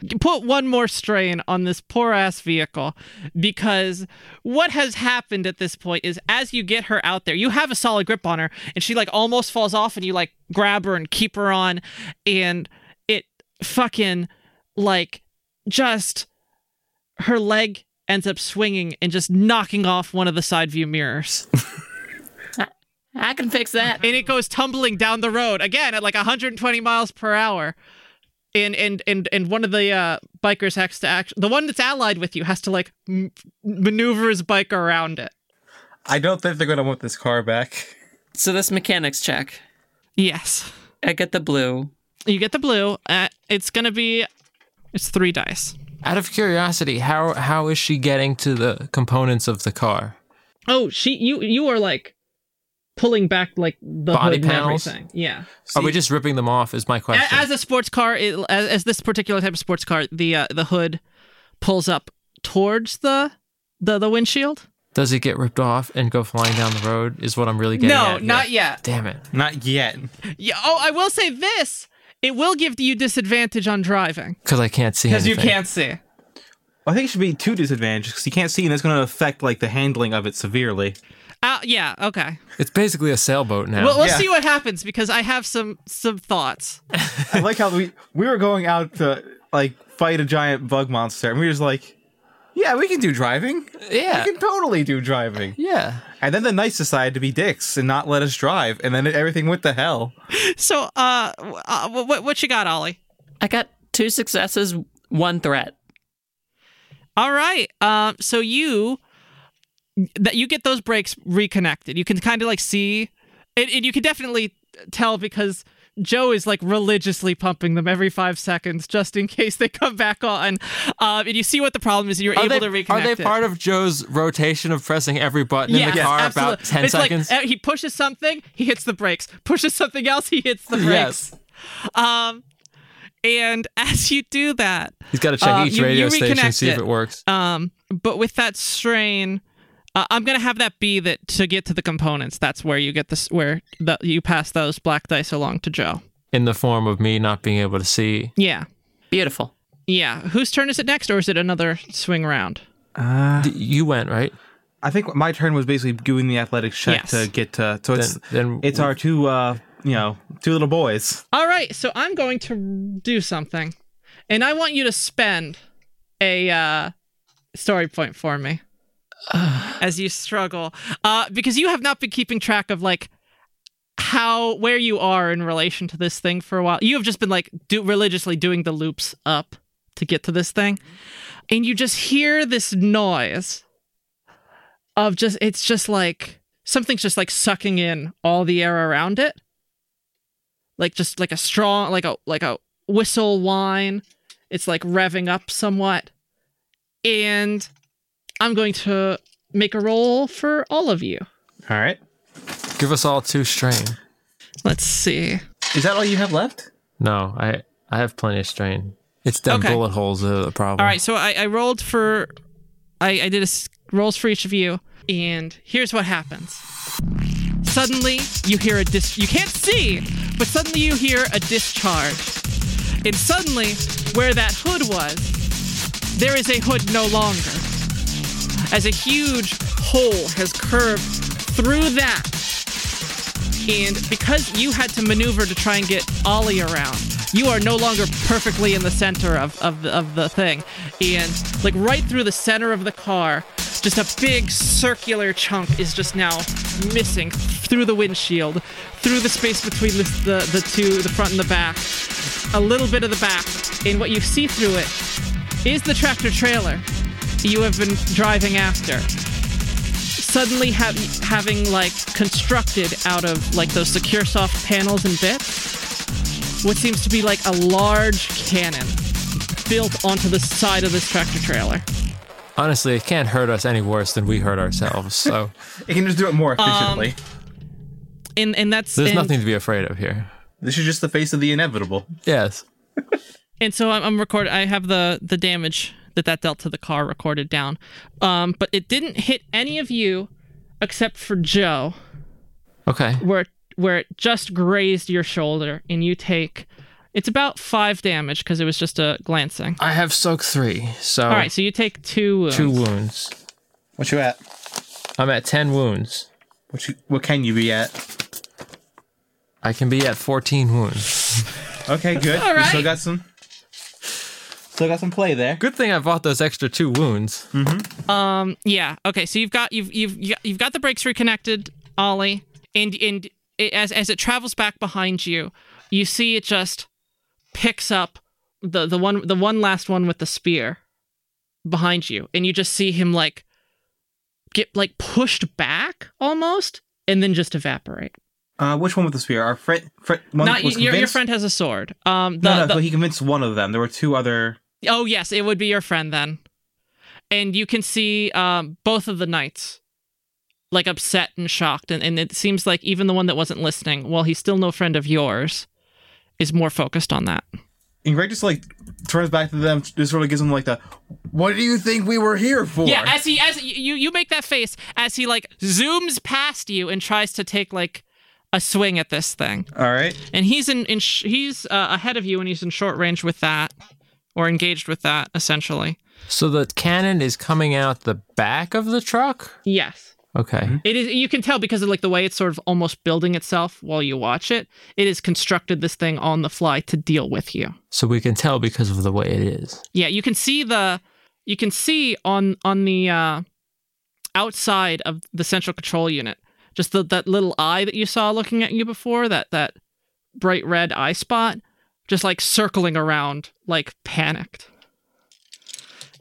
[SPEAKER 9] you put one more strain on this poor ass vehicle because what has happened at this point is as you get her out there, you have a solid grip on her and she like almost falls off and you like grab her and keep her on and it fucking like just her leg ends up swinging and just knocking off one of the side view mirrors
[SPEAKER 3] I can fix that.
[SPEAKER 9] and it goes tumbling down the road again at like 120 miles per hour. And and and and one of the uh, bikers has to act. The one that's allied with you has to like m- maneuver his bike around it.
[SPEAKER 4] I don't think they're gonna want this car back.
[SPEAKER 3] So this mechanics check.
[SPEAKER 9] Yes,
[SPEAKER 3] I get the blue.
[SPEAKER 9] you get the blue. Uh, it's gonna be, it's three dice.
[SPEAKER 2] Out of curiosity, how how is she getting to the components of the car?
[SPEAKER 9] Oh, she you you are like pulling back like the
[SPEAKER 2] Body
[SPEAKER 9] hood and
[SPEAKER 2] panels?
[SPEAKER 9] everything. Yeah.
[SPEAKER 2] Are we just ripping them off? Is my
[SPEAKER 9] A-
[SPEAKER 2] question.
[SPEAKER 9] As a sports car, it, as, as this particular type of sports car, the uh, the hood pulls up towards the the the windshield.
[SPEAKER 2] Does it get ripped off and go flying down the road? Is what I'm really getting
[SPEAKER 9] no,
[SPEAKER 2] at. here.
[SPEAKER 9] not yet.
[SPEAKER 2] Damn it.
[SPEAKER 4] Not yet.
[SPEAKER 9] Yeah. Oh, I will say this: it will give you disadvantage on driving
[SPEAKER 2] Because I can't see.
[SPEAKER 9] because you
[SPEAKER 2] anything.
[SPEAKER 9] can't see.
[SPEAKER 4] I think it should be two disadvantages because you can't see, and that's gonna affect like the handling of it severely.
[SPEAKER 9] Uh, yeah. Okay.
[SPEAKER 2] It's basically a sailboat now.
[SPEAKER 9] Well, we'll
[SPEAKER 4] Yeah.
[SPEAKER 9] see what happens because I have some some thoughts.
[SPEAKER 4] I like how we we were going out to like fight a giant bug monster, and we were just like, "Yeah, we can do driving.
[SPEAKER 2] yeah.
[SPEAKER 4] We can totally do driving."
[SPEAKER 2] Yeah.
[SPEAKER 4] And then the knights decided to be dicks and not let us drive, and then everything went to hell.
[SPEAKER 9] So, uh, w- uh what what you got, Ollie?
[SPEAKER 3] I got two successes, one threat.
[SPEAKER 9] All right. Um. So you that you get those brakes reconnected. You can kind of like see, and, and you can definitely tell because Joe is like religiously pumping them every five seconds just in case they come back on. Um. And you see what the problem is. and You're
[SPEAKER 2] Are
[SPEAKER 9] able
[SPEAKER 2] they,
[SPEAKER 9] to reconnect.
[SPEAKER 2] are they
[SPEAKER 9] it.
[SPEAKER 2] part of Joe's rotation of pressing every button in the
[SPEAKER 9] Yes,
[SPEAKER 2] car
[SPEAKER 9] absolutely.
[SPEAKER 2] about 10
[SPEAKER 9] it's
[SPEAKER 2] seconds?
[SPEAKER 9] Like, uh, he pushes something, he hits the brakes. Pushes something else, he hits the brakes.
[SPEAKER 2] Yes.
[SPEAKER 9] Um, and as you do that,
[SPEAKER 2] He's got to check
[SPEAKER 9] Uh,
[SPEAKER 2] each
[SPEAKER 9] you-
[SPEAKER 2] radio
[SPEAKER 9] you
[SPEAKER 2] station,
[SPEAKER 9] reconnect
[SPEAKER 2] see if
[SPEAKER 9] it.
[SPEAKER 2] it works.
[SPEAKER 9] um, but with that strain, uh, I'm gonna have that be that to get to the components. That's where you get this, where the, you pass those black dice along to Joe.
[SPEAKER 2] in the form of me not being able to see.
[SPEAKER 9] Yeah,
[SPEAKER 3] Beautiful.
[SPEAKER 9] yeah. Whose turn is it next, or is it another swing round? Ah.
[SPEAKER 2] D- you went, right?
[SPEAKER 4] I think my turn was basically doing the athletics check
[SPEAKER 9] Yes.
[SPEAKER 4] to get to. So it's
[SPEAKER 2] Then- then
[SPEAKER 4] it's
[SPEAKER 2] we-
[SPEAKER 4] our two, uh, you know, two little boys.
[SPEAKER 9] All right, so I'm going to do something, and I want you to spend a uh, story point for me as you struggle, uh, because you have not been keeping track of like how where you are in relation to this thing for a while. You have just been like do religiously doing the loops up to get to this thing, and you just hear this noise of just it's just like something's just like sucking in all the air around it like just like a strong like a like a whistle whine it's like revving up somewhat and i'm going to make a roll for all of you
[SPEAKER 4] All right.
[SPEAKER 2] Give us all two strain.
[SPEAKER 9] let's see
[SPEAKER 4] Is that all you have left?
[SPEAKER 2] No, I I have plenty of strain. It's them
[SPEAKER 9] Okay.
[SPEAKER 2] bullet holes that are the problem.
[SPEAKER 9] all right so i, I rolled for i i did a s- rolls for each of you and here's what happens suddenly you hear a dis you can't see but suddenly you hear a discharge and suddenly where that hood was there is a hood no longer as a huge hole has curved through that and because you had to maneuver to try and get Ollie around, you are no longer perfectly in the center of, of, the, of the thing. And, like, right through the center of the car, just a big circular chunk is just now missing through the windshield, through the space between the, the, the two, the front and the back, a little bit of the back. And what you see through it is the tractor trailer you have been driving after suddenly ha- having like constructed out of like those secure soft panels and bits what seems to be like a large cannon built onto the side of this tractor trailer
[SPEAKER 2] Honestly, it can't hurt us any worse than we hurt ourselves. So
[SPEAKER 10] It can just do it more efficiently.
[SPEAKER 9] Um, and and that's
[SPEAKER 2] there's
[SPEAKER 9] and,
[SPEAKER 2] nothing to be afraid of here.
[SPEAKER 10] this is just the face of the inevitable.
[SPEAKER 2] Yes.
[SPEAKER 9] and so i'm, I'm recording i have the the damage that that dealt to the car recorded down um but it didn't hit any of you except for joe
[SPEAKER 2] Okay.
[SPEAKER 9] where where it just grazed your shoulder and you take it's about five damage because it was just a glancing
[SPEAKER 2] I have soak three, so
[SPEAKER 9] All right, so you take two wounds.
[SPEAKER 2] Oh. two wounds.
[SPEAKER 10] What you at?
[SPEAKER 2] I'm at ten wounds.
[SPEAKER 10] What you? What can you be at?
[SPEAKER 2] I can be at fourteen wounds.
[SPEAKER 10] Okay, good.
[SPEAKER 9] All
[SPEAKER 10] We still
[SPEAKER 9] right.
[SPEAKER 10] got some. Still got some play there.
[SPEAKER 2] Good thing I bought those extra two wounds.
[SPEAKER 9] Yeah. Okay. So you've got you've you've you- you've got the brakes reconnected, Ollie, and and it, as as it travels back behind you, you see it just picks up the the one the one last one with the spear behind you, and you just see him like get like pushed back almost, and then just evaporate.
[SPEAKER 10] Uh, which one with the spear? Our friend, friend one
[SPEAKER 9] Not
[SPEAKER 10] was
[SPEAKER 9] your, your
[SPEAKER 10] convinced?
[SPEAKER 9] friend has a sword. Um. The,
[SPEAKER 10] No, no,
[SPEAKER 9] the-
[SPEAKER 10] but he convinced one of them. There were two other.
[SPEAKER 9] Oh yes, it would be your friend then. And you can see um, both of the knights, like upset and shocked, and, and it seems like even the one that wasn't listening, while he's still no friend of yours, is more focused on that.
[SPEAKER 10] And Greg just like turns back to them, just sort of gives them like the, "What do you think we were here for?"
[SPEAKER 9] Yeah, as he as you you make that face as he like zooms past you and tries to take like a swing at this thing,
[SPEAKER 10] All right.
[SPEAKER 9] and he's in, in sh- he's uh, ahead of you and he's in short range with that, or engaged with that essentially.
[SPEAKER 2] So the cannon is coming out the back of the truck.
[SPEAKER 9] Yes.
[SPEAKER 2] Okay.
[SPEAKER 9] It is. You can tell because of like the way it's sort of almost building itself while you watch it. It has constructed this thing on the fly to deal with you.
[SPEAKER 2] So we can tell because of the way it is.
[SPEAKER 9] Yeah, you can see the. You can see on on the uh, outside of the central control unit, just the, that little eye that you saw looking at you before. That that bright red eye spot, just like circling around, like panicked.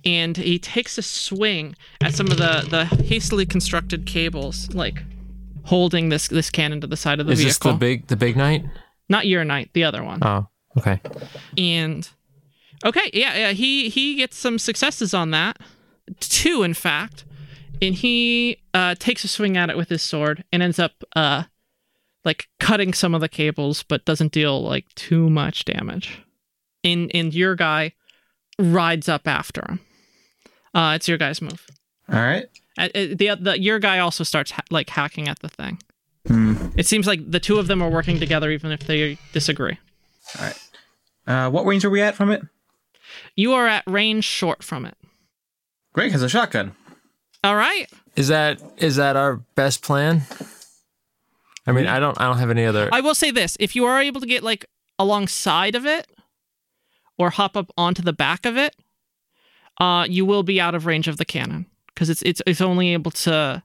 [SPEAKER 9] And he takes a swing at some of the the hastily constructed cables, like holding this this cannon to the side of the
[SPEAKER 2] is this
[SPEAKER 9] vehicle.
[SPEAKER 2] the big the big night?
[SPEAKER 9] Not Uranite, the other one
[SPEAKER 2] Oh, okay.
[SPEAKER 9] and okay yeah, yeah he he gets some successes on that two in fact and he uh takes a swing at it with his sword and ends up uh like cutting some of the cables but doesn't deal like too much damage and and your guy rides up after him uh it's your guy's move
[SPEAKER 10] All right.
[SPEAKER 9] uh, uh, the, the your guy also starts ha- like hacking at the thing it seems like the two of them are working together even if they disagree
[SPEAKER 10] Uh, what range are we at from it?
[SPEAKER 9] you are at range short from it
[SPEAKER 10] Greg has a shotgun.
[SPEAKER 9] All right.
[SPEAKER 2] Is that is that our best plan? I mean, I don't I don't have any other.
[SPEAKER 9] I will say this if you are able to get like alongside of it or hop up onto the back of it, uh, you will be out of range of the cannon because it's, it's, it's only able to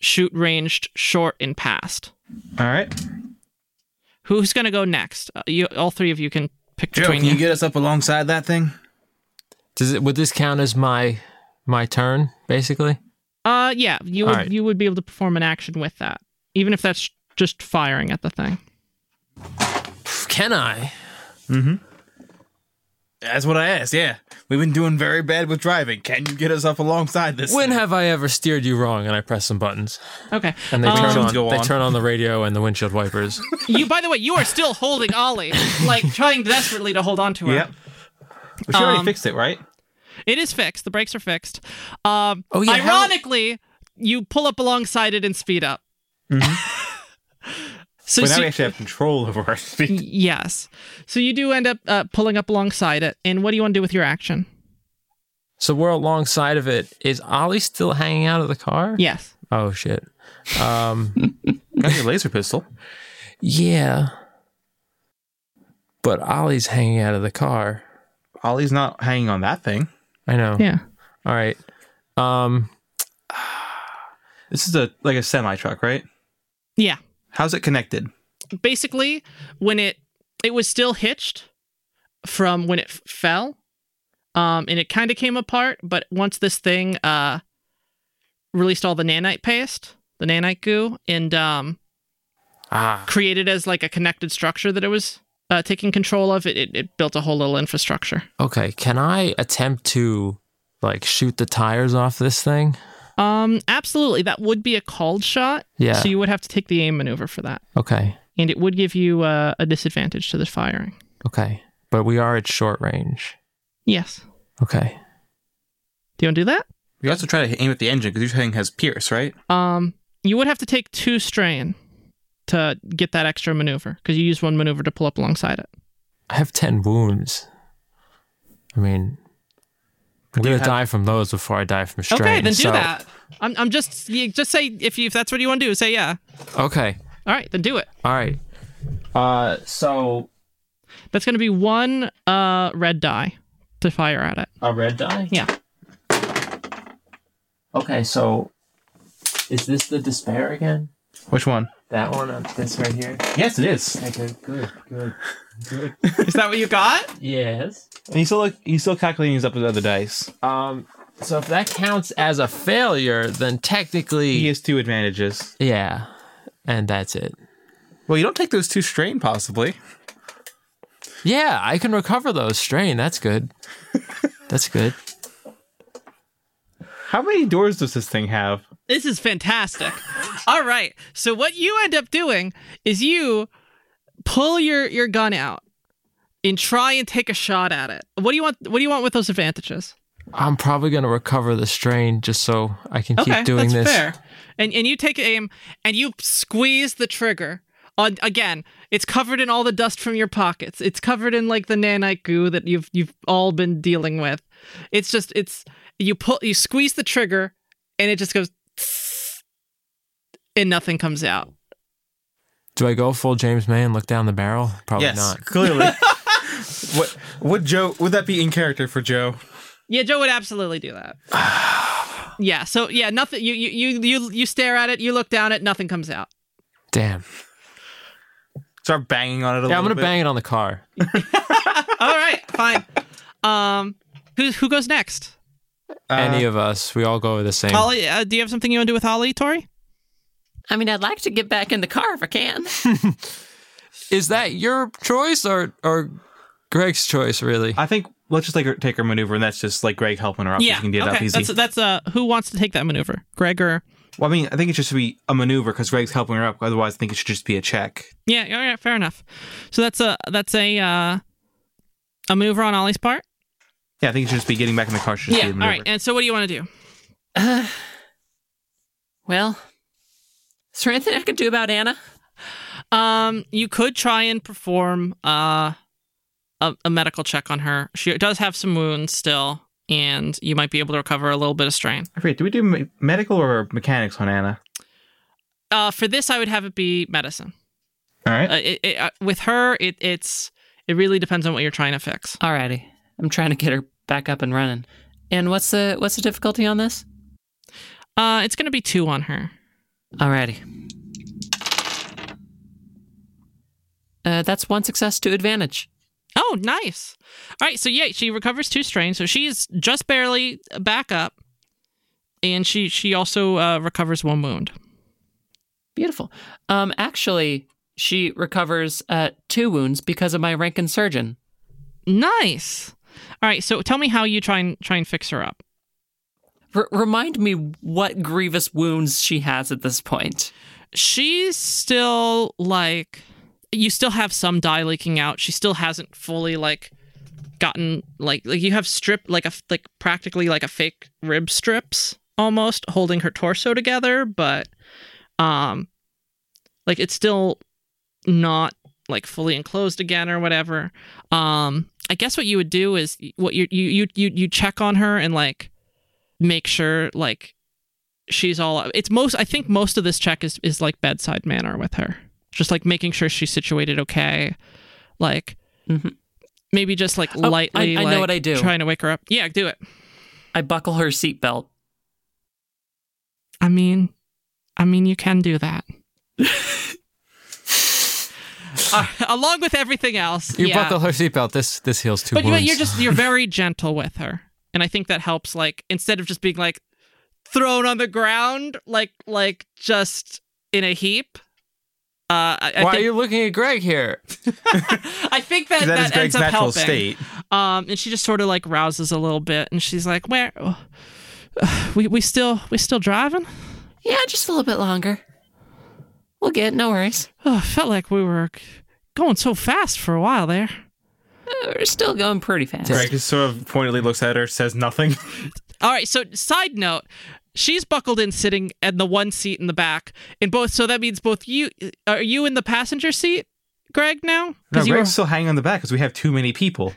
[SPEAKER 9] shoot ranged short and past.
[SPEAKER 10] All right.
[SPEAKER 9] Who's going to go next? Uh, you, all three of you can pick
[SPEAKER 10] Joe,
[SPEAKER 9] between
[SPEAKER 10] can
[SPEAKER 9] you.
[SPEAKER 10] you get us up alongside that thing?
[SPEAKER 2] Does it would this count as my my turn basically?
[SPEAKER 9] uh, yeah, you
[SPEAKER 2] All
[SPEAKER 9] would,
[SPEAKER 2] right.
[SPEAKER 9] you would be able to perform an action with that, even if that's just firing at the thing.
[SPEAKER 2] Can I?
[SPEAKER 10] That's what I asked. Yeah, we've been doing very bad with driving. Can you get us up alongside this?
[SPEAKER 2] When
[SPEAKER 10] thing?
[SPEAKER 2] have I ever steered you wrong and I press some buttons
[SPEAKER 9] Okay.
[SPEAKER 2] and they
[SPEAKER 9] Um,
[SPEAKER 2] turn
[SPEAKER 10] Windshields
[SPEAKER 2] on,
[SPEAKER 10] go
[SPEAKER 2] they
[SPEAKER 10] on.
[SPEAKER 2] turn on the radio and the windshield wipers.
[SPEAKER 9] you, by the way, you are still holding Ollie, like trying desperately to hold on to her.
[SPEAKER 10] Yep. But she already
[SPEAKER 9] Um,
[SPEAKER 10] fixed it, right?
[SPEAKER 9] It is fixed. The brakes are fixed. Um,
[SPEAKER 2] Oh, yeah, how-
[SPEAKER 9] Ironically, you pull up alongside it and speed up. so,
[SPEAKER 2] Mm-hmm.
[SPEAKER 10] But now
[SPEAKER 9] so-
[SPEAKER 10] we actually have control over our speed.
[SPEAKER 9] yes. So you do end up uh, pulling up alongside it. And what do you want to do with your action?
[SPEAKER 2] So we're alongside of it. Is Ollie still hanging out of the car?
[SPEAKER 9] Yes.
[SPEAKER 2] Oh shit. Oh, Um, got your laser pistol. Yeah. But Ollie's hanging out of the car.
[SPEAKER 10] Ollie's not hanging on that thing.
[SPEAKER 2] I know.
[SPEAKER 9] Yeah.
[SPEAKER 2] All right. Um,
[SPEAKER 10] This is a like a semi truck, right?
[SPEAKER 9] Yeah.
[SPEAKER 10] How's it connected?
[SPEAKER 9] basically when it it was still hitched from when it f- fell um and it kind of came apart but once this thing uh released all the nanite paste the nanite goo and um
[SPEAKER 2] ah,
[SPEAKER 9] created as like a connected structure that it was uh, taking control of it, it it built a whole little infrastructure
[SPEAKER 2] okay. Can I attempt to like shoot the tires off this thing?
[SPEAKER 9] um absolutely that would be a called shot
[SPEAKER 2] Yeah.
[SPEAKER 9] so you would have to take the aim maneuver for that
[SPEAKER 2] okay.
[SPEAKER 9] and it would give you uh, a disadvantage to the firing
[SPEAKER 2] Okay. But we are at short range.
[SPEAKER 9] yes
[SPEAKER 2] Okay.
[SPEAKER 9] do you want to do that
[SPEAKER 10] You also try to aim at the engine because your thing has Pierce, right?
[SPEAKER 9] Um, you would have to take two strain to get that extra maneuver because you use one maneuver to pull up alongside it.
[SPEAKER 2] I have 10 wounds. I mean, I'm going to die from those before I die from strain.
[SPEAKER 9] okay, then do
[SPEAKER 2] so-
[SPEAKER 9] that. I'm, I'm just you just say if you if that's what you want to do, say yeah.
[SPEAKER 2] Okay.
[SPEAKER 9] All right, then do it.
[SPEAKER 2] All right.
[SPEAKER 4] Uh, so
[SPEAKER 9] That's gonna be one uh red die to fire at it.
[SPEAKER 7] A red die?
[SPEAKER 9] Yeah.
[SPEAKER 7] Okay, so is this the despair again?
[SPEAKER 10] Which one?
[SPEAKER 7] That one on this right here?
[SPEAKER 4] yes, it is.
[SPEAKER 7] Okay, good, good, good.
[SPEAKER 9] Is that what you got?
[SPEAKER 7] yes.
[SPEAKER 4] And he's still like he's still calculating his up with other dice.
[SPEAKER 2] Um, so if that counts as a failure, then technically,
[SPEAKER 4] He has two advantages.
[SPEAKER 2] yeah, and that's it.
[SPEAKER 10] Well, you don't take those two strain, possibly.
[SPEAKER 2] Yeah, I can recover those strain. That's good. That's good.
[SPEAKER 4] How many doors does this thing have?
[SPEAKER 9] This is fantastic. All right. So what you end up doing is you pull your your gun out and try and take a shot at it. What do you want what do you want with those advantages?
[SPEAKER 2] I'm probably gonna recover the strain just so I can
[SPEAKER 9] Okay,
[SPEAKER 2] keep doing
[SPEAKER 9] that's
[SPEAKER 2] this.
[SPEAKER 9] fair. And and you take aim and you squeeze the trigger. On again, it's covered in all the dust from your pockets. It's covered in like the nanite goo that you've you've all been dealing with. It's just it's you pull you squeeze the trigger and it just goes tss, and nothing comes out.
[SPEAKER 2] Do I go full James May and look down the barrel? Probably
[SPEAKER 10] yes,
[SPEAKER 2] not.
[SPEAKER 10] clearly. what would Joe? Would that be in character for Joe?
[SPEAKER 9] Yeah, Joe would absolutely do that. yeah, so yeah, nothing you you you you you stare at it, you look down at nothing comes out.
[SPEAKER 2] Damn.
[SPEAKER 10] Start banging on it a
[SPEAKER 2] Yeah, I'm
[SPEAKER 10] little
[SPEAKER 2] gonna
[SPEAKER 10] bit.
[SPEAKER 2] bang it on the car.
[SPEAKER 9] All right, fine. Um who who goes next?
[SPEAKER 10] Uh,
[SPEAKER 2] Any of us, we all go the same.
[SPEAKER 9] Uh, Holly, uh, do you have something you want to do with Holly, Tori?
[SPEAKER 3] I mean, I'd like to get back in the car if I can.
[SPEAKER 2] Is that your choice or or Greg's choice? Really?
[SPEAKER 10] I think let's just like her, take her maneuver, and that's just like Greg helping her up. so she can get it up easy.
[SPEAKER 9] That's that's uh, who wants to take that maneuver, Greg or
[SPEAKER 10] well, I mean, I think it should just be a maneuver because Greg's helping her up. Otherwise, I think it should just be a check.
[SPEAKER 9] yeah, yeah, yeah, fair enough. So that's a that's a uh, a maneuver on Ollie's part.
[SPEAKER 10] Yeah, I think it should just be getting back in the car. Should just be a
[SPEAKER 9] all
[SPEAKER 10] maneuver.
[SPEAKER 9] right. And so, what do you want to do?
[SPEAKER 3] Well, is there anything I can do about Anna?
[SPEAKER 9] Um, you could try and perform uh a, a medical check on her. She does have some wounds still, and you might be able to recover a little bit of strain.
[SPEAKER 10] I forget. Do we do me- medical or mechanics on Anna?
[SPEAKER 9] Uh, for this, I would have it be medicine.
[SPEAKER 10] All right.
[SPEAKER 9] Uh, it, it, uh, with her, it, it's it really depends on what you're trying to fix.
[SPEAKER 3] Alrighty, I'm trying to get her back up and running. And what's the what's the difficulty on this?
[SPEAKER 9] Uh, it's gonna be two on her.
[SPEAKER 3] Alrighty. Uh, that's one success to advantage.
[SPEAKER 9] Oh, nice. All right, so yeah, she recovers two strain, so she's just barely back up, and she she also uh, recovers one wound.
[SPEAKER 3] Beautiful. Um, actually, she recovers uh, two wounds because of my rank and surgeon.
[SPEAKER 9] Nice. All right, so tell me how you try and try and fix her up.
[SPEAKER 3] R- remind me what grievous wounds she has at this point.
[SPEAKER 9] She's still like you still have some dye leaking out. She still hasn't fully like gotten like like you have strip like a f- like practically like a fake rib strips almost holding her torso together, but um like it's still not like fully enclosed again or whatever. Um I guess what you would do is what you you you you, you check on her and like make sure like she's all it's most I think most of this check is is like bedside manner with her. Just like making sure she's situated okay. Like
[SPEAKER 3] Mhm.
[SPEAKER 9] maybe just like
[SPEAKER 3] Oh, I-
[SPEAKER 9] lightly
[SPEAKER 3] I know
[SPEAKER 9] like,
[SPEAKER 3] what I do.
[SPEAKER 9] trying to wake her up. Yeah, do it.
[SPEAKER 3] I buckle her seatbelt.
[SPEAKER 9] I mean I mean you can do that. Uh, along with everything else.
[SPEAKER 2] You
[SPEAKER 9] yeah.
[SPEAKER 2] buckle her seatbelt. This this heals two
[SPEAKER 9] but you,
[SPEAKER 2] wounds.
[SPEAKER 9] you're just you're very gentle with her and i think that helps like instead of just being like thrown on the ground like like just in a heap uh i, I
[SPEAKER 2] Why
[SPEAKER 9] think
[SPEAKER 2] are you looking at Greg here?
[SPEAKER 9] i think that
[SPEAKER 10] that is
[SPEAKER 9] that
[SPEAKER 10] Greg's
[SPEAKER 9] ends up
[SPEAKER 10] natural
[SPEAKER 9] helping
[SPEAKER 10] state.
[SPEAKER 9] um and she just sort of like rouses a little bit and she's like where uh, we we still we still driving
[SPEAKER 3] Yeah, just a little bit longer. We'll get no worries.
[SPEAKER 9] oh felt like we were going so fast for a while there
[SPEAKER 3] Uh, We're still going pretty fast.
[SPEAKER 10] Greg just sort of pointedly looks at her, says nothing.
[SPEAKER 9] All right. So, side note, she's buckled in, sitting in the one seat in the back, in both. So that means both you are you in the passenger seat, Greg? Now,
[SPEAKER 4] No,
[SPEAKER 9] you
[SPEAKER 4] Greg's still hanging on the back because we have too many people.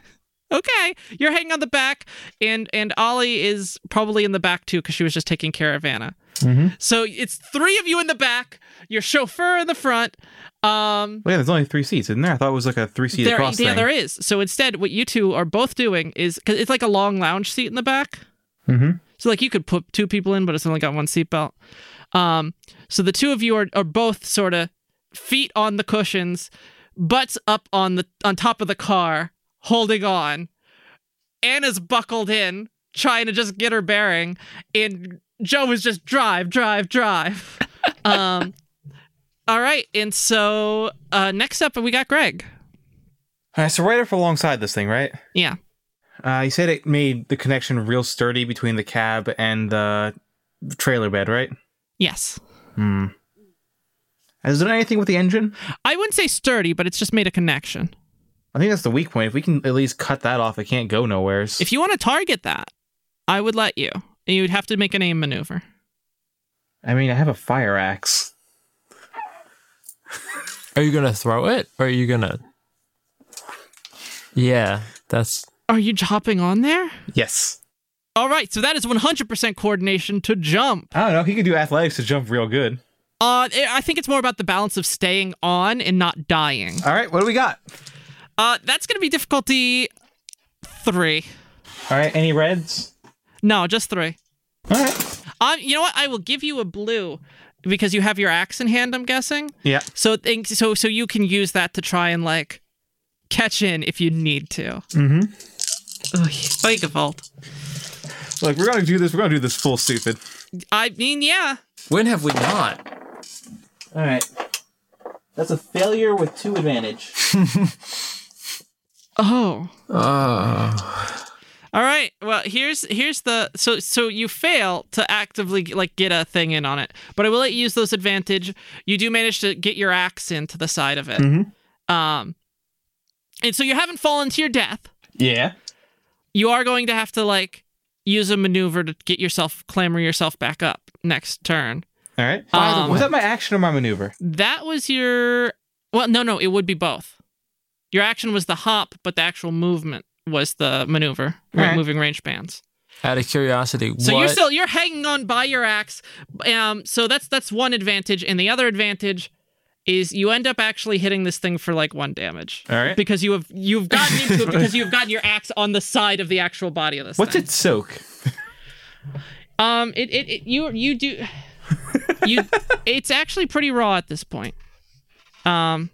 [SPEAKER 9] were, okay. You're hanging on the back, and and Ollie is probably in the back too because she was just taking care of Anna.
[SPEAKER 4] Mm-hmm.
[SPEAKER 9] So it's three of you in the back, your chauffeur in the front. Um,
[SPEAKER 4] Well, yeah, there's only three seats, isn't there? I thought it was like a three-seater
[SPEAKER 9] there,
[SPEAKER 4] cross
[SPEAKER 9] yeah,
[SPEAKER 4] thing.
[SPEAKER 9] there is. So instead, what you two are both doing is because it's like a long lounge seat in the back.
[SPEAKER 4] Mhm.
[SPEAKER 9] So like you could put two people in, but it's only got one seatbelt. Um, so the two of you are, are both sort of feet on the cushions, butts up on the on top of the car, holding on. Anna's buckled in, trying to just get her bearing, and Joe is just drive, drive, drive. um, all right, and so uh, next up we got Greg.
[SPEAKER 4] All right, so right up alongside this thing, right?
[SPEAKER 9] Yeah.
[SPEAKER 4] Uh, you said it made the connection real sturdy between the cab and the trailer bed, right?
[SPEAKER 9] Yes.
[SPEAKER 4] Hmm. Has it done anything with the engine?
[SPEAKER 9] I wouldn't say sturdy, but it's just made a connection.
[SPEAKER 4] I think that's the weak point. If we can at least cut that off, it can't go nowheres.
[SPEAKER 9] If you want to target that, I would let you. You'd have to make an aim maneuver.
[SPEAKER 4] I mean, I have a fire axe.
[SPEAKER 2] Are you gonna throw it? Or are you gonna? Yeah, that's
[SPEAKER 9] Are you hopping on there?
[SPEAKER 4] Yes.
[SPEAKER 9] All right, so that is 100% coordination to jump.
[SPEAKER 4] I don't know. He could do athletics to jump real good.
[SPEAKER 9] Uh, I think it's more about the balance of staying on and not dying.
[SPEAKER 4] All right, what do we got?
[SPEAKER 9] Uh, that's going to be difficulty three.
[SPEAKER 4] All right, any reds?
[SPEAKER 9] No, just three.
[SPEAKER 4] All right.
[SPEAKER 9] Um, you know what? I will give you a blue because you have your axe in hand. I'm guessing.
[SPEAKER 4] Yeah.
[SPEAKER 9] So think- so so you can use that to try and like catch in if you need to.
[SPEAKER 4] Mhm.
[SPEAKER 9] Mm-hmm. vault.
[SPEAKER 4] Look, we're gonna do this. We're gonna do this full stupid.
[SPEAKER 9] I mean, yeah.
[SPEAKER 2] when have we not?
[SPEAKER 7] All right. That's a failure with two advantage.
[SPEAKER 9] Oh.
[SPEAKER 2] Uh,
[SPEAKER 9] All right. Well, here's here's the so so you fail to actively like get a thing in on it, but I will let you use those advantage. You do manage to get your axe into the side of it. Um, and so you haven't fallen to your death.
[SPEAKER 4] Yeah.
[SPEAKER 9] You are going to have to like use a maneuver to get yourself clamber yourself back up next turn.
[SPEAKER 4] All right.
[SPEAKER 9] By the Um, way-
[SPEAKER 4] was that my action or my maneuver?
[SPEAKER 9] That was your well, no, no, it would be both. Your action was the hop, but the actual movement was the maneuver,
[SPEAKER 4] All right.
[SPEAKER 9] moving range bands.
[SPEAKER 2] out of curiosity,
[SPEAKER 9] So
[SPEAKER 2] what?
[SPEAKER 9] you're still you're hanging on by your axe. Um, so that's that's one advantage, and the other advantage is you end up actually hitting this thing for like one damage.
[SPEAKER 4] All right.
[SPEAKER 9] Because you have you've gotten into it because you've gotten your axe on the side of the actual body of this.
[SPEAKER 4] What's
[SPEAKER 9] thing.
[SPEAKER 4] it soak?
[SPEAKER 9] Um, it, it, it you you do you it's actually pretty raw at this point. Um,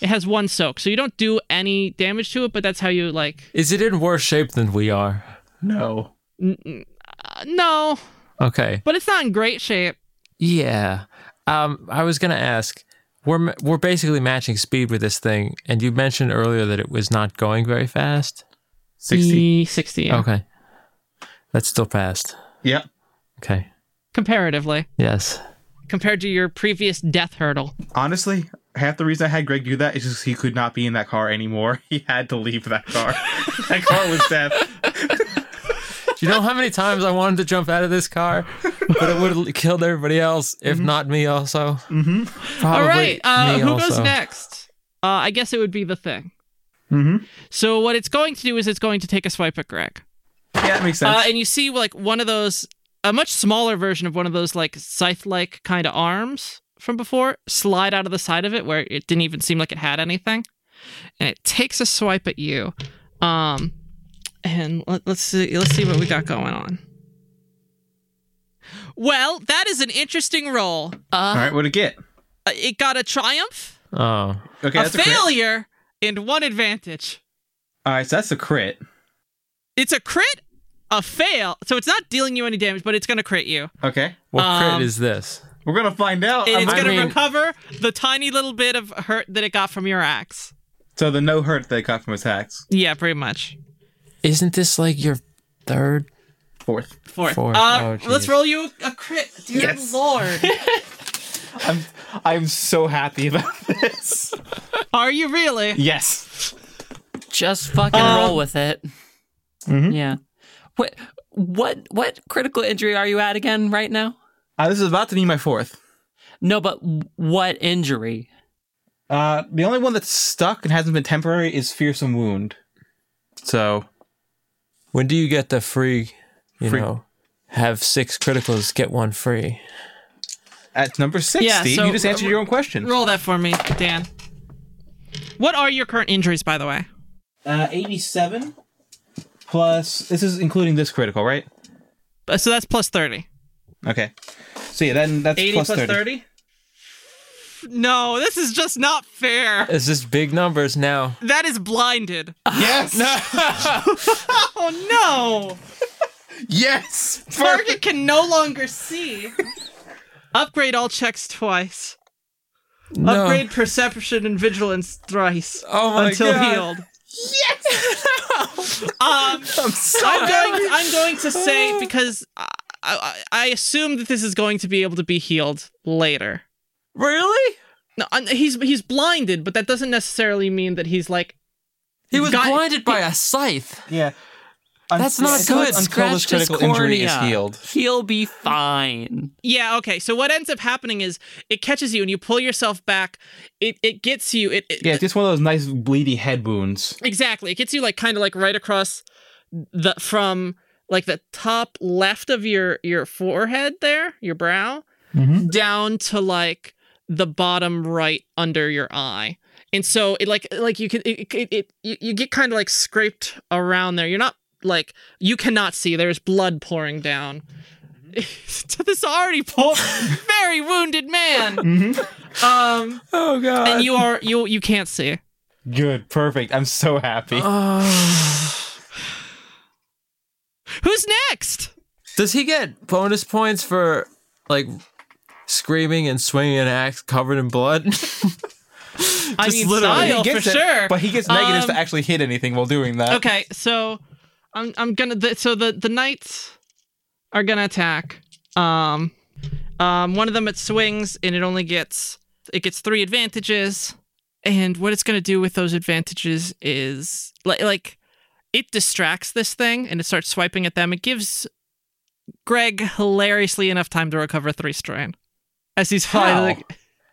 [SPEAKER 9] it has one soak, so you don't do any damage to it, but that's how you like.
[SPEAKER 2] Is it in worse shape than we are?
[SPEAKER 4] No.
[SPEAKER 9] Uh, no,
[SPEAKER 2] Okay.
[SPEAKER 9] but it's not in great shape.
[SPEAKER 2] Yeah. Um, I was gonna ask. We're we're basically matching speed with this thing, and you mentioned earlier that it was not going very fast.
[SPEAKER 4] Sixty.
[SPEAKER 9] E- 60 yeah.
[SPEAKER 2] Okay, that's still fast.
[SPEAKER 4] Yeah.
[SPEAKER 2] Okay.
[SPEAKER 9] comparatively
[SPEAKER 2] Yes.
[SPEAKER 9] compared to your previous death hurdle.
[SPEAKER 4] Honestly, half the reason I had Greg do that is just he could not be in that car anymore. He had to leave that car. that car was death.
[SPEAKER 2] Do you know how many times I wanted to jump out of this car, but it would have killed everybody else, if not me also. Mm-hmm. Probably
[SPEAKER 9] All right, uh,
[SPEAKER 2] me
[SPEAKER 9] who goes
[SPEAKER 2] also.
[SPEAKER 9] next? Uh, I guess it would be the thing.
[SPEAKER 2] Mm-hmm.
[SPEAKER 4] Mhm.
[SPEAKER 9] So what it's going to do is it's going to take a swipe at Greg.
[SPEAKER 4] Yeah, that makes sense.
[SPEAKER 9] Uh, and you see like one of those a much smaller version of one of those like scythe-like kind of arms from before slide out of the side of it where it didn't even seem like it had anything, and it takes a swipe at you. Um, and let, let's see, let's see what we got going on. Well, that is an interesting roll.
[SPEAKER 4] All
[SPEAKER 9] Uh,
[SPEAKER 4] right, what'd it get?
[SPEAKER 9] It got a triumph,
[SPEAKER 2] Oh,
[SPEAKER 4] Okay,
[SPEAKER 9] a
[SPEAKER 4] that's a, crit.
[SPEAKER 9] failure, and one advantage.
[SPEAKER 4] All right, so that's a crit.
[SPEAKER 9] It's a crit, a fail. So it's not dealing you any damage, but it's going to crit you.
[SPEAKER 4] Okay,
[SPEAKER 2] what
[SPEAKER 9] Um,
[SPEAKER 2] crit is this?
[SPEAKER 4] we're gonna find out.
[SPEAKER 9] And it's
[SPEAKER 4] I'm-
[SPEAKER 9] going to
[SPEAKER 2] mean-
[SPEAKER 9] recover the tiny little bit of hurt that it got from your axe.
[SPEAKER 4] So the no hurt they got from his hacks.
[SPEAKER 9] Yeah, pretty much.
[SPEAKER 2] Isn't this like your third?
[SPEAKER 4] Fourth.
[SPEAKER 9] Four.
[SPEAKER 2] Four.
[SPEAKER 9] Uh,
[SPEAKER 2] Oh,
[SPEAKER 9] let's
[SPEAKER 2] geez.
[SPEAKER 9] roll you a crit. Dear
[SPEAKER 4] Yes.
[SPEAKER 9] lord.
[SPEAKER 4] I'm I'm so happy about this.
[SPEAKER 9] Are you really?
[SPEAKER 4] Yes.
[SPEAKER 3] Just fucking roll with it. Yeah. What what what critical injury are you at again right now?
[SPEAKER 4] Uh, this is about to be my fourth.
[SPEAKER 3] No, but what injury?
[SPEAKER 4] Uh, the only one that's stuck and hasn't been temporary is fearsome wound. So
[SPEAKER 2] When do you get the free? You
[SPEAKER 4] Free-
[SPEAKER 2] know, have six criticals, get one free.
[SPEAKER 4] at number sixty,
[SPEAKER 9] Yeah, so-
[SPEAKER 4] you just answered your own question.
[SPEAKER 9] Roll that for me, Dan. What are your current injuries, by the way?
[SPEAKER 13] Uh, 87?
[SPEAKER 4] Plus, this is including this critical, right?
[SPEAKER 9] Uh, So that's plus 30.
[SPEAKER 4] Okay. So yeah, then that's
[SPEAKER 9] 80
[SPEAKER 4] plus
[SPEAKER 9] plus
[SPEAKER 4] 30.
[SPEAKER 9] 30? No, this is just not fair.
[SPEAKER 2] It's just big numbers now.
[SPEAKER 9] That is blinded.
[SPEAKER 4] Yes.
[SPEAKER 9] Oh no!
[SPEAKER 4] Yes.
[SPEAKER 9] Target can no longer see. Upgrade all checks twice.
[SPEAKER 2] No.
[SPEAKER 9] Upgrade perception and vigilance thrice.
[SPEAKER 2] Oh my
[SPEAKER 9] until
[SPEAKER 2] God.
[SPEAKER 9] healed. Yes. um, I'm, going. To, I'm going to
[SPEAKER 2] Oh.
[SPEAKER 9] say because I, I, I assume that this is going to be able to be healed later.
[SPEAKER 2] Really?
[SPEAKER 9] No, I'm- he's he's blinded, but that doesn't necessarily mean that he's like
[SPEAKER 3] He was
[SPEAKER 9] Got-
[SPEAKER 3] blinded by a scythe.
[SPEAKER 4] Yeah.
[SPEAKER 3] That's not
[SPEAKER 4] it's
[SPEAKER 3] good.
[SPEAKER 4] Until
[SPEAKER 3] Scratch
[SPEAKER 4] this
[SPEAKER 3] his
[SPEAKER 4] critical injury is
[SPEAKER 3] cornea.
[SPEAKER 4] healed.
[SPEAKER 3] He'll be fine.
[SPEAKER 9] Yeah, okay. So what ends up happening is it catches you and you pull yourself back. It it gets you. It, it
[SPEAKER 4] Yeah, it's just one of those nice bleedy head wounds.
[SPEAKER 9] exactly. It gets you like kind of like right across the from like the top left of your your forehead there, your brow,
[SPEAKER 13] Mhm.
[SPEAKER 9] down to like the bottom right under your eye. And so it like like you can it, it, it you you get kind of like scraped around there. You're not like you cannot see. There's blood pouring down. to this already poor, very wounded man. Um,
[SPEAKER 2] Oh god.
[SPEAKER 9] and you are you you can't see.
[SPEAKER 4] Good, perfect. I'm so happy.
[SPEAKER 9] Oh, Who's next?
[SPEAKER 2] Does he get bonus points for like screaming and swinging an axe covered in blood?
[SPEAKER 9] I
[SPEAKER 2] Just
[SPEAKER 9] mean,
[SPEAKER 2] literally.
[SPEAKER 9] Sile,
[SPEAKER 4] He
[SPEAKER 9] for
[SPEAKER 4] gets it,
[SPEAKER 9] sure.
[SPEAKER 4] But he gets negatives
[SPEAKER 9] Um,
[SPEAKER 4] to actually hit anything while doing that.
[SPEAKER 9] Okay, so I'm I'm gonna the, so the the knights are gonna attack. Um, um, one of them it swings and it only gets it gets three advantages, and what it's gonna do with those advantages is like like it distracts this thing and it starts swiping at them. It gives Greg hilariously enough time to recover three strain as he's
[SPEAKER 4] How?
[SPEAKER 9] finally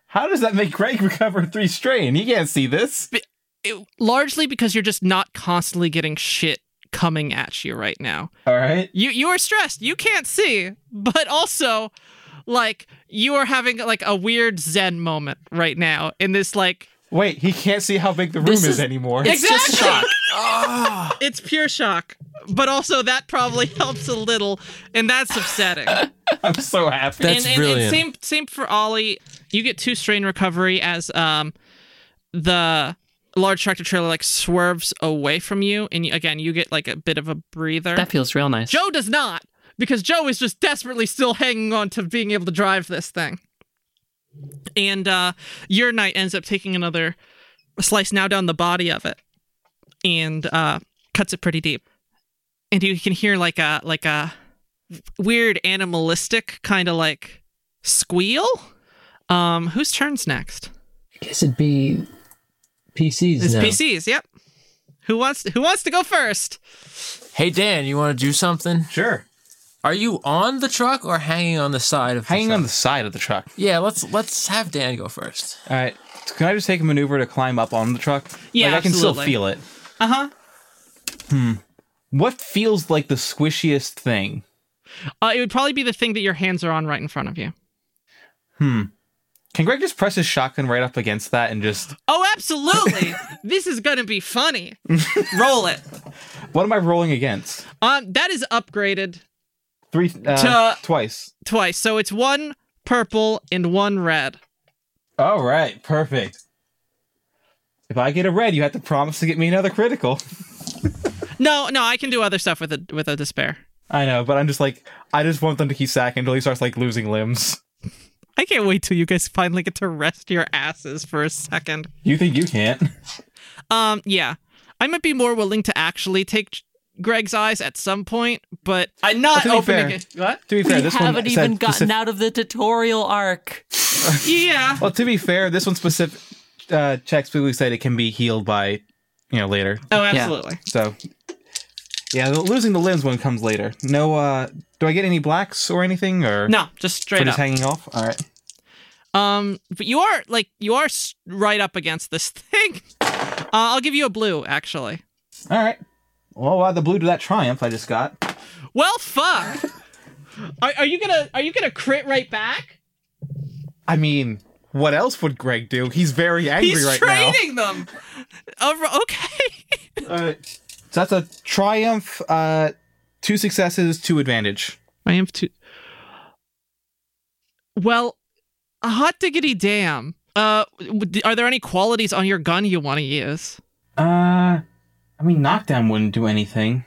[SPEAKER 4] How does that make Greg recover three strain? He can't see this.
[SPEAKER 9] it, largely because you're just not constantly getting shit coming at you right now.
[SPEAKER 4] All right.
[SPEAKER 9] You you are stressed. You can't see, but also like you are having like a weird zen moment right now in this like
[SPEAKER 4] Wait, he can't see how big the room
[SPEAKER 3] This
[SPEAKER 4] is,
[SPEAKER 3] is-
[SPEAKER 4] anymore.
[SPEAKER 3] It's just
[SPEAKER 9] Exactly.
[SPEAKER 3] shock.
[SPEAKER 9] it's pure shock, but also that probably helps a little and that's upsetting.
[SPEAKER 4] I'm so happy.
[SPEAKER 2] That's
[SPEAKER 9] and, and,
[SPEAKER 2] brilliant.
[SPEAKER 9] and same same for Ollie. You get two strain recovery as um the large tractor trailer like swerves away from you and you, again you get like a bit of a breather.
[SPEAKER 3] That feels real nice.
[SPEAKER 9] Joe does not, because Joe is just desperately still hanging on to being able to drive this thing. And uh, your knight ends up taking another slice now down the body of it, and uh, cuts it pretty deep. And you can hear like a like a weird animalistic kind of like squeal. Um, whose turns next?
[SPEAKER 14] guess it'd be PCs
[SPEAKER 9] It's
[SPEAKER 14] now.
[SPEAKER 9] PCs. Yep. Who wants who wants to go first?
[SPEAKER 2] hey Dan, you want to do something?
[SPEAKER 4] sure.
[SPEAKER 2] Are you on the truck or hanging on the side of
[SPEAKER 4] Hanging
[SPEAKER 2] the
[SPEAKER 4] on
[SPEAKER 2] truck?
[SPEAKER 4] the side of the truck.
[SPEAKER 2] Yeah, let's let's have Dan go first.
[SPEAKER 4] All right. Can I just take a maneuver to climb up on the truck?
[SPEAKER 9] Yeah,
[SPEAKER 4] like, I can still
[SPEAKER 9] absolutely.
[SPEAKER 4] feel it. Uh-huh. Hmm.
[SPEAKER 9] Uh huh.
[SPEAKER 4] What feels like the squishiest thing?
[SPEAKER 9] Uh, it would probably be the thing that your hands are on right in front of you.
[SPEAKER 4] Can Greg just press his shotgun right up against that and just
[SPEAKER 9] Oh, absolutely. this is going to be funny. Roll it.
[SPEAKER 4] what am I rolling against?
[SPEAKER 9] Um, that is upgraded
[SPEAKER 4] Three uh,
[SPEAKER 9] Ta-
[SPEAKER 4] twice.
[SPEAKER 9] twice. So it's one purple and one red.
[SPEAKER 4] All right, perfect. If I get a red, you have to promise to get me another critical.
[SPEAKER 9] No, no, I can do other stuff with a with a despair.
[SPEAKER 4] I know, but I'm just like I just want them to keep sacking until he starts like losing limbs.
[SPEAKER 9] I can't wait till you guys finally get to rest your asses for a second.
[SPEAKER 4] You think you can't?
[SPEAKER 9] Um, yeah, I might be more willing to actually take Greg's eyes at some point, but I'm not
[SPEAKER 4] to be fair-
[SPEAKER 9] opening it. What?
[SPEAKER 4] To be fair,
[SPEAKER 3] we
[SPEAKER 4] this
[SPEAKER 3] haven't
[SPEAKER 4] one said
[SPEAKER 3] even gotten
[SPEAKER 4] specif-
[SPEAKER 3] out of the tutorial arc.
[SPEAKER 9] Yeah.
[SPEAKER 4] Well, to be fair, this one specific uh, check specifically said it can be healed by you know later.
[SPEAKER 9] Oh, absolutely.
[SPEAKER 4] So yeah, the, losing the limbs one comes later. No, uh do I get any blacks or anything or
[SPEAKER 9] No, just
[SPEAKER 4] for
[SPEAKER 9] straight
[SPEAKER 4] just
[SPEAKER 9] up.
[SPEAKER 4] hanging off? All right.
[SPEAKER 9] Um, but you are like you are s- right up against this thing. Uh, I'll give you a blue actually.
[SPEAKER 4] All right. Well, why the blue to that triumph I just got?
[SPEAKER 9] Well, fuck. Are, are you gonna are you gonna crit right back?
[SPEAKER 4] I mean, what else would Greg do? He's very angry
[SPEAKER 9] He's
[SPEAKER 4] right
[SPEAKER 9] training them. Oh, okay.
[SPEAKER 4] now. All right. So that's a triumph, uh, two successes, two advantage.
[SPEAKER 9] I am too. Well, a hot diggity damn. Uh, w- are there any qualities on your gun you want to use?
[SPEAKER 4] Uh, I mean, knockdown wouldn't do anything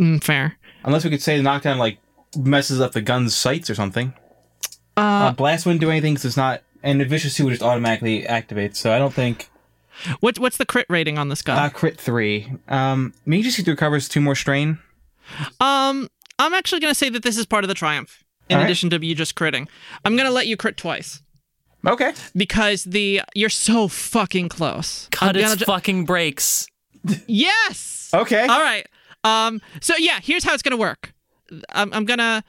[SPEAKER 9] Mm, fair.
[SPEAKER 4] unless we could say the knockdown like messes up the gun's sights or something. Uh,
[SPEAKER 9] Uh,
[SPEAKER 4] blast wouldn't do anything because it's not, and the vicious two would just automatically activate. So I don't think
[SPEAKER 9] what what's the crit rating on this
[SPEAKER 4] uh,
[SPEAKER 9] gun?
[SPEAKER 4] crit three. Um, maybe just see through covers two more strain.
[SPEAKER 9] um, I'm actually gonna say that this is part of the triumph. In
[SPEAKER 4] Alright.
[SPEAKER 9] addition to you just critting, I'm gonna let you crit twice
[SPEAKER 4] Okay.
[SPEAKER 9] because the you're so fucking close.
[SPEAKER 3] Cut
[SPEAKER 9] I'm
[SPEAKER 3] its
[SPEAKER 9] gonna ju-
[SPEAKER 3] fucking brakes.
[SPEAKER 9] yes.
[SPEAKER 4] Okay.
[SPEAKER 9] All right. Um. So yeah, here's how it's gonna work. I'm, I'm gonna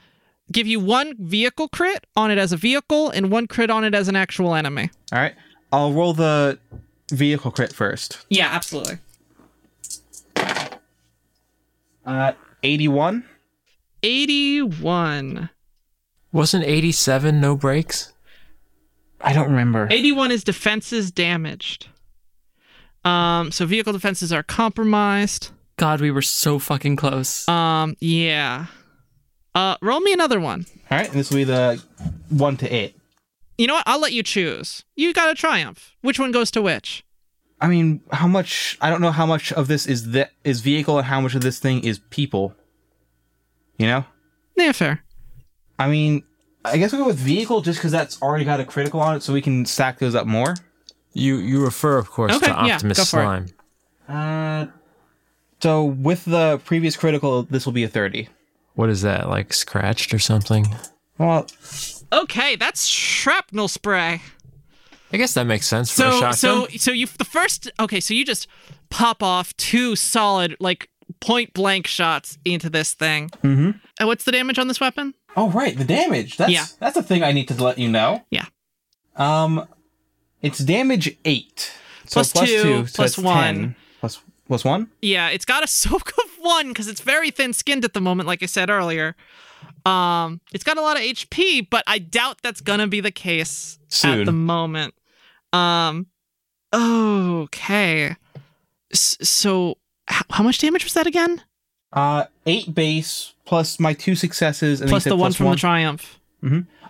[SPEAKER 9] give you one vehicle crit on it as a vehicle and one crit on it as an actual enemy.
[SPEAKER 4] All right. I'll roll the vehicle crit first.
[SPEAKER 9] Yeah, absolutely.
[SPEAKER 4] Uh, 81.
[SPEAKER 9] Eighty-one.
[SPEAKER 2] Wasn't 87 no breaks?
[SPEAKER 4] I don't remember.
[SPEAKER 9] Eighty-one is defenses damaged. Um. So vehicle defenses are compromised.
[SPEAKER 3] God, we were so fucking close.
[SPEAKER 9] Um. Yeah. Uh. Roll me another one.
[SPEAKER 4] All right, and this will be the one to eight.
[SPEAKER 9] You know what? I'll let you choose. You got a triumph. Which one goes to which?
[SPEAKER 4] I mean, how much? I don't know how much of this is that is vehicle and how much of this thing is people. You know,
[SPEAKER 9] Yeah, fair.
[SPEAKER 4] I mean, I guess we go with vehicle just because that's already got a critical on it, so we can stack those up more.
[SPEAKER 2] You you refer, of course,
[SPEAKER 9] Okay,
[SPEAKER 2] to
[SPEAKER 9] yeah,
[SPEAKER 2] Optimus
[SPEAKER 9] go for it.
[SPEAKER 2] Slime.
[SPEAKER 4] Uh, so with the previous critical, this will be a thirty.
[SPEAKER 2] What is that, like scratched or something?
[SPEAKER 4] Well,
[SPEAKER 9] Okay, that's shrapnel spray.
[SPEAKER 2] I guess that makes sense for a
[SPEAKER 9] so
[SPEAKER 2] shotgun.
[SPEAKER 9] so so you the first okay so you just pop off two solid like point blank shots into this thing mm-hmm. and what's the damage on this weapon
[SPEAKER 4] oh right, the damage. That's
[SPEAKER 9] Yeah.
[SPEAKER 4] that's a thing I need to let you know.
[SPEAKER 9] Yeah.
[SPEAKER 4] Um, it's damage eight. So
[SPEAKER 9] Plus two,
[SPEAKER 4] it's
[SPEAKER 9] plus one.
[SPEAKER 4] 10. Plus plus one.
[SPEAKER 9] yeah it's got a soak of one because it's very thin skinned at the moment like i said earlier um it's got a lot of hp but i doubt that's gonna be the case at
[SPEAKER 4] Soon.
[SPEAKER 9] the moment um okay S- so h- how much damage was that again
[SPEAKER 4] Uh, eight base plus my two successes and
[SPEAKER 9] plus
[SPEAKER 4] then you said
[SPEAKER 9] the one
[SPEAKER 4] plus
[SPEAKER 9] from the triumph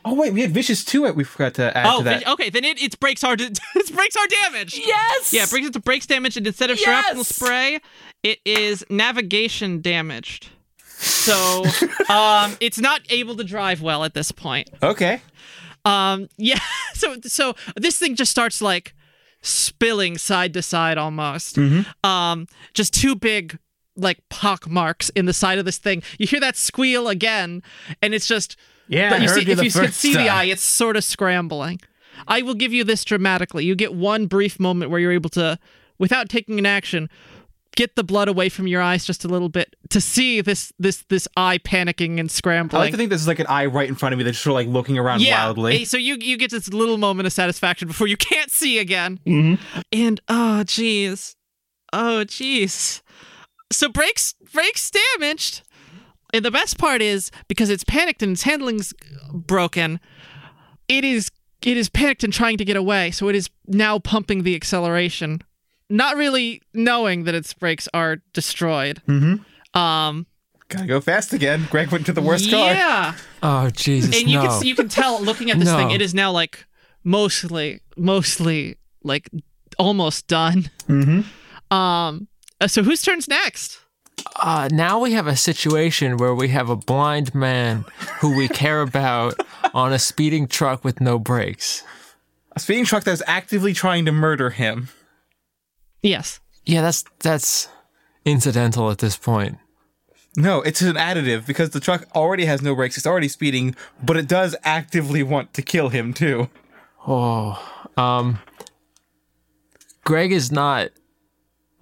[SPEAKER 4] Oh wait, we had vicious two. It we forgot to add
[SPEAKER 9] Oh,
[SPEAKER 4] to that.
[SPEAKER 9] then- okay. Then it, it breaks our it breaks our damage.
[SPEAKER 3] yes.
[SPEAKER 9] Yeah, it breaks it to breaks damage, and instead of shrapnel
[SPEAKER 3] Yes!
[SPEAKER 9] spray, it is navigation damaged. So, um, it's not able to drive well at this point.
[SPEAKER 4] Okay.
[SPEAKER 9] Um, yeah. So so this thing just starts like spilling side to side almost. Um, just two big like pock marks in the side of this thing. You hear that squeal again, and it's just
[SPEAKER 2] yeah,
[SPEAKER 9] but you see, if you could see the eye, it's sort of scrambling. I will give you this dramatically. You get one brief moment where you're able to, without taking an action, get the blood away from your eyes just a little bit to see this this this eye panicking and
[SPEAKER 4] I
[SPEAKER 9] scrambling.
[SPEAKER 4] like to think this is like an eye right in front of me that's sort of like looking around
[SPEAKER 9] yeah.
[SPEAKER 4] wildly.
[SPEAKER 9] eh, So you you get this little moment of satisfaction before you can't see again. Mm-hmm. And oh jeez, oh jeez. So breaks breaks damaged. And the best part is because it's panicked and its handling's broken, it is it is panicked and trying to get away, so it is now pumping the acceleration, not really knowing that its brakes are destroyed. Mm-hmm. Um,
[SPEAKER 4] Gotta go fast again. Greg went to the worst car.
[SPEAKER 9] yeah,
[SPEAKER 2] Oh Jesus!
[SPEAKER 9] and you
[SPEAKER 2] no.
[SPEAKER 9] can you can tell looking at this
[SPEAKER 2] No.
[SPEAKER 9] thing, it is now like mostly mostly like almost done. Um, uh, so whose turns next?
[SPEAKER 2] uh, now we have a situation where we have a blind man who we care about on a speeding truck with no brakes.
[SPEAKER 4] A speeding truck that was actively trying to murder him.
[SPEAKER 9] Yes.
[SPEAKER 2] Yeah, that's that's incidental at this point.
[SPEAKER 4] No, it's an additive because the truck already has no brakes. It's already speeding, but it does actively want to kill him too.
[SPEAKER 2] Oh, um, Greg is not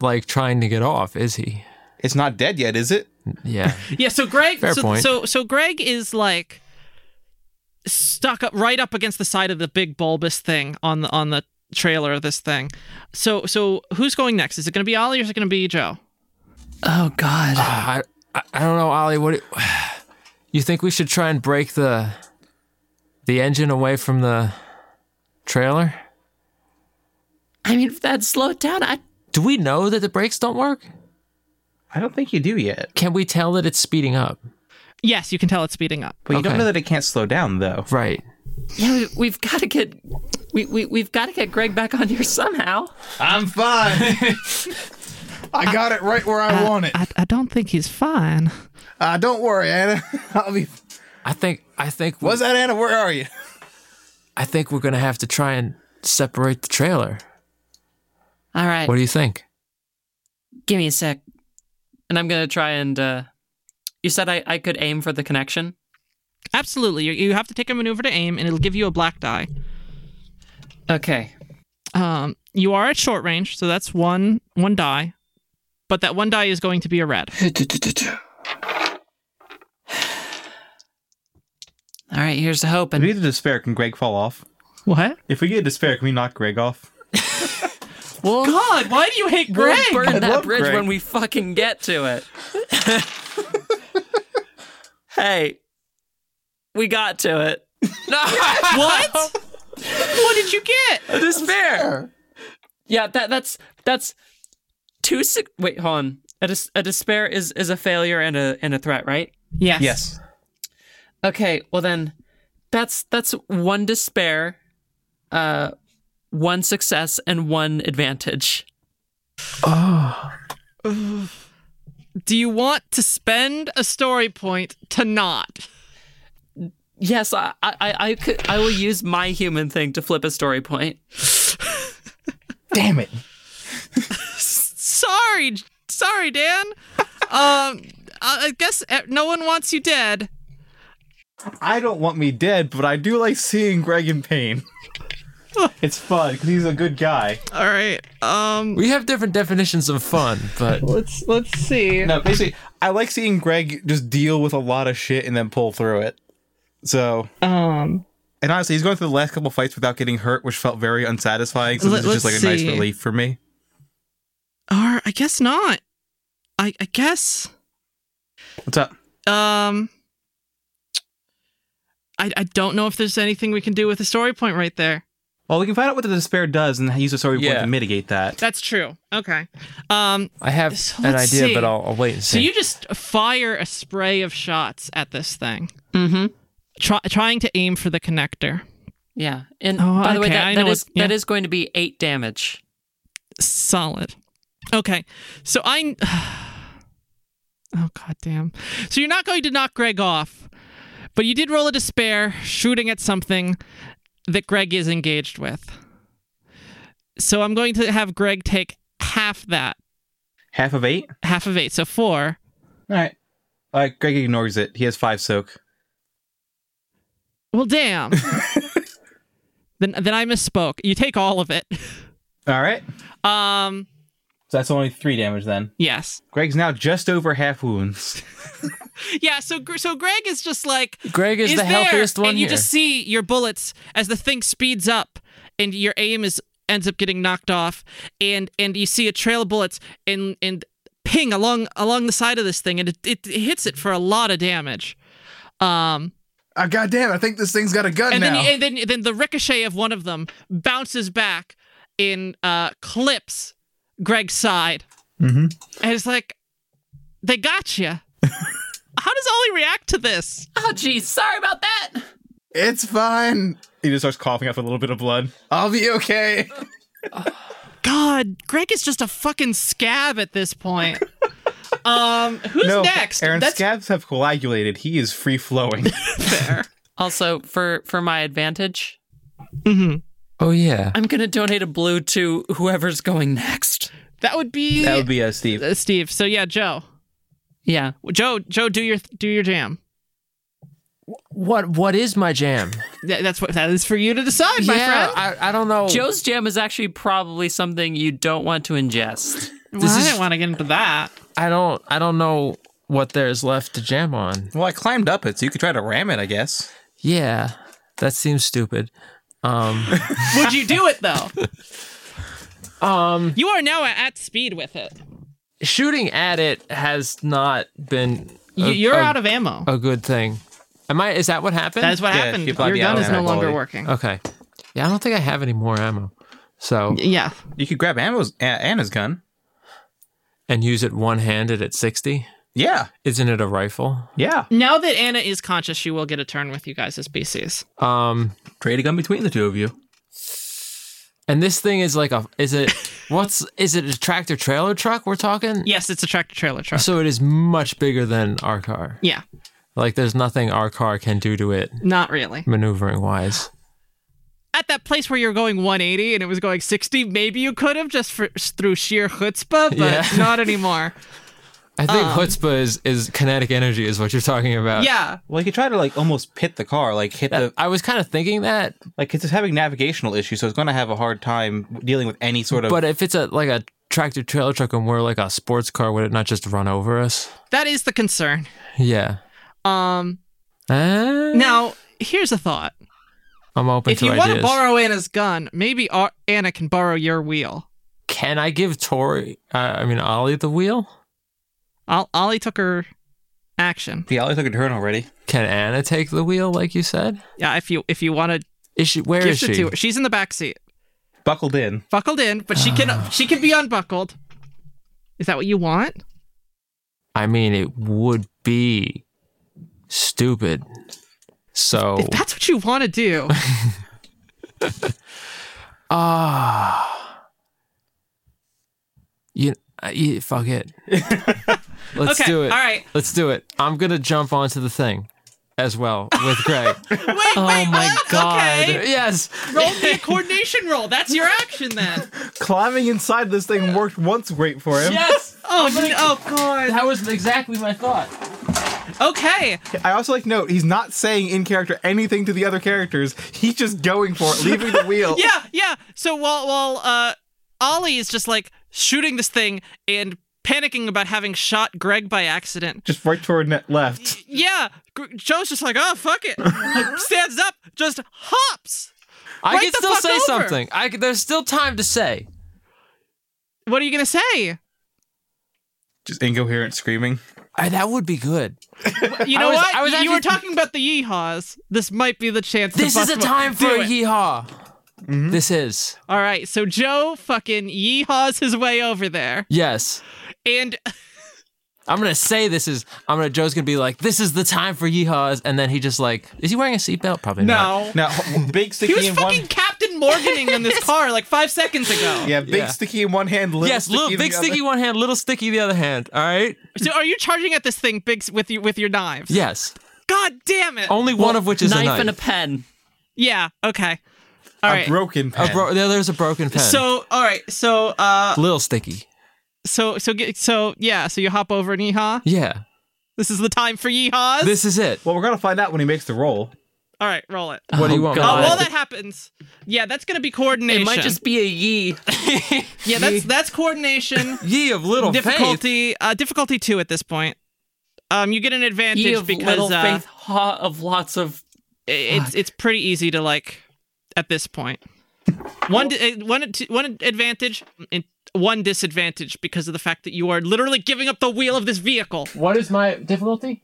[SPEAKER 2] like trying to get off, is he?
[SPEAKER 4] It's not dead yet, is it?
[SPEAKER 2] Yeah. Uh,
[SPEAKER 9] Yeah, so Greg
[SPEAKER 2] Fair
[SPEAKER 9] so,
[SPEAKER 2] point.
[SPEAKER 9] so so Greg is like stuck up right up against the side of the big bulbous thing on the on the trailer of this thing. So so who's going next? Is it gonna be Ollie or is it gonna be Joe?
[SPEAKER 3] Oh God.
[SPEAKER 2] I, I I don't know, Ollie. What do- you think we should try and break the the engine away from the trailer?
[SPEAKER 3] I mean, if that slowed down, I
[SPEAKER 2] Do we know that the brakes don't work?
[SPEAKER 4] I don't think you do yet.
[SPEAKER 2] Can we tell that it's speeding up?
[SPEAKER 9] Yes, you can tell it's speeding up.
[SPEAKER 4] But you
[SPEAKER 2] Okay.
[SPEAKER 4] don't know that it can't slow down though.
[SPEAKER 2] Right.
[SPEAKER 3] yeah, we, we've got to get we, we we've got to get Greg back on here somehow.
[SPEAKER 4] I'm fine.
[SPEAKER 15] I got it right where
[SPEAKER 4] Uh,
[SPEAKER 15] I want it.
[SPEAKER 9] I, I don't think he's fine.
[SPEAKER 15] Uh, don't worry, Anna. I'll be.
[SPEAKER 2] I think I think we-
[SPEAKER 4] What's that, Anna? Where are you?
[SPEAKER 2] I think we're gonna have to try and separate the trailer.
[SPEAKER 3] All right,
[SPEAKER 2] What do you think?
[SPEAKER 3] give me a sec, and I'm gonna try and. uh You said I I could aim for the connection.
[SPEAKER 9] Absolutely. You, you have to take a maneuver to aim and it'll give you a black die.
[SPEAKER 3] Okay.
[SPEAKER 9] Um you are at short range, so that's one one die. But that one die is going to be a red.
[SPEAKER 3] All right. Here's to hope.
[SPEAKER 4] If we
[SPEAKER 3] And
[SPEAKER 4] get a despair, can Greg fall off?
[SPEAKER 9] What?
[SPEAKER 4] If we get a despair, can we knock Greg off?
[SPEAKER 3] we'll,
[SPEAKER 9] God, why do you hate
[SPEAKER 3] we'll
[SPEAKER 9] Greg?
[SPEAKER 3] burn that
[SPEAKER 4] love
[SPEAKER 3] bridge
[SPEAKER 4] Greg.
[SPEAKER 3] when we fucking get to it. hey, we got to it.
[SPEAKER 9] What? what did you get?
[SPEAKER 3] despair. Yeah, that that's that's two six. Wait, hold on. A, dis- a despair is is a failure and a and a threat, right?
[SPEAKER 9] Yes.
[SPEAKER 4] Yes.
[SPEAKER 3] Okay, well then, that's that's one despair, uh, one success and one advantage.
[SPEAKER 9] Do you want to spend a story point to not?
[SPEAKER 3] Yes, I I I, I could I will use my human thing to flip a story point.
[SPEAKER 4] Damn it.
[SPEAKER 9] Sorry, J- sorry, Dan. um, I I guess uh, no one wants you dead.
[SPEAKER 4] I don't want me dead, but I do like seeing Greg in pain. it's fun because he's a good guy.
[SPEAKER 9] All right. Um,
[SPEAKER 2] We have different definitions of fun, but
[SPEAKER 9] let's let's see.
[SPEAKER 4] No, basically, I like seeing Greg just deal with a lot of shit and then pull through it. So,
[SPEAKER 9] Um,
[SPEAKER 4] and honestly, he's going through the last couple fights without getting hurt, which felt very unsatisfying. So
[SPEAKER 9] Let-
[SPEAKER 4] this is just like
[SPEAKER 9] let's
[SPEAKER 4] a nice
[SPEAKER 9] see.
[SPEAKER 4] relief for me.
[SPEAKER 9] or I guess not. I I guess.
[SPEAKER 4] What's up?
[SPEAKER 9] Um. I, I don't know if there's anything we can do with a story point right there.
[SPEAKER 4] Well, we can find out what the despair does and use a story point
[SPEAKER 2] Yeah.
[SPEAKER 4] to mitigate that.
[SPEAKER 9] That's true. Okay. Um,
[SPEAKER 2] I have
[SPEAKER 9] So
[SPEAKER 2] an idea,
[SPEAKER 9] let's see.
[SPEAKER 2] but I'll, I'll wait and
[SPEAKER 9] So
[SPEAKER 2] see.
[SPEAKER 9] you just fire a spray of shots at this thing,
[SPEAKER 3] Mm-hmm.
[SPEAKER 9] try, trying to aim for the connector.
[SPEAKER 3] Yeah, and
[SPEAKER 9] Oh,
[SPEAKER 3] by the way,
[SPEAKER 9] okay,
[SPEAKER 3] that,
[SPEAKER 9] I
[SPEAKER 3] that
[SPEAKER 9] know
[SPEAKER 3] is
[SPEAKER 9] what- yeah.
[SPEAKER 3] that is going to be eight damage.
[SPEAKER 9] Solid. Okay. So I. Oh god damn. So you're not going to knock Greg off, but you did roll a despair, shooting at something that Greg is engaged with. So I'm going to have Greg take half that,
[SPEAKER 4] Half of eight?
[SPEAKER 9] half of eight, so four.
[SPEAKER 4] All right. All right, Greg ignores it. He has five soak.
[SPEAKER 9] Well, damn. then then I misspoke. You take all of it.
[SPEAKER 4] All right.
[SPEAKER 9] Um.
[SPEAKER 4] So that's only three damage then.
[SPEAKER 9] Yes.
[SPEAKER 4] Greg's now just over half wounds.
[SPEAKER 9] Yeah, so Gr- so Greg is just like
[SPEAKER 2] Greg is, the
[SPEAKER 9] there,
[SPEAKER 2] healthiest one
[SPEAKER 9] and you
[SPEAKER 2] here.
[SPEAKER 9] just see your bullets as the thing speeds up, and your aim is ends up getting knocked off, and and you see a trail of bullets, and and ping along along the side of this thing, and it, it, it hits it for a lot of damage. Um,
[SPEAKER 16] Ah, goddamn! I think this thing's got a gun
[SPEAKER 9] and
[SPEAKER 16] now.
[SPEAKER 9] then, and then then the ricochet of one of them bounces back in uh clips Greg's side. Mm-hmm. And it's like, they got you. How does Ollie react to this?
[SPEAKER 3] Oh, geez, sorry about that.
[SPEAKER 16] it's fine.
[SPEAKER 10] He just starts coughing up a little bit of blood.
[SPEAKER 16] I'll be okay.
[SPEAKER 9] God, Greg is just a fucking scab at this point. um, who's next?
[SPEAKER 10] Aaron,
[SPEAKER 9] That's
[SPEAKER 10] scabs have coagulated. He is free flowing.
[SPEAKER 9] fair.
[SPEAKER 3] Also, for for my advantage,
[SPEAKER 9] Mhm.
[SPEAKER 2] Oh yeah.
[SPEAKER 3] I'm gonna donate a blue to whoever's going next.
[SPEAKER 9] That would be,
[SPEAKER 10] that would be uh, Steve.
[SPEAKER 9] uh, Steve. So yeah, Joe.
[SPEAKER 3] Yeah.
[SPEAKER 9] Joe, Joe, do your do your jam.
[SPEAKER 2] What what is my jam?
[SPEAKER 9] Th- that's what that is for you to decide, my
[SPEAKER 2] yeah,
[SPEAKER 9] friend.
[SPEAKER 2] I, I don't know.
[SPEAKER 3] Joe's jam is actually probably something you don't want to ingest.
[SPEAKER 9] Well, I didn't want to get into that.
[SPEAKER 2] I don't I don't know what there's left to jam on.
[SPEAKER 10] Well, I climbed up it, so you could try to ram it, I guess.
[SPEAKER 2] Yeah. That seems stupid. Um
[SPEAKER 9] Would you do it though?
[SPEAKER 2] um
[SPEAKER 9] You are now at speed with it.
[SPEAKER 2] shooting at it has not been
[SPEAKER 9] You,
[SPEAKER 10] Oh,
[SPEAKER 2] a-
[SPEAKER 9] you're
[SPEAKER 2] a-
[SPEAKER 9] out of ammo.
[SPEAKER 2] a good thing. Am I is that what happened?
[SPEAKER 9] That's what
[SPEAKER 10] Yeah,
[SPEAKER 9] happened.
[SPEAKER 10] you
[SPEAKER 9] Your
[SPEAKER 10] blocked the
[SPEAKER 9] gun
[SPEAKER 10] ammo
[SPEAKER 9] is no
[SPEAKER 10] quality. Oh.
[SPEAKER 9] longer working.
[SPEAKER 2] Okay. Yeah, I don't think I have any more ammo. So
[SPEAKER 9] yeah.
[SPEAKER 10] You could grab Anna's, A- Anna's gun.
[SPEAKER 2] and use it one handed at sixty.
[SPEAKER 10] Yeah,
[SPEAKER 2] Isn't it a rifle?
[SPEAKER 10] yeah.
[SPEAKER 9] Now that Anna is conscious, she will get a turn with you guys as BCs.
[SPEAKER 2] Um
[SPEAKER 10] Trade a gun between the two of you.
[SPEAKER 2] and this thing is like a is it what's is it a tractor trailer truck we're talking?
[SPEAKER 9] Yes, it's a tractor trailer truck.
[SPEAKER 2] So it is much bigger than our car.
[SPEAKER 9] yeah,
[SPEAKER 2] Like there's nothing our car can do to it
[SPEAKER 9] not really.
[SPEAKER 2] maneuvering wise.
[SPEAKER 9] At that place where you're going 180 and it was going 60, maybe you could have just for, through sheer chutzpah, but
[SPEAKER 2] Yeah.
[SPEAKER 9] not anymore.
[SPEAKER 2] I think chutzpah is, is kinetic energy is what you're talking about.
[SPEAKER 9] Um,
[SPEAKER 2] Uh,
[SPEAKER 9] yeah.
[SPEAKER 10] Well, you could try to like almost pit the car, like hit the
[SPEAKER 2] I was kind of thinking that,
[SPEAKER 10] like it's having navigational issues, so it's going to have a hard time dealing with any sort of.
[SPEAKER 2] but if it's a like a tractor trailer truck and we're like a sports car, would it not just run over us?
[SPEAKER 9] That is the concern.
[SPEAKER 2] Yeah.
[SPEAKER 9] Um
[SPEAKER 2] Uh,
[SPEAKER 9] now, here's a thought.
[SPEAKER 2] I'm open
[SPEAKER 9] if
[SPEAKER 2] to
[SPEAKER 9] you
[SPEAKER 2] ideas.
[SPEAKER 9] want to borrow Anna's gun, maybe Ar- Anna can borrow your wheel.
[SPEAKER 2] Can I give Tori? Uh, I mean Ollie the wheel?
[SPEAKER 9] Ol- Ollie took her action.
[SPEAKER 10] yeah, I took a turn already.
[SPEAKER 2] Can Anna take the wheel? Like you said,
[SPEAKER 9] Yeah, if you if you want to
[SPEAKER 2] is she? Where is
[SPEAKER 9] gift it
[SPEAKER 2] she?
[SPEAKER 9] to her, she's in the back seat,
[SPEAKER 10] Buckled in.
[SPEAKER 9] buckled in, but she can she can be unbuckled. Is that what you want?
[SPEAKER 2] I mean, it would be stupid. So
[SPEAKER 9] If that's what you want to do,
[SPEAKER 2] Ah. You, uh, you fuck it. Let's
[SPEAKER 9] okay,
[SPEAKER 2] do it.
[SPEAKER 9] all right.
[SPEAKER 2] Let's do it. I'm gonna jump onto the thing as well with Greg.
[SPEAKER 9] Wait, oh wait,
[SPEAKER 3] my
[SPEAKER 9] what?
[SPEAKER 3] God.
[SPEAKER 9] Okay,
[SPEAKER 2] yes.
[SPEAKER 9] roll the coordination roll. That's your action then.
[SPEAKER 16] Climbing inside this thing worked once great for him.
[SPEAKER 9] Yes. Oh, n- oh god.
[SPEAKER 2] That was exactly my thought.
[SPEAKER 9] Okay.
[SPEAKER 16] I also like note he's not saying in character anything to the other characters. He's just going for it, leaving the wheel.
[SPEAKER 9] Yeah, yeah. So while while uh, Ollie is just like shooting this thing and panicking about having shot Greg by accident,
[SPEAKER 16] Just right toward net left.
[SPEAKER 9] Yeah, Gr- Joe's just like, oh fuck it, like, stands up, just hops.
[SPEAKER 2] I
[SPEAKER 9] Right
[SPEAKER 2] can
[SPEAKER 9] the
[SPEAKER 2] still
[SPEAKER 9] fuck
[SPEAKER 2] say
[SPEAKER 9] over.
[SPEAKER 2] something. I c- there's still time to say.
[SPEAKER 9] What are you gonna say?
[SPEAKER 10] Just incoherent screaming.
[SPEAKER 2] I, that would be good.
[SPEAKER 9] You know
[SPEAKER 2] was-
[SPEAKER 9] what?
[SPEAKER 2] I was
[SPEAKER 9] you, you were
[SPEAKER 2] actually-
[SPEAKER 9] talking about the yeehaws. This might be the chance.
[SPEAKER 2] This
[SPEAKER 9] to
[SPEAKER 2] is
[SPEAKER 9] bust
[SPEAKER 2] a
[SPEAKER 9] one-
[SPEAKER 2] time for
[SPEAKER 9] Do
[SPEAKER 2] a
[SPEAKER 9] it.
[SPEAKER 2] yeehaw. Mm-hmm. This is
[SPEAKER 9] All right, so Joe fucking yeehaws his way over there,
[SPEAKER 2] yes.
[SPEAKER 9] and
[SPEAKER 2] I'm gonna say this is. I'm gonna. Joe's gonna be like, "This is the time for yeehaws," and then he just like, "Is he wearing a seatbelt? Probably not."
[SPEAKER 9] no,
[SPEAKER 10] Now, h- big
[SPEAKER 9] Oh. he
[SPEAKER 10] sticky
[SPEAKER 9] was
[SPEAKER 10] in
[SPEAKER 9] fucking
[SPEAKER 10] one.
[SPEAKER 9] Captain Morganing in this car like five seconds ago.
[SPEAKER 16] Yeah, big
[SPEAKER 2] Yeah.
[SPEAKER 16] sticky in one hand, little
[SPEAKER 2] yes,
[SPEAKER 16] sticky
[SPEAKER 2] little
[SPEAKER 16] in
[SPEAKER 2] big
[SPEAKER 16] the
[SPEAKER 2] sticky
[SPEAKER 16] Other.
[SPEAKER 2] one hand, little sticky the other hand. All right.
[SPEAKER 9] So are you charging at this thing big s- with you with your knives?
[SPEAKER 2] Yes.
[SPEAKER 9] God damn it.
[SPEAKER 2] Only one of which is
[SPEAKER 3] knife,
[SPEAKER 2] a knife.
[SPEAKER 3] and a pen.
[SPEAKER 9] Yeah. Okay. All right.
[SPEAKER 16] Broken
[SPEAKER 2] A
[SPEAKER 16] pen.
[SPEAKER 2] bro- there- there's a broken pen.
[SPEAKER 9] so all right. So uh.
[SPEAKER 2] little sticky.
[SPEAKER 9] So so get so yeah. So you hop over and yeehaw.
[SPEAKER 2] Yeah.
[SPEAKER 9] This is the time for yeehaws.
[SPEAKER 2] This is it.
[SPEAKER 10] Well, we're gonna find out when he makes the roll.
[SPEAKER 9] All right, roll it.
[SPEAKER 2] What do you want?
[SPEAKER 9] Oh,
[SPEAKER 3] God.
[SPEAKER 9] while that happens, yeah, that's gonna be coordination.
[SPEAKER 3] It might just be a ye.
[SPEAKER 9] yeah, that's that's coordination.
[SPEAKER 2] Ye of little faith.
[SPEAKER 9] difficulty uh, difficulty two at this point. Um, you get an advantage
[SPEAKER 3] ye of
[SPEAKER 9] because
[SPEAKER 3] little
[SPEAKER 9] uh,
[SPEAKER 3] faith, ha of lots of.
[SPEAKER 9] i- it's it's pretty easy eh, to like at this point. One di- uh, one ad- one advantage in one disadvantage because of the fact that you are literally giving up the wheel of this vehicle.
[SPEAKER 7] What is my difficulty?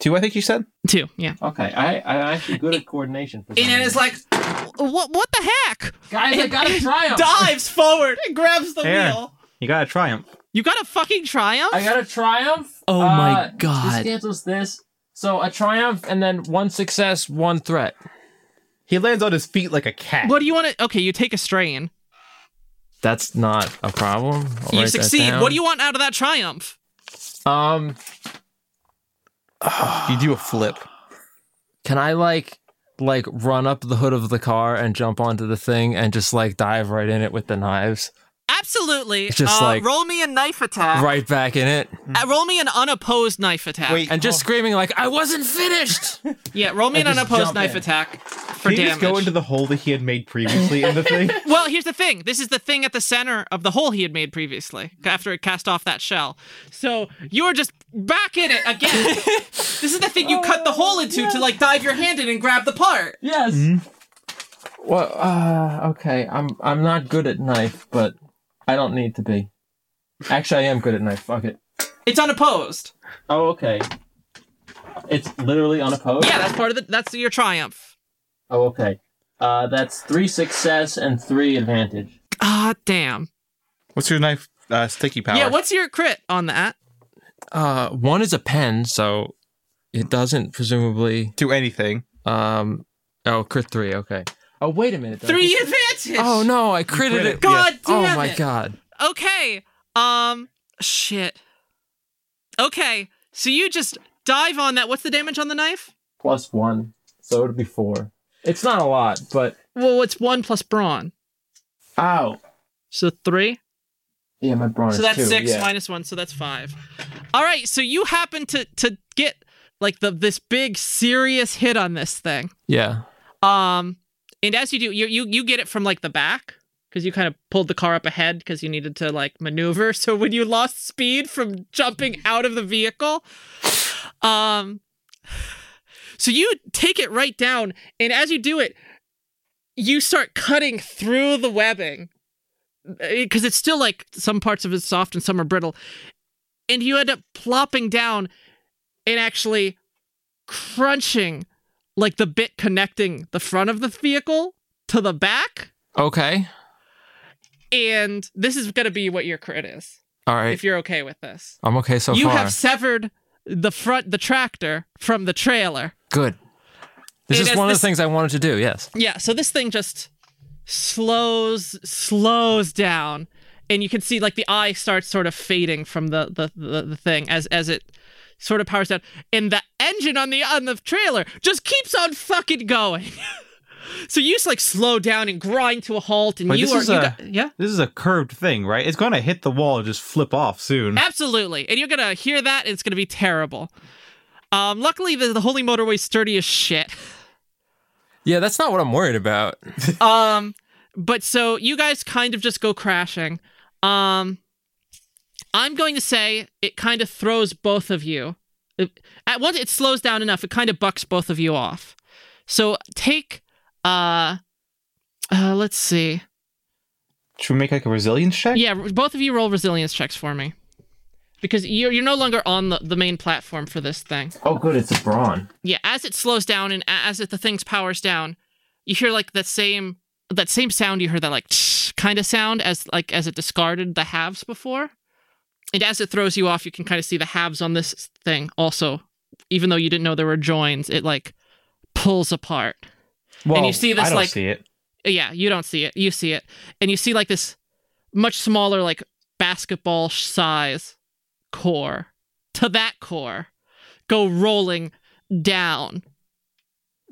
[SPEAKER 10] Two, I think you said.
[SPEAKER 9] Two, yeah.
[SPEAKER 7] Okay, I I'm actually good at coordination. For some And it's reason. like,
[SPEAKER 9] What what the heck?
[SPEAKER 7] guys, I gotta
[SPEAKER 3] Oh.
[SPEAKER 7] triumph.
[SPEAKER 9] Dives forward and grabs the
[SPEAKER 4] Aaron.
[SPEAKER 9] wheel.
[SPEAKER 4] You got to triumph.
[SPEAKER 9] You got a fucking triumph?
[SPEAKER 7] I got a triumph. Uh,
[SPEAKER 3] Oh my
[SPEAKER 7] This
[SPEAKER 3] God.
[SPEAKER 7] cancels this. So a triumph and then one success, one threat.
[SPEAKER 16] He lands on his feet like a cat.
[SPEAKER 9] what do you want to Okay, you take a strain.
[SPEAKER 2] That's not a problem. I'll
[SPEAKER 9] you
[SPEAKER 2] write that
[SPEAKER 9] succeed.
[SPEAKER 2] down.
[SPEAKER 9] What do you want out of that triumph?
[SPEAKER 2] Um,
[SPEAKER 16] You do a flip.
[SPEAKER 2] can I like like run up the hood of the car and jump onto the thing and just like dive right in it with the knives,
[SPEAKER 9] Absolutely.
[SPEAKER 2] It's just
[SPEAKER 9] uh,
[SPEAKER 2] like-
[SPEAKER 9] roll me a knife attack.
[SPEAKER 2] right back in it,
[SPEAKER 9] Uh, roll me an unopposed knife attack.
[SPEAKER 16] Wait,
[SPEAKER 2] and just screaming like I wasn't finished.
[SPEAKER 9] Yeah, roll me an
[SPEAKER 7] just
[SPEAKER 9] unopposed
[SPEAKER 7] jump
[SPEAKER 9] knife
[SPEAKER 7] in.
[SPEAKER 9] attack for
[SPEAKER 4] Can you
[SPEAKER 9] damage.
[SPEAKER 4] just go into the hole that he had made previously in the thing?
[SPEAKER 9] Well, here's the thing. This is the thing at the center of the hole he had made previously after it cast off that shell. So you're just back in it again. this is the thing you cut
[SPEAKER 2] Oh,
[SPEAKER 9] the hole into to like dive your hand in and grab the part.
[SPEAKER 7] Yes. Well, uh, okay. I'm I'm not good at knife, but I don't need to be. Actually, I am good at knife. Fuck it.
[SPEAKER 9] It's unopposed.
[SPEAKER 7] Oh, okay. It's literally unopposed.
[SPEAKER 9] Yeah, that's part of the. That's your triumph.
[SPEAKER 7] Oh, okay. Uh, that's three success and three advantage.
[SPEAKER 9] Ah, damn.
[SPEAKER 16] What's your knife uh, sticky power?
[SPEAKER 9] Yeah, what's your crit on that?
[SPEAKER 2] Uh, one is a pen, so it doesn't presumably.
[SPEAKER 16] Do anything.
[SPEAKER 2] Um, oh, crit three. Okay. Oh, wait a minute. though.
[SPEAKER 9] Three advantage.
[SPEAKER 2] Oh no, I critted
[SPEAKER 16] crit
[SPEAKER 2] it.
[SPEAKER 16] it.
[SPEAKER 9] God damn
[SPEAKER 2] oh my
[SPEAKER 9] it.
[SPEAKER 2] god.
[SPEAKER 9] Okay. Um. Shit. Okay. So you just dive on that. What's the damage on the knife?
[SPEAKER 7] Plus one, so it'd be four. It's not a lot, but
[SPEAKER 9] Well, it's one plus brawn.
[SPEAKER 7] ow.
[SPEAKER 9] So three.
[SPEAKER 7] Yeah, my brawn
[SPEAKER 9] So
[SPEAKER 7] is
[SPEAKER 9] that's
[SPEAKER 7] two,
[SPEAKER 9] six
[SPEAKER 7] yeah.
[SPEAKER 9] minus one, so that's five. All right, so you happen to to get like the this big serious hit on this thing.
[SPEAKER 2] Yeah.
[SPEAKER 9] Um, and as you do, you you you get it from like the back because you kind of pulled the car up ahead because you needed to like maneuver. So when you lost speed from jumping out of the vehicle, um, so you take it right down, and as you do it, you start cutting through the webbing because it's still like some parts of it's soft and some are brittle, and you end up plopping down and actually crunching like the bit connecting the front of the vehicle to the back.
[SPEAKER 2] Okay.
[SPEAKER 9] And this is going to be what your crit is,
[SPEAKER 2] All right.
[SPEAKER 9] if you're okay with this.
[SPEAKER 2] I'm okay so
[SPEAKER 9] you
[SPEAKER 2] far.
[SPEAKER 9] have severed the front, the tractor from the trailer.
[SPEAKER 2] Good. This
[SPEAKER 9] It
[SPEAKER 2] is
[SPEAKER 9] is-
[SPEAKER 2] one of
[SPEAKER 9] this-
[SPEAKER 2] the things I wanted to do. Yes.
[SPEAKER 9] Yeah, so this thing just slows, slows down. And you can see like the eye starts sort of fading from the the, the, the thing as as it sort of powers down. And the engine on the on the trailer just keeps on fucking going. so you just like slow down and grind to a halt and
[SPEAKER 4] Wait,
[SPEAKER 9] you
[SPEAKER 4] this
[SPEAKER 9] are
[SPEAKER 4] is
[SPEAKER 9] you
[SPEAKER 4] a-
[SPEAKER 9] got- yeah?
[SPEAKER 4] This is a curved thing, right? It's going to hit the wall and just flip off soon.
[SPEAKER 9] Absolutely. And you're going to hear that, and it's going to be terrible. Um, luckily, the, the Holy Motorway's sturdy as shit.
[SPEAKER 2] Yeah, that's not what I'm worried about.
[SPEAKER 9] Um, but so you guys kind of just go crashing. Um, I'm going to say it kind of throws both of you. it- At once it slows down enough, it kind of bucks both of you off. So take, uh, uh, let's see.
[SPEAKER 4] Should we make like a resilience check?
[SPEAKER 9] Yeah, r- both of you roll resilience checks for me. Because you're, you're no longer on the, the main platform for this thing.
[SPEAKER 7] Oh, good. It's a brawn.
[SPEAKER 9] yeah as it slows down and a- as it the thing's powers down you hear like that same that same sound you heard that like kind of sound as like as it discarded the halves before and as it throws you off you can kind of see the halves on this thing also even though you didn't know there were joins it like pulls apart
[SPEAKER 4] Well,
[SPEAKER 9] And you see this,
[SPEAKER 4] I don't
[SPEAKER 9] like-
[SPEAKER 4] see it.
[SPEAKER 9] yeah you don't see it you see it and you see like this much smaller like basketball size core to that core go rolling down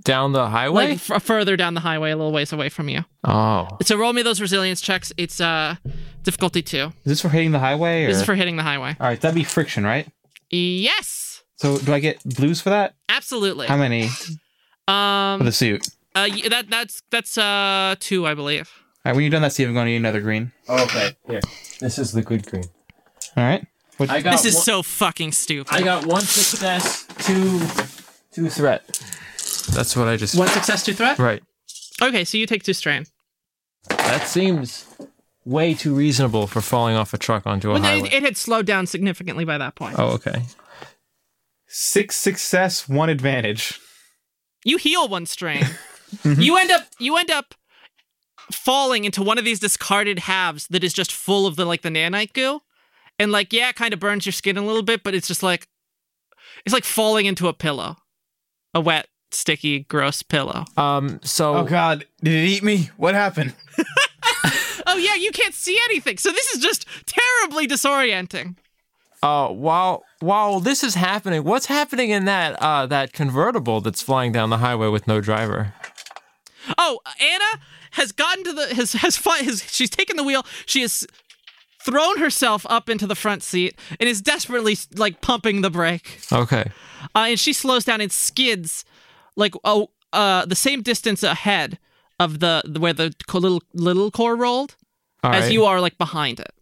[SPEAKER 2] Down the highway?
[SPEAKER 9] like f- further down the highway, a little ways away from you.
[SPEAKER 2] oh.
[SPEAKER 9] So roll me those resilience checks. It's uh difficulty two.
[SPEAKER 4] Is this for hitting the highway? Or...
[SPEAKER 9] This is for hitting the highway.
[SPEAKER 4] All right, that'd be friction, right?
[SPEAKER 9] Yes,
[SPEAKER 4] So do I get blues for that?
[SPEAKER 9] absolutely.
[SPEAKER 4] How many for
[SPEAKER 9] Um,
[SPEAKER 4] the suit?
[SPEAKER 9] uh, y- that that's that's uh two, I believe.
[SPEAKER 4] All right, when you're done that, Steve, I'm going to need another green.
[SPEAKER 7] Oh, okay. Here. This is the good green.
[SPEAKER 4] All right.
[SPEAKER 7] I got
[SPEAKER 9] This is
[SPEAKER 7] one-
[SPEAKER 9] so fucking stupid.
[SPEAKER 7] I got one success, two, two threat.
[SPEAKER 2] That's what I just
[SPEAKER 9] One success, two threat.
[SPEAKER 2] Right.
[SPEAKER 9] Okay, so you take two strain.
[SPEAKER 7] That seems
[SPEAKER 2] way too reasonable for falling off a truck onto a
[SPEAKER 9] Well,
[SPEAKER 2] highway.
[SPEAKER 9] it, it had slowed down significantly by that point.
[SPEAKER 2] oh, okay.
[SPEAKER 4] Six success, one advantage.
[SPEAKER 9] You heal one strain. you end up you end up falling into one of these discarded halves that is just full of the like the nanite goo. And like, yeah, it kind of burns your skin a little bit, but it's just like it's like falling into a pillow. A wet, sticky, gross pillow.
[SPEAKER 2] Um. So
[SPEAKER 4] Oh god, did it eat me? What happened?
[SPEAKER 9] Oh yeah, you can't see anything. So this is just terribly disorienting.
[SPEAKER 2] uh, while while this is happening, what's happening in that uh, that convertible that's flying down the highway with no driver?
[SPEAKER 9] Oh, Anna has gotten to the has has, fi- has she's taken the wheel. She has thrown herself up into the front seat and is desperately like pumping the brake.
[SPEAKER 2] Okay.
[SPEAKER 9] Uh, and she slows down and skids like oh uh the same distance ahead of the where the co- little little core rolled
[SPEAKER 2] All
[SPEAKER 9] as
[SPEAKER 2] right.
[SPEAKER 9] you are like behind it.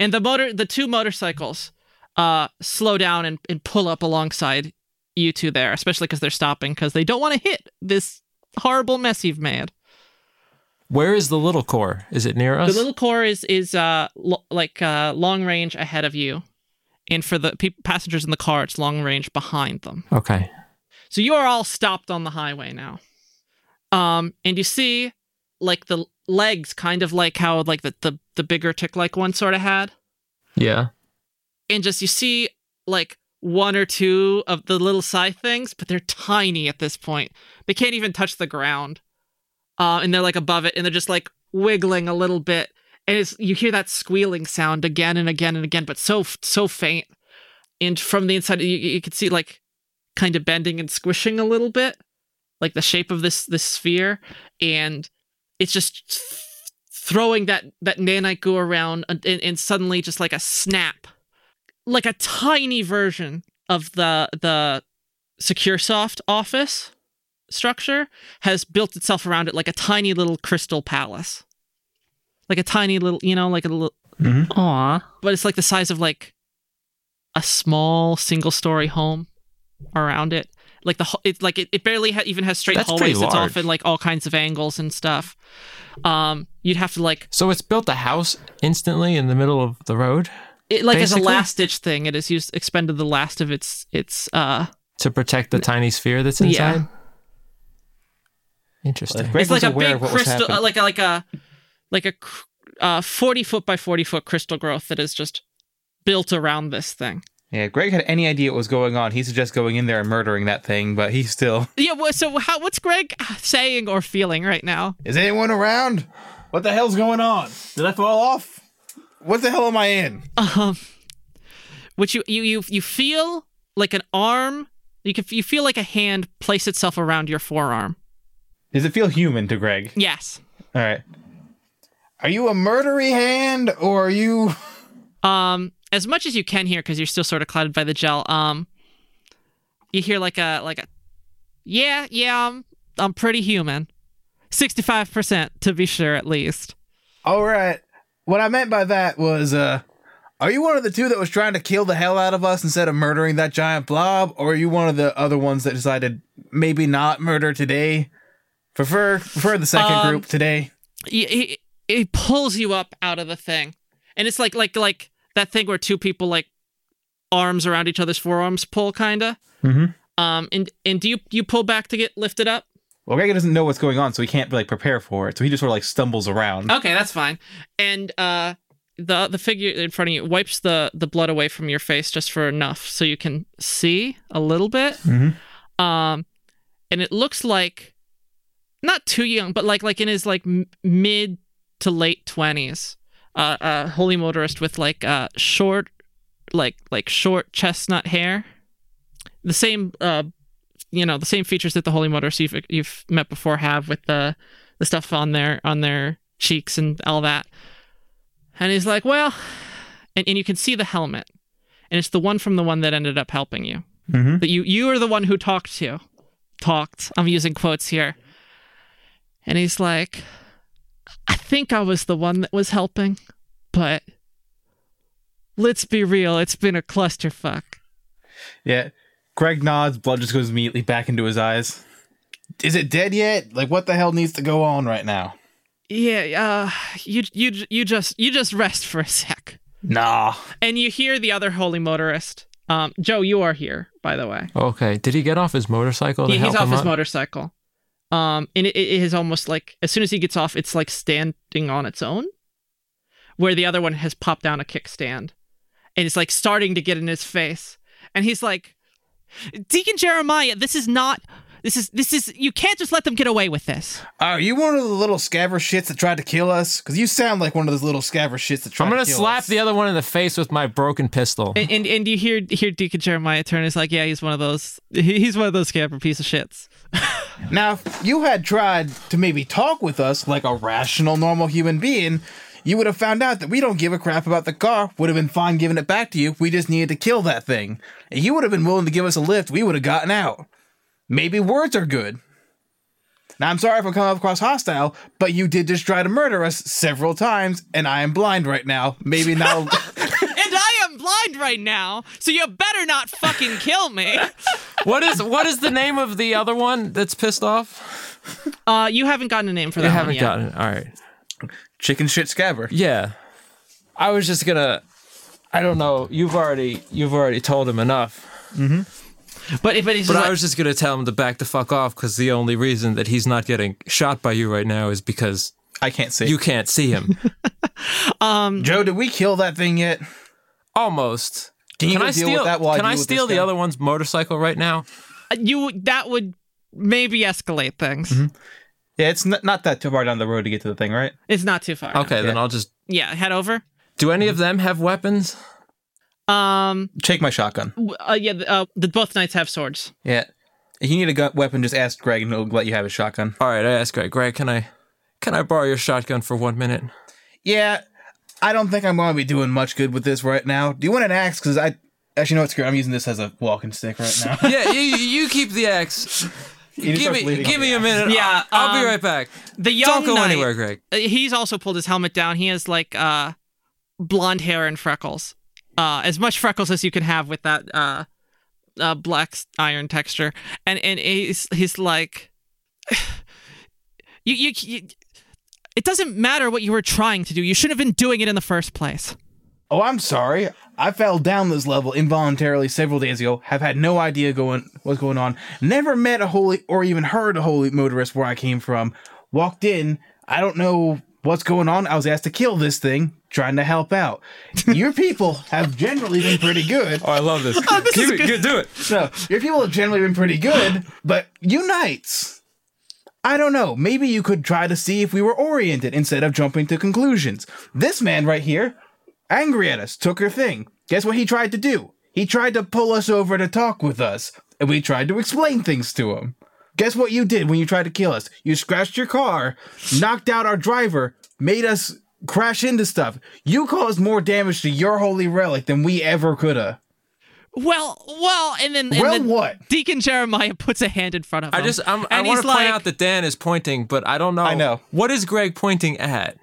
[SPEAKER 9] And the motor the two motorcycles uh slow down and, and pull up alongside you two there, especially cuz they're stopping cuz they don't want to hit this horrible mess you've made.
[SPEAKER 2] Where is the little core? Is it near us?
[SPEAKER 9] The little core is is uh lo- like uh long range ahead of you, and for the pe- passengers in the car, it's long range behind them.
[SPEAKER 2] okay.
[SPEAKER 9] So you are all stopped on the highway now, um, and you see like the legs, kind of like how like the the, the bigger tick like one sort of had,
[SPEAKER 2] Yeah.
[SPEAKER 9] and just you see like one or two of the little side things, but they're tiny at this point. They can't even touch the ground, uh, and they're like above it, and they're just like wiggling a little bit. And it's, you hear that squealing sound again and again and again, but so so faint. And from the inside, you, you can see like kind of bending and squishing a little bit, like the shape of this this sphere, and it's just th- throwing that that nanite goo around, and, and suddenly just like a snap like a tiny version of the the SecureSoft office structure has built itself around it like a tiny little crystal palace, like a tiny little you know like a little
[SPEAKER 2] Mm-hmm.
[SPEAKER 4] Mhm.
[SPEAKER 9] aw, but it's like the size of like a small single story home around it. Like the ho- it's like it, it barely ha- even has straight
[SPEAKER 2] That's pretty
[SPEAKER 9] hallways. It's
[SPEAKER 2] large.
[SPEAKER 9] off in like all kinds of angles and stuff. Um, you'd have to like
[SPEAKER 2] So it's built a house instantly in the middle of the road
[SPEAKER 9] it like as a
[SPEAKER 2] Basically?
[SPEAKER 9] last ditch thing. It has used expended the last of its its uh
[SPEAKER 2] to protect the tiny sphere that's inside. Interesting.
[SPEAKER 4] Greg
[SPEAKER 9] it's like
[SPEAKER 4] was
[SPEAKER 9] a
[SPEAKER 4] aware
[SPEAKER 9] big
[SPEAKER 4] of what was
[SPEAKER 9] crystal,
[SPEAKER 4] happening.
[SPEAKER 9] uh, like a like a like a cr- uh, forty foot by forty foot crystal growth that is just built around this thing.
[SPEAKER 4] Yeah, Greg had any idea what was going on. He's just going in there and murdering that thing, but he still.
[SPEAKER 9] Yeah. Well, so how, what's Greg saying or feeling right now?
[SPEAKER 4] Is anyone around? What the hell's going on? Did I fall off? What the hell am I in?
[SPEAKER 9] Um, which you you you you feel like an arm. You can you feel like a hand place itself around your forearm.
[SPEAKER 4] Does it feel human to Greg?
[SPEAKER 9] Yes.
[SPEAKER 4] All right. Are you a murdery hand or are you?
[SPEAKER 9] Um, as much as you can hear because you're still sort of clouded by the gel. Um, you hear like a like a, yeah, yeah, I'm I'm pretty human, sixty five percent to be sure at least.
[SPEAKER 4] All right. What I meant by that was, uh, are you one of the two that was trying to kill the hell out of us instead of murdering that giant blob, or are you one of the other ones that decided maybe not murder today? Prefer prefer the second
[SPEAKER 9] Um,
[SPEAKER 4] group today.
[SPEAKER 9] He, he, he pulls you up out of the thing, and it's like like like that thing where two people like arms around each other's forearms pull kinda.
[SPEAKER 4] Mhm.
[SPEAKER 9] Um, and and do you you pull back to get lifted up?
[SPEAKER 4] Well, Greg doesn't know what's going on, so he can't like prepare for it. So he just sort of like stumbles
[SPEAKER 2] Uh,
[SPEAKER 4] around.
[SPEAKER 9] Okay, that's fine. And uh, the the figure in front of you wipes the the blood away from your face just for enough so you can see a little bit. Um, and it looks like not too young, but like like in his like m- mid to late twenties. Uh, a holy motorist with like uh short, like like short chestnut hair. The same uh, you know, the same features that the holy motorists you've you've met before have with the the stuff on their on their cheeks and all that. And he's like, well, and, and you can see the helmet, and it's the one from the one that ended up helping you.
[SPEAKER 4] Mhm.
[SPEAKER 9] That you you are the one who talked to, talked. I'm using quotes here. And he's like, I think I was the one that was helping, but let's be real, it's been a clusterfuck.
[SPEAKER 4] Yeah. Greg nods, blood just goes immediately back into his eyes. Is it dead yet? Like, what the hell needs to go on right now?
[SPEAKER 9] yeah, uh, you you you just you just rest for a sec,
[SPEAKER 4] Nah.
[SPEAKER 9] and you hear the other holy motorist. Um, Joe, you are here, by the way.
[SPEAKER 2] Okay. Did he get off his motorcycle to
[SPEAKER 9] Yeah,
[SPEAKER 2] help
[SPEAKER 9] he's off
[SPEAKER 2] him
[SPEAKER 9] his
[SPEAKER 2] up?
[SPEAKER 9] motorcycle. Um, and it, it is almost like as soon as he gets off, it's like standing on its own, where the other one has popped down a kickstand, and it's like starting to get in his face, and he's like, "Deacon Jeremiah, this is not. This is this is. You can't just let them get away with this."
[SPEAKER 4] Are you one of the little scaver shits that tried to kill us? Because you sound like one of those little scaver shits that tried
[SPEAKER 2] I'm
[SPEAKER 4] to
[SPEAKER 2] gonna
[SPEAKER 4] kill
[SPEAKER 2] slap
[SPEAKER 4] us.
[SPEAKER 2] the other one in the face with my broken pistol.
[SPEAKER 9] And and, and you hear hear Deacon Jeremiah turn. It's like, yeah, he's one of those. he- He's one of those scamper piece of shits.
[SPEAKER 4] Now, if you had tried to maybe talk with us like a rational, normal human being, you would have found out that we don't give a crap about the car. Would have been fine giving it back to you. We just needed to kill that thing. If you would have been willing to give us a lift, we would have gotten out. Maybe words are good. Now, I'm sorry if I'm coming across hostile, but you did just try to murder us several times, and I am blind right now. Maybe now.
[SPEAKER 9] And I am blind right now, so you better not fucking kill me.
[SPEAKER 2] what is what is the name of the other one that's pissed off?
[SPEAKER 9] Uh, you haven't gotten a name for
[SPEAKER 2] I
[SPEAKER 9] that one
[SPEAKER 2] haven't
[SPEAKER 9] yet.
[SPEAKER 2] gotten it. All right.
[SPEAKER 4] Chicken shit scaver.
[SPEAKER 2] Yeah. I was just gonna. I don't know. You've already you've already told him enough.
[SPEAKER 9] But but he's
[SPEAKER 2] But
[SPEAKER 9] just
[SPEAKER 2] I
[SPEAKER 9] like,
[SPEAKER 2] was just gonna tell him to back the fuck off because the only reason that he's not getting shot by you right now is because
[SPEAKER 4] I can't see.
[SPEAKER 2] you can't see him.
[SPEAKER 4] Joe, did we kill that thing yet?
[SPEAKER 2] Almost.
[SPEAKER 4] Can you
[SPEAKER 2] Can I
[SPEAKER 4] deal
[SPEAKER 2] steal?
[SPEAKER 4] with that while
[SPEAKER 2] can
[SPEAKER 4] I,
[SPEAKER 2] I
[SPEAKER 4] deal with
[SPEAKER 2] steal
[SPEAKER 4] this
[SPEAKER 2] the
[SPEAKER 4] guy?
[SPEAKER 2] other one's motorcycle right now?
[SPEAKER 9] uh, you that would maybe escalate things.
[SPEAKER 2] Mm-hmm.
[SPEAKER 4] Yeah, it's n- not that too far down the road to get to the thing, right?
[SPEAKER 9] It's not too far.
[SPEAKER 2] Okay, then I'll just.
[SPEAKER 9] Yeah, head over.
[SPEAKER 2] Do any
[SPEAKER 4] Mm-hmm.
[SPEAKER 2] of them have weapons?
[SPEAKER 9] Um.
[SPEAKER 4] Take my shotgun.
[SPEAKER 9] w- Uh, yeah. th- Uh, the, both knights have swords.
[SPEAKER 4] Yeah. If you need a gun- weapon, just ask Greg and he'll let you have his shotgun.
[SPEAKER 2] All right, I asked Greg. Greg, can I can I borrow your shotgun for one minute?
[SPEAKER 4] Yeah, I don't think I'm going to be doing much good with this right now. Do you want an axe? Because I. Actually, no, it's great. I'm using this as a walking stick right now.
[SPEAKER 2] yeah, you, you keep the axe. Give
[SPEAKER 17] starts
[SPEAKER 2] me
[SPEAKER 17] bleeding
[SPEAKER 2] give
[SPEAKER 17] on
[SPEAKER 2] me a minute.
[SPEAKER 9] Yeah,
[SPEAKER 2] I'll, I'll be
[SPEAKER 9] um,
[SPEAKER 2] right back.
[SPEAKER 9] The young
[SPEAKER 2] Don't go
[SPEAKER 9] knight.
[SPEAKER 2] anywhere, Greg.
[SPEAKER 9] uh, He's also pulled his helmet down. He has like uh, blonde hair and freckles. Uh, as much freckles as you can have with that uh, uh black s- iron texture. And and he's he's like, you, you you. It doesn't matter what you were trying to do. You shouldn't have been doing it in the first place.
[SPEAKER 4] oh, I'm sorry. I fell down this level involuntarily several days ago. Have had no idea going what's going on. Never met a holy or even heard a holy motorist where I came from. Walked in. I don't know what's going on. I was asked to kill this thing, trying to help out. Your people have generally been pretty good.
[SPEAKER 2] I love this.
[SPEAKER 9] Keep is it, good.
[SPEAKER 2] do it.
[SPEAKER 4] No, your people have generally been pretty good, but you knights. I don't know. Maybe you could try to see if we were oriented instead of jumping to conclusions. This man right here, angry at us, took her thing. Guess what he tried to do? He tried to pull us over to talk with us, and we tried to explain things to him. Guess what you did when you tried to kill us? You scratched your car, knocked out our driver, made us crash into stuff. You caused more damage to your holy relic than we ever could have.
[SPEAKER 9] Well, well, and then, and
[SPEAKER 4] Well,
[SPEAKER 9] then
[SPEAKER 4] what?
[SPEAKER 9] Deacon Jeremiah puts a hand in front of him.
[SPEAKER 2] I just I'm, I want
[SPEAKER 9] and he's
[SPEAKER 2] to
[SPEAKER 9] like,
[SPEAKER 2] point out that Dan is pointing, but I don't know.
[SPEAKER 4] I know.
[SPEAKER 2] What is Greg pointing at?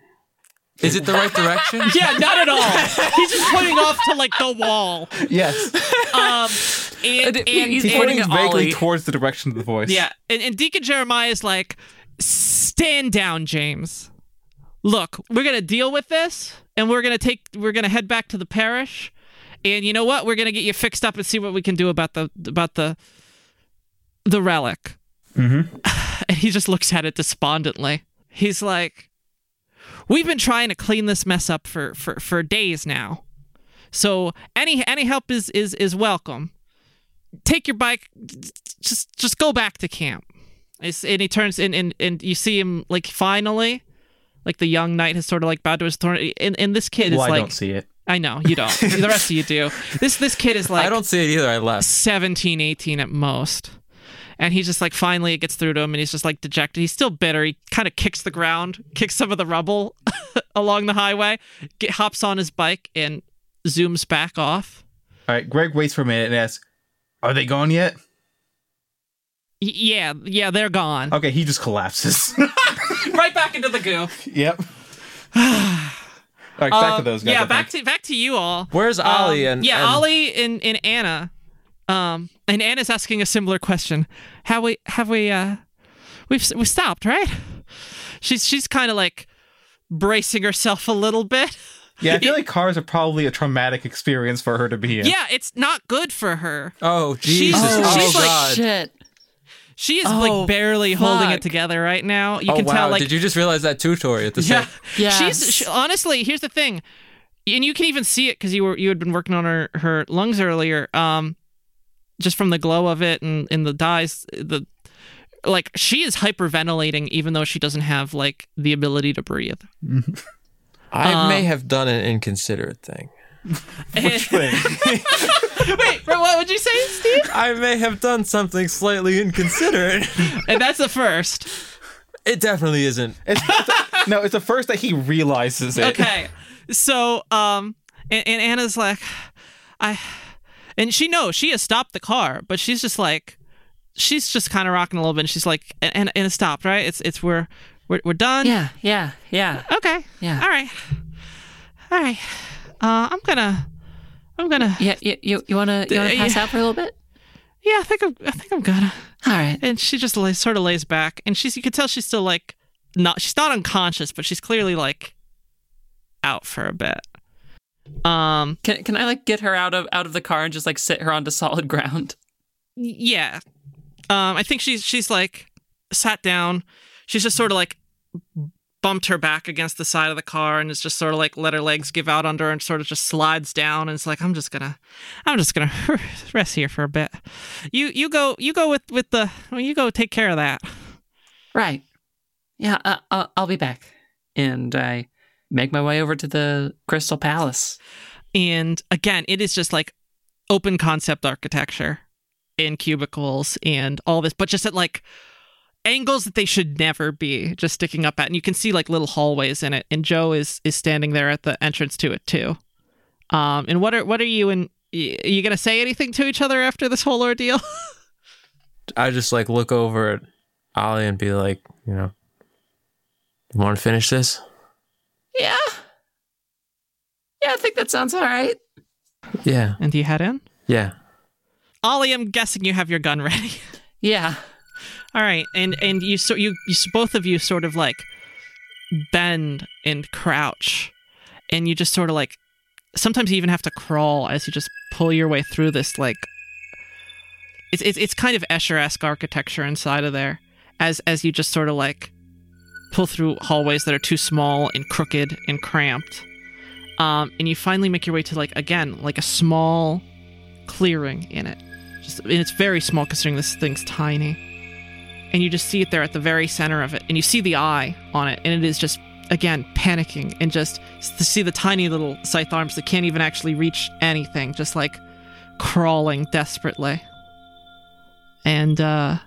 [SPEAKER 2] Is it the right direction?
[SPEAKER 9] yeah, not at all. he's just pointing off to like the wall.
[SPEAKER 4] Yes.
[SPEAKER 9] Um, and,
[SPEAKER 3] Uh,
[SPEAKER 9] and,
[SPEAKER 3] he's
[SPEAKER 9] and-
[SPEAKER 3] pointing
[SPEAKER 9] and-
[SPEAKER 3] at Ollie.
[SPEAKER 18] towards the direction of the voice.
[SPEAKER 9] yeah, and, and Deacon Jeremiah is like, "Stand down, James. Look, we're gonna deal with this, and we're gonna take, we're gonna head back to the parish, and you know what? We're gonna get you fixed up and see what we can do about the about the the relic." Mm-hmm. And he just looks at it despondently. He's like, "We've been trying to clean this mess up for for, for days now." So any any help is, is is welcome take your bike just just go back to camp it's, and he turns and, and and you see him like finally like the young knight has sort of like bowed to his throne and, and this kid is like
[SPEAKER 4] it.
[SPEAKER 9] I know you don't the rest of you do this this kid is like
[SPEAKER 2] I don't see it either. I left.
[SPEAKER 9] 17 18 at most and he's just like finally it gets through to him and he's just like dejected he's still bitter he kind of kicks the ground kicks some of the rubble along the highway get, hops on his bike and zooms back off
[SPEAKER 4] All right, Greg waits for a minute and asks, "Are they gone yet?"
[SPEAKER 9] Y- yeah yeah they're gone
[SPEAKER 4] Okay, he just collapses.
[SPEAKER 9] right back into the goo
[SPEAKER 4] yep. All right, back to
[SPEAKER 9] Um,
[SPEAKER 4] those guys.
[SPEAKER 9] Yeah,
[SPEAKER 4] I
[SPEAKER 9] back
[SPEAKER 4] think.
[SPEAKER 9] to back to you all.
[SPEAKER 2] Where's
[SPEAKER 9] Um,
[SPEAKER 2] Ollie and
[SPEAKER 9] yeah,
[SPEAKER 2] and-
[SPEAKER 9] Ollie and, and Anna. Um, and Anna's asking a similar question. Have we have we uh, we've we stopped right? She's she's kind of like bracing herself a little bit.
[SPEAKER 16] Yeah, I feel like cars are probably a traumatic experience for her to be in.
[SPEAKER 9] Yeah, it's not good for her.
[SPEAKER 2] Oh
[SPEAKER 9] She's-
[SPEAKER 2] Jesus!
[SPEAKER 9] Oh,
[SPEAKER 2] oh
[SPEAKER 3] she's like
[SPEAKER 2] God!
[SPEAKER 3] shit.
[SPEAKER 9] She is
[SPEAKER 3] Oh,
[SPEAKER 9] like barely holding
[SPEAKER 3] fuck.
[SPEAKER 9] it together right now. You
[SPEAKER 2] oh
[SPEAKER 9] can
[SPEAKER 2] wow!
[SPEAKER 9] tell like
[SPEAKER 2] Did you just realize that too, Tori? At the
[SPEAKER 9] Yeah.
[SPEAKER 2] same.
[SPEAKER 3] Yes.
[SPEAKER 9] She's she, honestly, here's the thing. And you can even see it cuz you were you had been working on her her lungs earlier. Um just from the glow of it and in the dyes the like she is hyperventilating even though she doesn't have like the ability to breathe.
[SPEAKER 2] I
[SPEAKER 9] Uh,
[SPEAKER 2] may have done an inconsiderate thing.
[SPEAKER 9] Wait, but what would you say, Steve?
[SPEAKER 2] I may have done something slightly inconsiderate.
[SPEAKER 9] and that's the first.
[SPEAKER 2] it definitely isn't.
[SPEAKER 16] No, it's the first that he realizes it.
[SPEAKER 9] Okay. So, um, and, and Anna's like, I, and she knows she has stopped the car, but she's just like, she's just kind of rocking a little bit. And she's like, and, and, and it stopped, right? It's, it's, we're, we're, we're done.
[SPEAKER 3] yeah, yeah, yeah.
[SPEAKER 9] Okay.
[SPEAKER 3] Yeah.
[SPEAKER 9] All right. All right. Uh, I'm gonna, I'm gonna,
[SPEAKER 3] Yeah, you you, you wanna you wanna
[SPEAKER 9] Uh,
[SPEAKER 3] pass
[SPEAKER 9] yeah.
[SPEAKER 3] out for a little bit?
[SPEAKER 9] yeah, I think I'm, I think I'm gonna.
[SPEAKER 3] All right.
[SPEAKER 9] And she just lays, sort of lays back, and she's, you could tell she's still like, not, she's not unconscious, but she's clearly like out for a bit. Um,
[SPEAKER 3] Can can I like get her out of out of the car and just like sit her onto solid ground?
[SPEAKER 9] Yeah. Um, I think she's she's like sat down. She's just sort of like bumped her back against the side of the car and is just sort of like let her legs give out under her and sort of just slides down and it's like I'm just gonna I'm just gonna rest here for a bit. You you go you go with with the well, you go take care of that.
[SPEAKER 3] Right. Yeah, uh, uh, I'll be back. And I make my way over to the Crystal Palace.
[SPEAKER 9] And again, it is just like open concept architecture in cubicles and all this, but just at like angles that they should never be just sticking up at. And you can see like little hallways in it. And Joe is is standing there at the entrance to it too. Um, and what are what are you and y- are you gonna say anything to each other after this whole ordeal?
[SPEAKER 2] I just like look over at Ollie and be like, you know, you want to finish this?
[SPEAKER 3] Yeah. Yeah, I think that sounds all right.
[SPEAKER 2] Yeah,
[SPEAKER 9] and you head in.
[SPEAKER 2] yeah.
[SPEAKER 9] Ollie, I'm guessing you have your gun ready.
[SPEAKER 3] Yeah.
[SPEAKER 9] All right, and and you so you, you s- both of you sort of like bend and crouch, and you just sort of like sometimes you even have to crawl as you just pull your way through this like it's it's, it's kind of Escher-esque architecture inside of there as as you just sort of like pull through hallways that are too small and crooked and cramped, um, and you finally make your way to like again like a small clearing in it, just and it's very small considering this thing's tiny and you just see it there at the very center of it and you see the eye on it and it is just again panicking and just s- to see the tiny little scythe arms that can't even actually reach anything just like crawling desperately and uh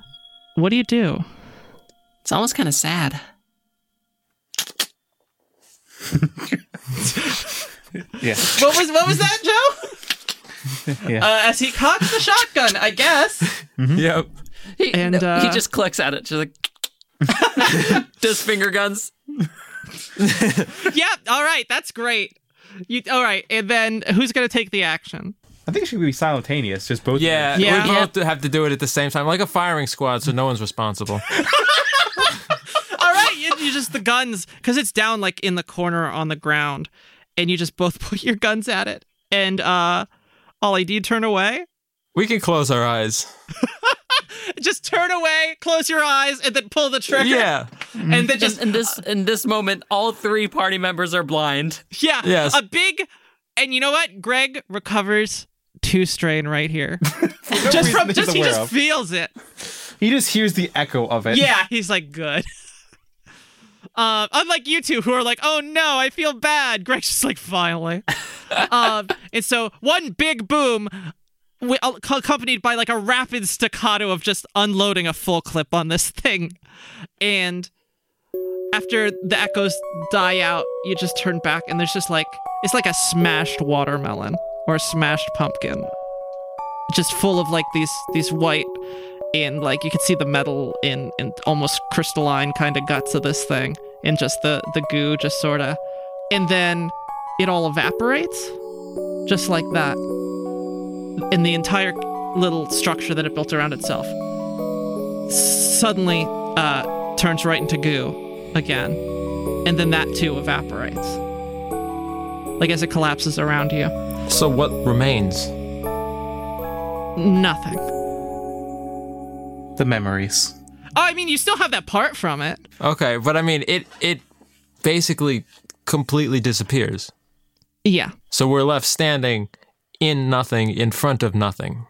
[SPEAKER 9] what do you do
[SPEAKER 3] It's almost kind of sad.
[SPEAKER 9] what was what was that joe uh, as he cocks the shotgun i guess
[SPEAKER 2] Mm-hmm. Yep.
[SPEAKER 3] He,
[SPEAKER 9] And,
[SPEAKER 3] no, he
[SPEAKER 9] uh,
[SPEAKER 3] just clicks at it. Just like does finger guns.
[SPEAKER 9] yep all right that's great you all right and then who's gonna take the action
[SPEAKER 16] I think it should be simultaneous, just both.
[SPEAKER 2] Yeah,
[SPEAKER 9] Yeah.
[SPEAKER 2] we both have to do it at the same time, like a firing squad, so no one's responsible.
[SPEAKER 9] All right, you, you just the guns because it's down like in the corner on the ground, and you just both put your guns at it. And uh, Ollie, do you turn away?
[SPEAKER 2] We can close our eyes.
[SPEAKER 9] Just turn away, close your eyes, and then pull the trigger.
[SPEAKER 2] Yeah,
[SPEAKER 9] and then just
[SPEAKER 3] in, in this in this moment, all three party members are blind.
[SPEAKER 9] yeah,
[SPEAKER 2] Yes.
[SPEAKER 9] a big. And you know what? Greg recovers two strain right here. just
[SPEAKER 16] reason
[SPEAKER 9] from
[SPEAKER 16] he's
[SPEAKER 9] just he
[SPEAKER 16] aware
[SPEAKER 9] just
[SPEAKER 16] of.
[SPEAKER 9] feels it.
[SPEAKER 16] He just hears the echo of it.
[SPEAKER 9] Yeah, he's like good. Uh, unlike you two who are like, oh no, I feel bad. Greg's just like, finally. um, and so one big boom, wi- ac- accompanied by like a rapid staccato of just unloading a full clip on this thing. And after the echoes die out, you just turn back and there's just like, it's like a smashed watermelon or a smashed pumpkin. Just full of like these, these white and like you could see the metal in in almost crystalline kind of guts of this thing and just the the goo just sort of and then it all evaporates just like that and the entire little structure that it built around itself suddenly uh turns right into goo again and then that too evaporates. Like as it collapses around you.
[SPEAKER 2] So what remains?
[SPEAKER 9] Nothing.
[SPEAKER 10] The memories.
[SPEAKER 9] Oh, I mean, you still have that part from it.
[SPEAKER 2] Okay, but I mean it it basically completely disappears.
[SPEAKER 9] Yeah.
[SPEAKER 2] So we're left standing in nothing in front of nothing.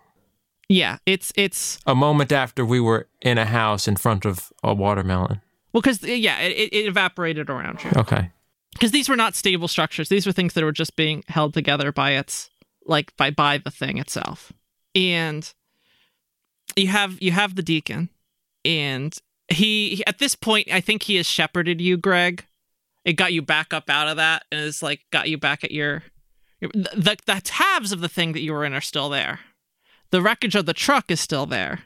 [SPEAKER 9] Yeah. It's, it's,
[SPEAKER 2] A moment after we were in a house in front of a watermelon.
[SPEAKER 9] well, because, yeah, it, it- it evaporated around you.
[SPEAKER 2] Okay.
[SPEAKER 9] because these were not stable structures these were things that were just being held together by its like by by the thing itself and you have you have the deacon and he at this point i think he has shepherded you greg it got you back up out of that and it's like got you back at your your- the, the tabs of the thing that you were in are still there the wreckage of the truck is still there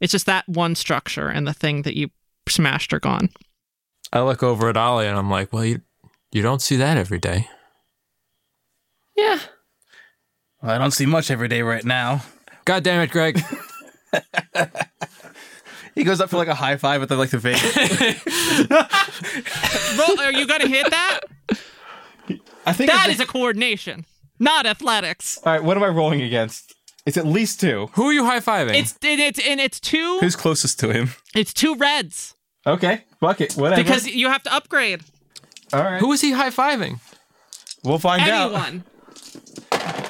[SPEAKER 9] it's just that one structure and the thing that you smashed are gone
[SPEAKER 2] I look over at Ollie and I'm like, well, you, you don't see that every day.
[SPEAKER 3] Yeah.
[SPEAKER 10] Well, I don't see much every day right now.
[SPEAKER 2] God damn it, Greg.
[SPEAKER 10] He goes up for like a high five with the, like the vape.
[SPEAKER 9] Roll, are you gonna hit that
[SPEAKER 4] I think
[SPEAKER 9] That
[SPEAKER 4] it's-
[SPEAKER 9] is a coordination, not athletics.
[SPEAKER 4] all right. What am I rolling against? It's at least two.
[SPEAKER 2] Who are you high fiving?
[SPEAKER 9] It's and it's and it's two.
[SPEAKER 10] Who's closest to him?
[SPEAKER 9] It's two reds
[SPEAKER 4] Okay, bucket, whatever.
[SPEAKER 9] because you have to upgrade
[SPEAKER 4] all right,
[SPEAKER 2] Who is he high fiving?
[SPEAKER 4] we'll find out.
[SPEAKER 9] anyone.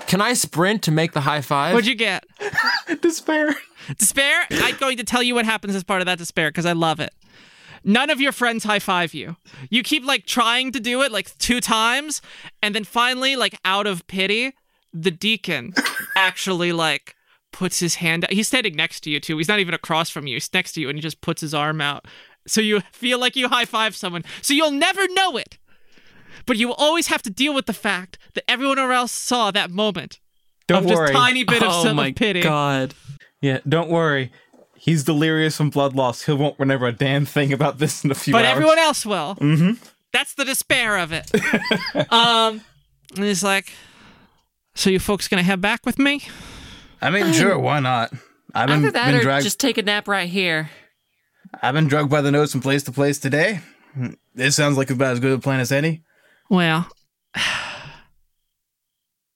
[SPEAKER 2] Can I sprint to make the high five?
[SPEAKER 9] What'd you get?
[SPEAKER 4] Despair.
[SPEAKER 9] Despair. I'm going to tell you what happens as part of that despair because I love it. None of your friends high five you. You keep like trying to do it like two times, and then finally, like out of pity, the deacon actually like puts his hand out. He's standing next to you too. He's not even across from you. He's next to you, and he just puts his arm out. So you feel like you high five someone. So you'll never know it, but you will always have to deal with the fact that everyone else saw that moment
[SPEAKER 4] Don't
[SPEAKER 9] of
[SPEAKER 4] worry.
[SPEAKER 9] just tiny bit of
[SPEAKER 3] oh
[SPEAKER 9] some
[SPEAKER 3] my
[SPEAKER 9] pity.
[SPEAKER 3] god.
[SPEAKER 4] yeah, don't worry. He's delirious from blood loss. He won't remember a damn thing about this in a few
[SPEAKER 9] but
[SPEAKER 4] hours.
[SPEAKER 9] everyone else will. Mm-hmm. That's the despair of it. um, and he's like, "So you folks gonna head back with me?"
[SPEAKER 10] I mean, sure, why not? I've been,
[SPEAKER 3] Either that
[SPEAKER 10] been
[SPEAKER 3] or
[SPEAKER 10] dragged.
[SPEAKER 3] just take a nap right here.
[SPEAKER 10] I've been drugged by the nose from place to place today. This sounds like about as good a plan as any.
[SPEAKER 9] Well,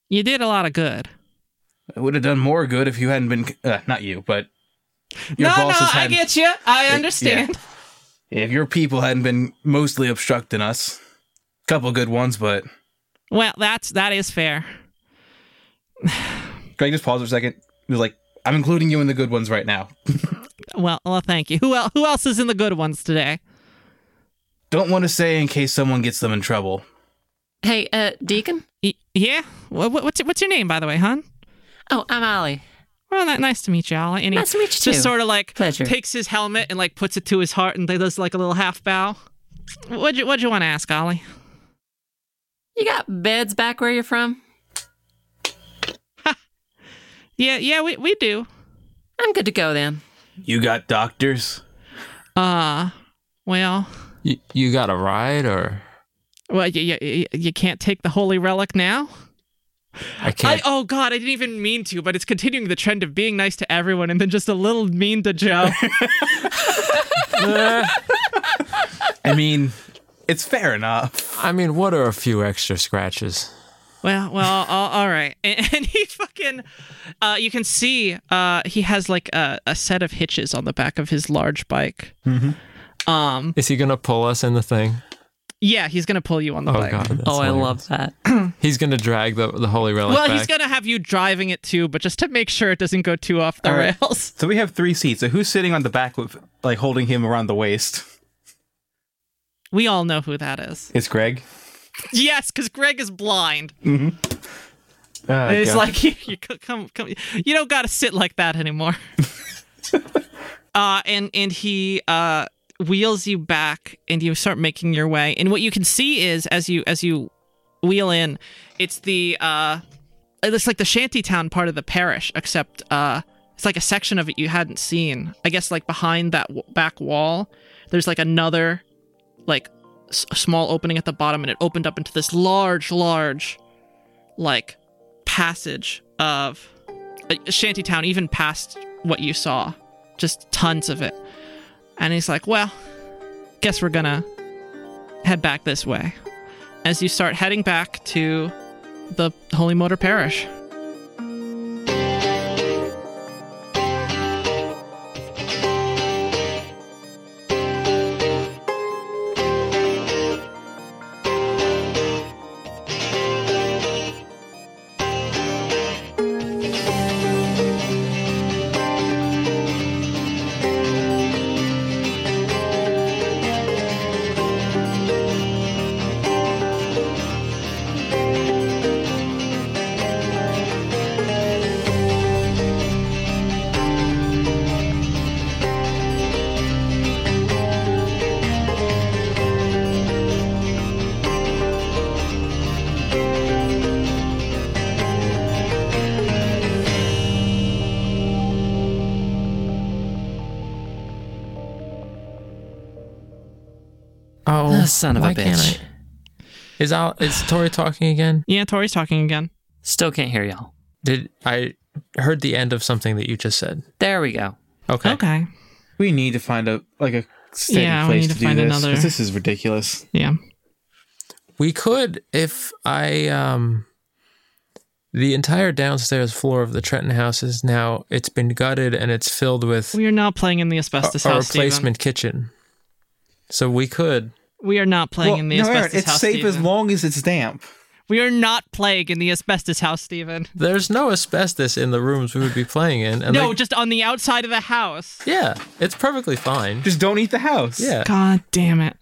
[SPEAKER 9] you did a lot of good.
[SPEAKER 10] It would have done more good if you hadn't been, uh, not you, but your
[SPEAKER 9] no, no,
[SPEAKER 10] bosses
[SPEAKER 9] I
[SPEAKER 10] had.
[SPEAKER 9] get you. I understand.
[SPEAKER 10] if your people hadn't been mostly obstructing us, couple good ones, but
[SPEAKER 9] Well, that's that is fair.
[SPEAKER 10] Greg just paused for a second. He was like, "I'm including you in the good ones right now.
[SPEAKER 9] Well, well, thank you. Who else? Who else is in the good ones today?
[SPEAKER 10] Don't want to say in case someone gets them in trouble."
[SPEAKER 3] Hey, uh, Deacon?
[SPEAKER 9] Y- yeah. Wha- wha- what's what's your name, by the way, hon?
[SPEAKER 3] Oh, I'm Ollie.
[SPEAKER 9] Well, that nice to meet you, Ollie. And he
[SPEAKER 3] Nice to meet you,
[SPEAKER 9] Just
[SPEAKER 3] too.
[SPEAKER 9] sort of like
[SPEAKER 3] Pleasure.
[SPEAKER 9] takes his helmet and like puts it to his heart and does like a little half bow. What'd you What'd you want to ask, Ollie?
[SPEAKER 3] You got beds back where you're from?
[SPEAKER 9] Yeah, yeah, we we do.
[SPEAKER 3] I'm good to go then.
[SPEAKER 10] You got doctors?
[SPEAKER 9] Uh, well,
[SPEAKER 2] you, you got a ride or
[SPEAKER 9] well, you you, you can't take the holy relic now.
[SPEAKER 2] I
[SPEAKER 9] I,
[SPEAKER 2] can't.
[SPEAKER 9] oh God, I didn't even mean to, but it's continuing the trend of being nice to everyone and then just a little mean to Joe.
[SPEAKER 10] I mean, it's fair enough.
[SPEAKER 3] oh.
[SPEAKER 2] I mean, what are a few extra scratches?
[SPEAKER 9] Well, well, all, all right. And, and he fucking, uh, you can see uh, he has like a, a set of hitches on the back of his large bike. Um,
[SPEAKER 2] Is he gonna pull us in the thing?
[SPEAKER 9] yeah, he's gonna pull you on the
[SPEAKER 2] Oh
[SPEAKER 9] bike.
[SPEAKER 2] god. that's
[SPEAKER 3] oh, I
[SPEAKER 2] hilarious.
[SPEAKER 3] love that.
[SPEAKER 2] He's gonna drag the the holy relic.
[SPEAKER 9] Well,
[SPEAKER 2] back.
[SPEAKER 9] he's gonna have you driving it too, but just to make sure it doesn't go too off the
[SPEAKER 4] All right.
[SPEAKER 9] rails.
[SPEAKER 4] So we have three seats. So who's sitting on the back with like holding him around the waist?
[SPEAKER 9] We all know who that is.
[SPEAKER 4] It's Greg.
[SPEAKER 9] Yes, because Greg is blind.
[SPEAKER 4] Oh,
[SPEAKER 9] it's
[SPEAKER 4] God.
[SPEAKER 9] like you, you c- come, come. You don't gotta sit like that anymore. uh, and and he uh wheels you back, and you start making your way. And what you can see is as you as you wheel in, it's the uh, it looks like the shantytown part of the parish, except uh, it's like a section of it you hadn't seen. I guess like behind that w- back wall, there's like another like s- small opening at the bottom, and it opened up into this large, large like passage of a shanty town, even past what you saw, just tons of it. And he's like, "Well, guess we're gonna head back this way as you start heading back to the Holy Motor Parish.
[SPEAKER 2] Oh,
[SPEAKER 3] Ah, son of a
[SPEAKER 2] why can't
[SPEAKER 3] bitch.
[SPEAKER 2] I- Is Al is Tori talking again?
[SPEAKER 9] Yeah, Tori's talking again.
[SPEAKER 3] Still can't hear y'all.
[SPEAKER 2] Did I heard the end of something that you just said?
[SPEAKER 3] There we go.
[SPEAKER 2] Okay.
[SPEAKER 9] Okay.
[SPEAKER 4] We need to find a like a steady
[SPEAKER 9] Yeah, we
[SPEAKER 4] place
[SPEAKER 9] need
[SPEAKER 4] to,
[SPEAKER 9] to
[SPEAKER 4] do
[SPEAKER 9] find
[SPEAKER 4] this.
[SPEAKER 9] another-
[SPEAKER 4] 'cause This is ridiculous.
[SPEAKER 9] Yeah.
[SPEAKER 2] We could if I um the entire downstairs floor of the Trenton house is now it's been gutted and it's filled with
[SPEAKER 9] We are not playing in the
[SPEAKER 2] a,
[SPEAKER 9] asbestos
[SPEAKER 2] a
[SPEAKER 9] house. Stephen.
[SPEAKER 2] replacement kitchen. So we could
[SPEAKER 9] We are not playing
[SPEAKER 4] Well,
[SPEAKER 9] in the
[SPEAKER 4] no,
[SPEAKER 9] asbestos
[SPEAKER 4] Aaron, it's
[SPEAKER 9] house.
[SPEAKER 4] safe as
[SPEAKER 9] Stephen.
[SPEAKER 4] long as it's damp.
[SPEAKER 9] we are not playing in the asbestos house, Stephen.
[SPEAKER 2] there's no asbestos in the rooms we would be playing in. And
[SPEAKER 9] no,
[SPEAKER 2] like-
[SPEAKER 9] just on the outside of the house.
[SPEAKER 2] yeah, it's perfectly fine.
[SPEAKER 4] Just don't eat the house.
[SPEAKER 2] Yeah.
[SPEAKER 9] God damn it.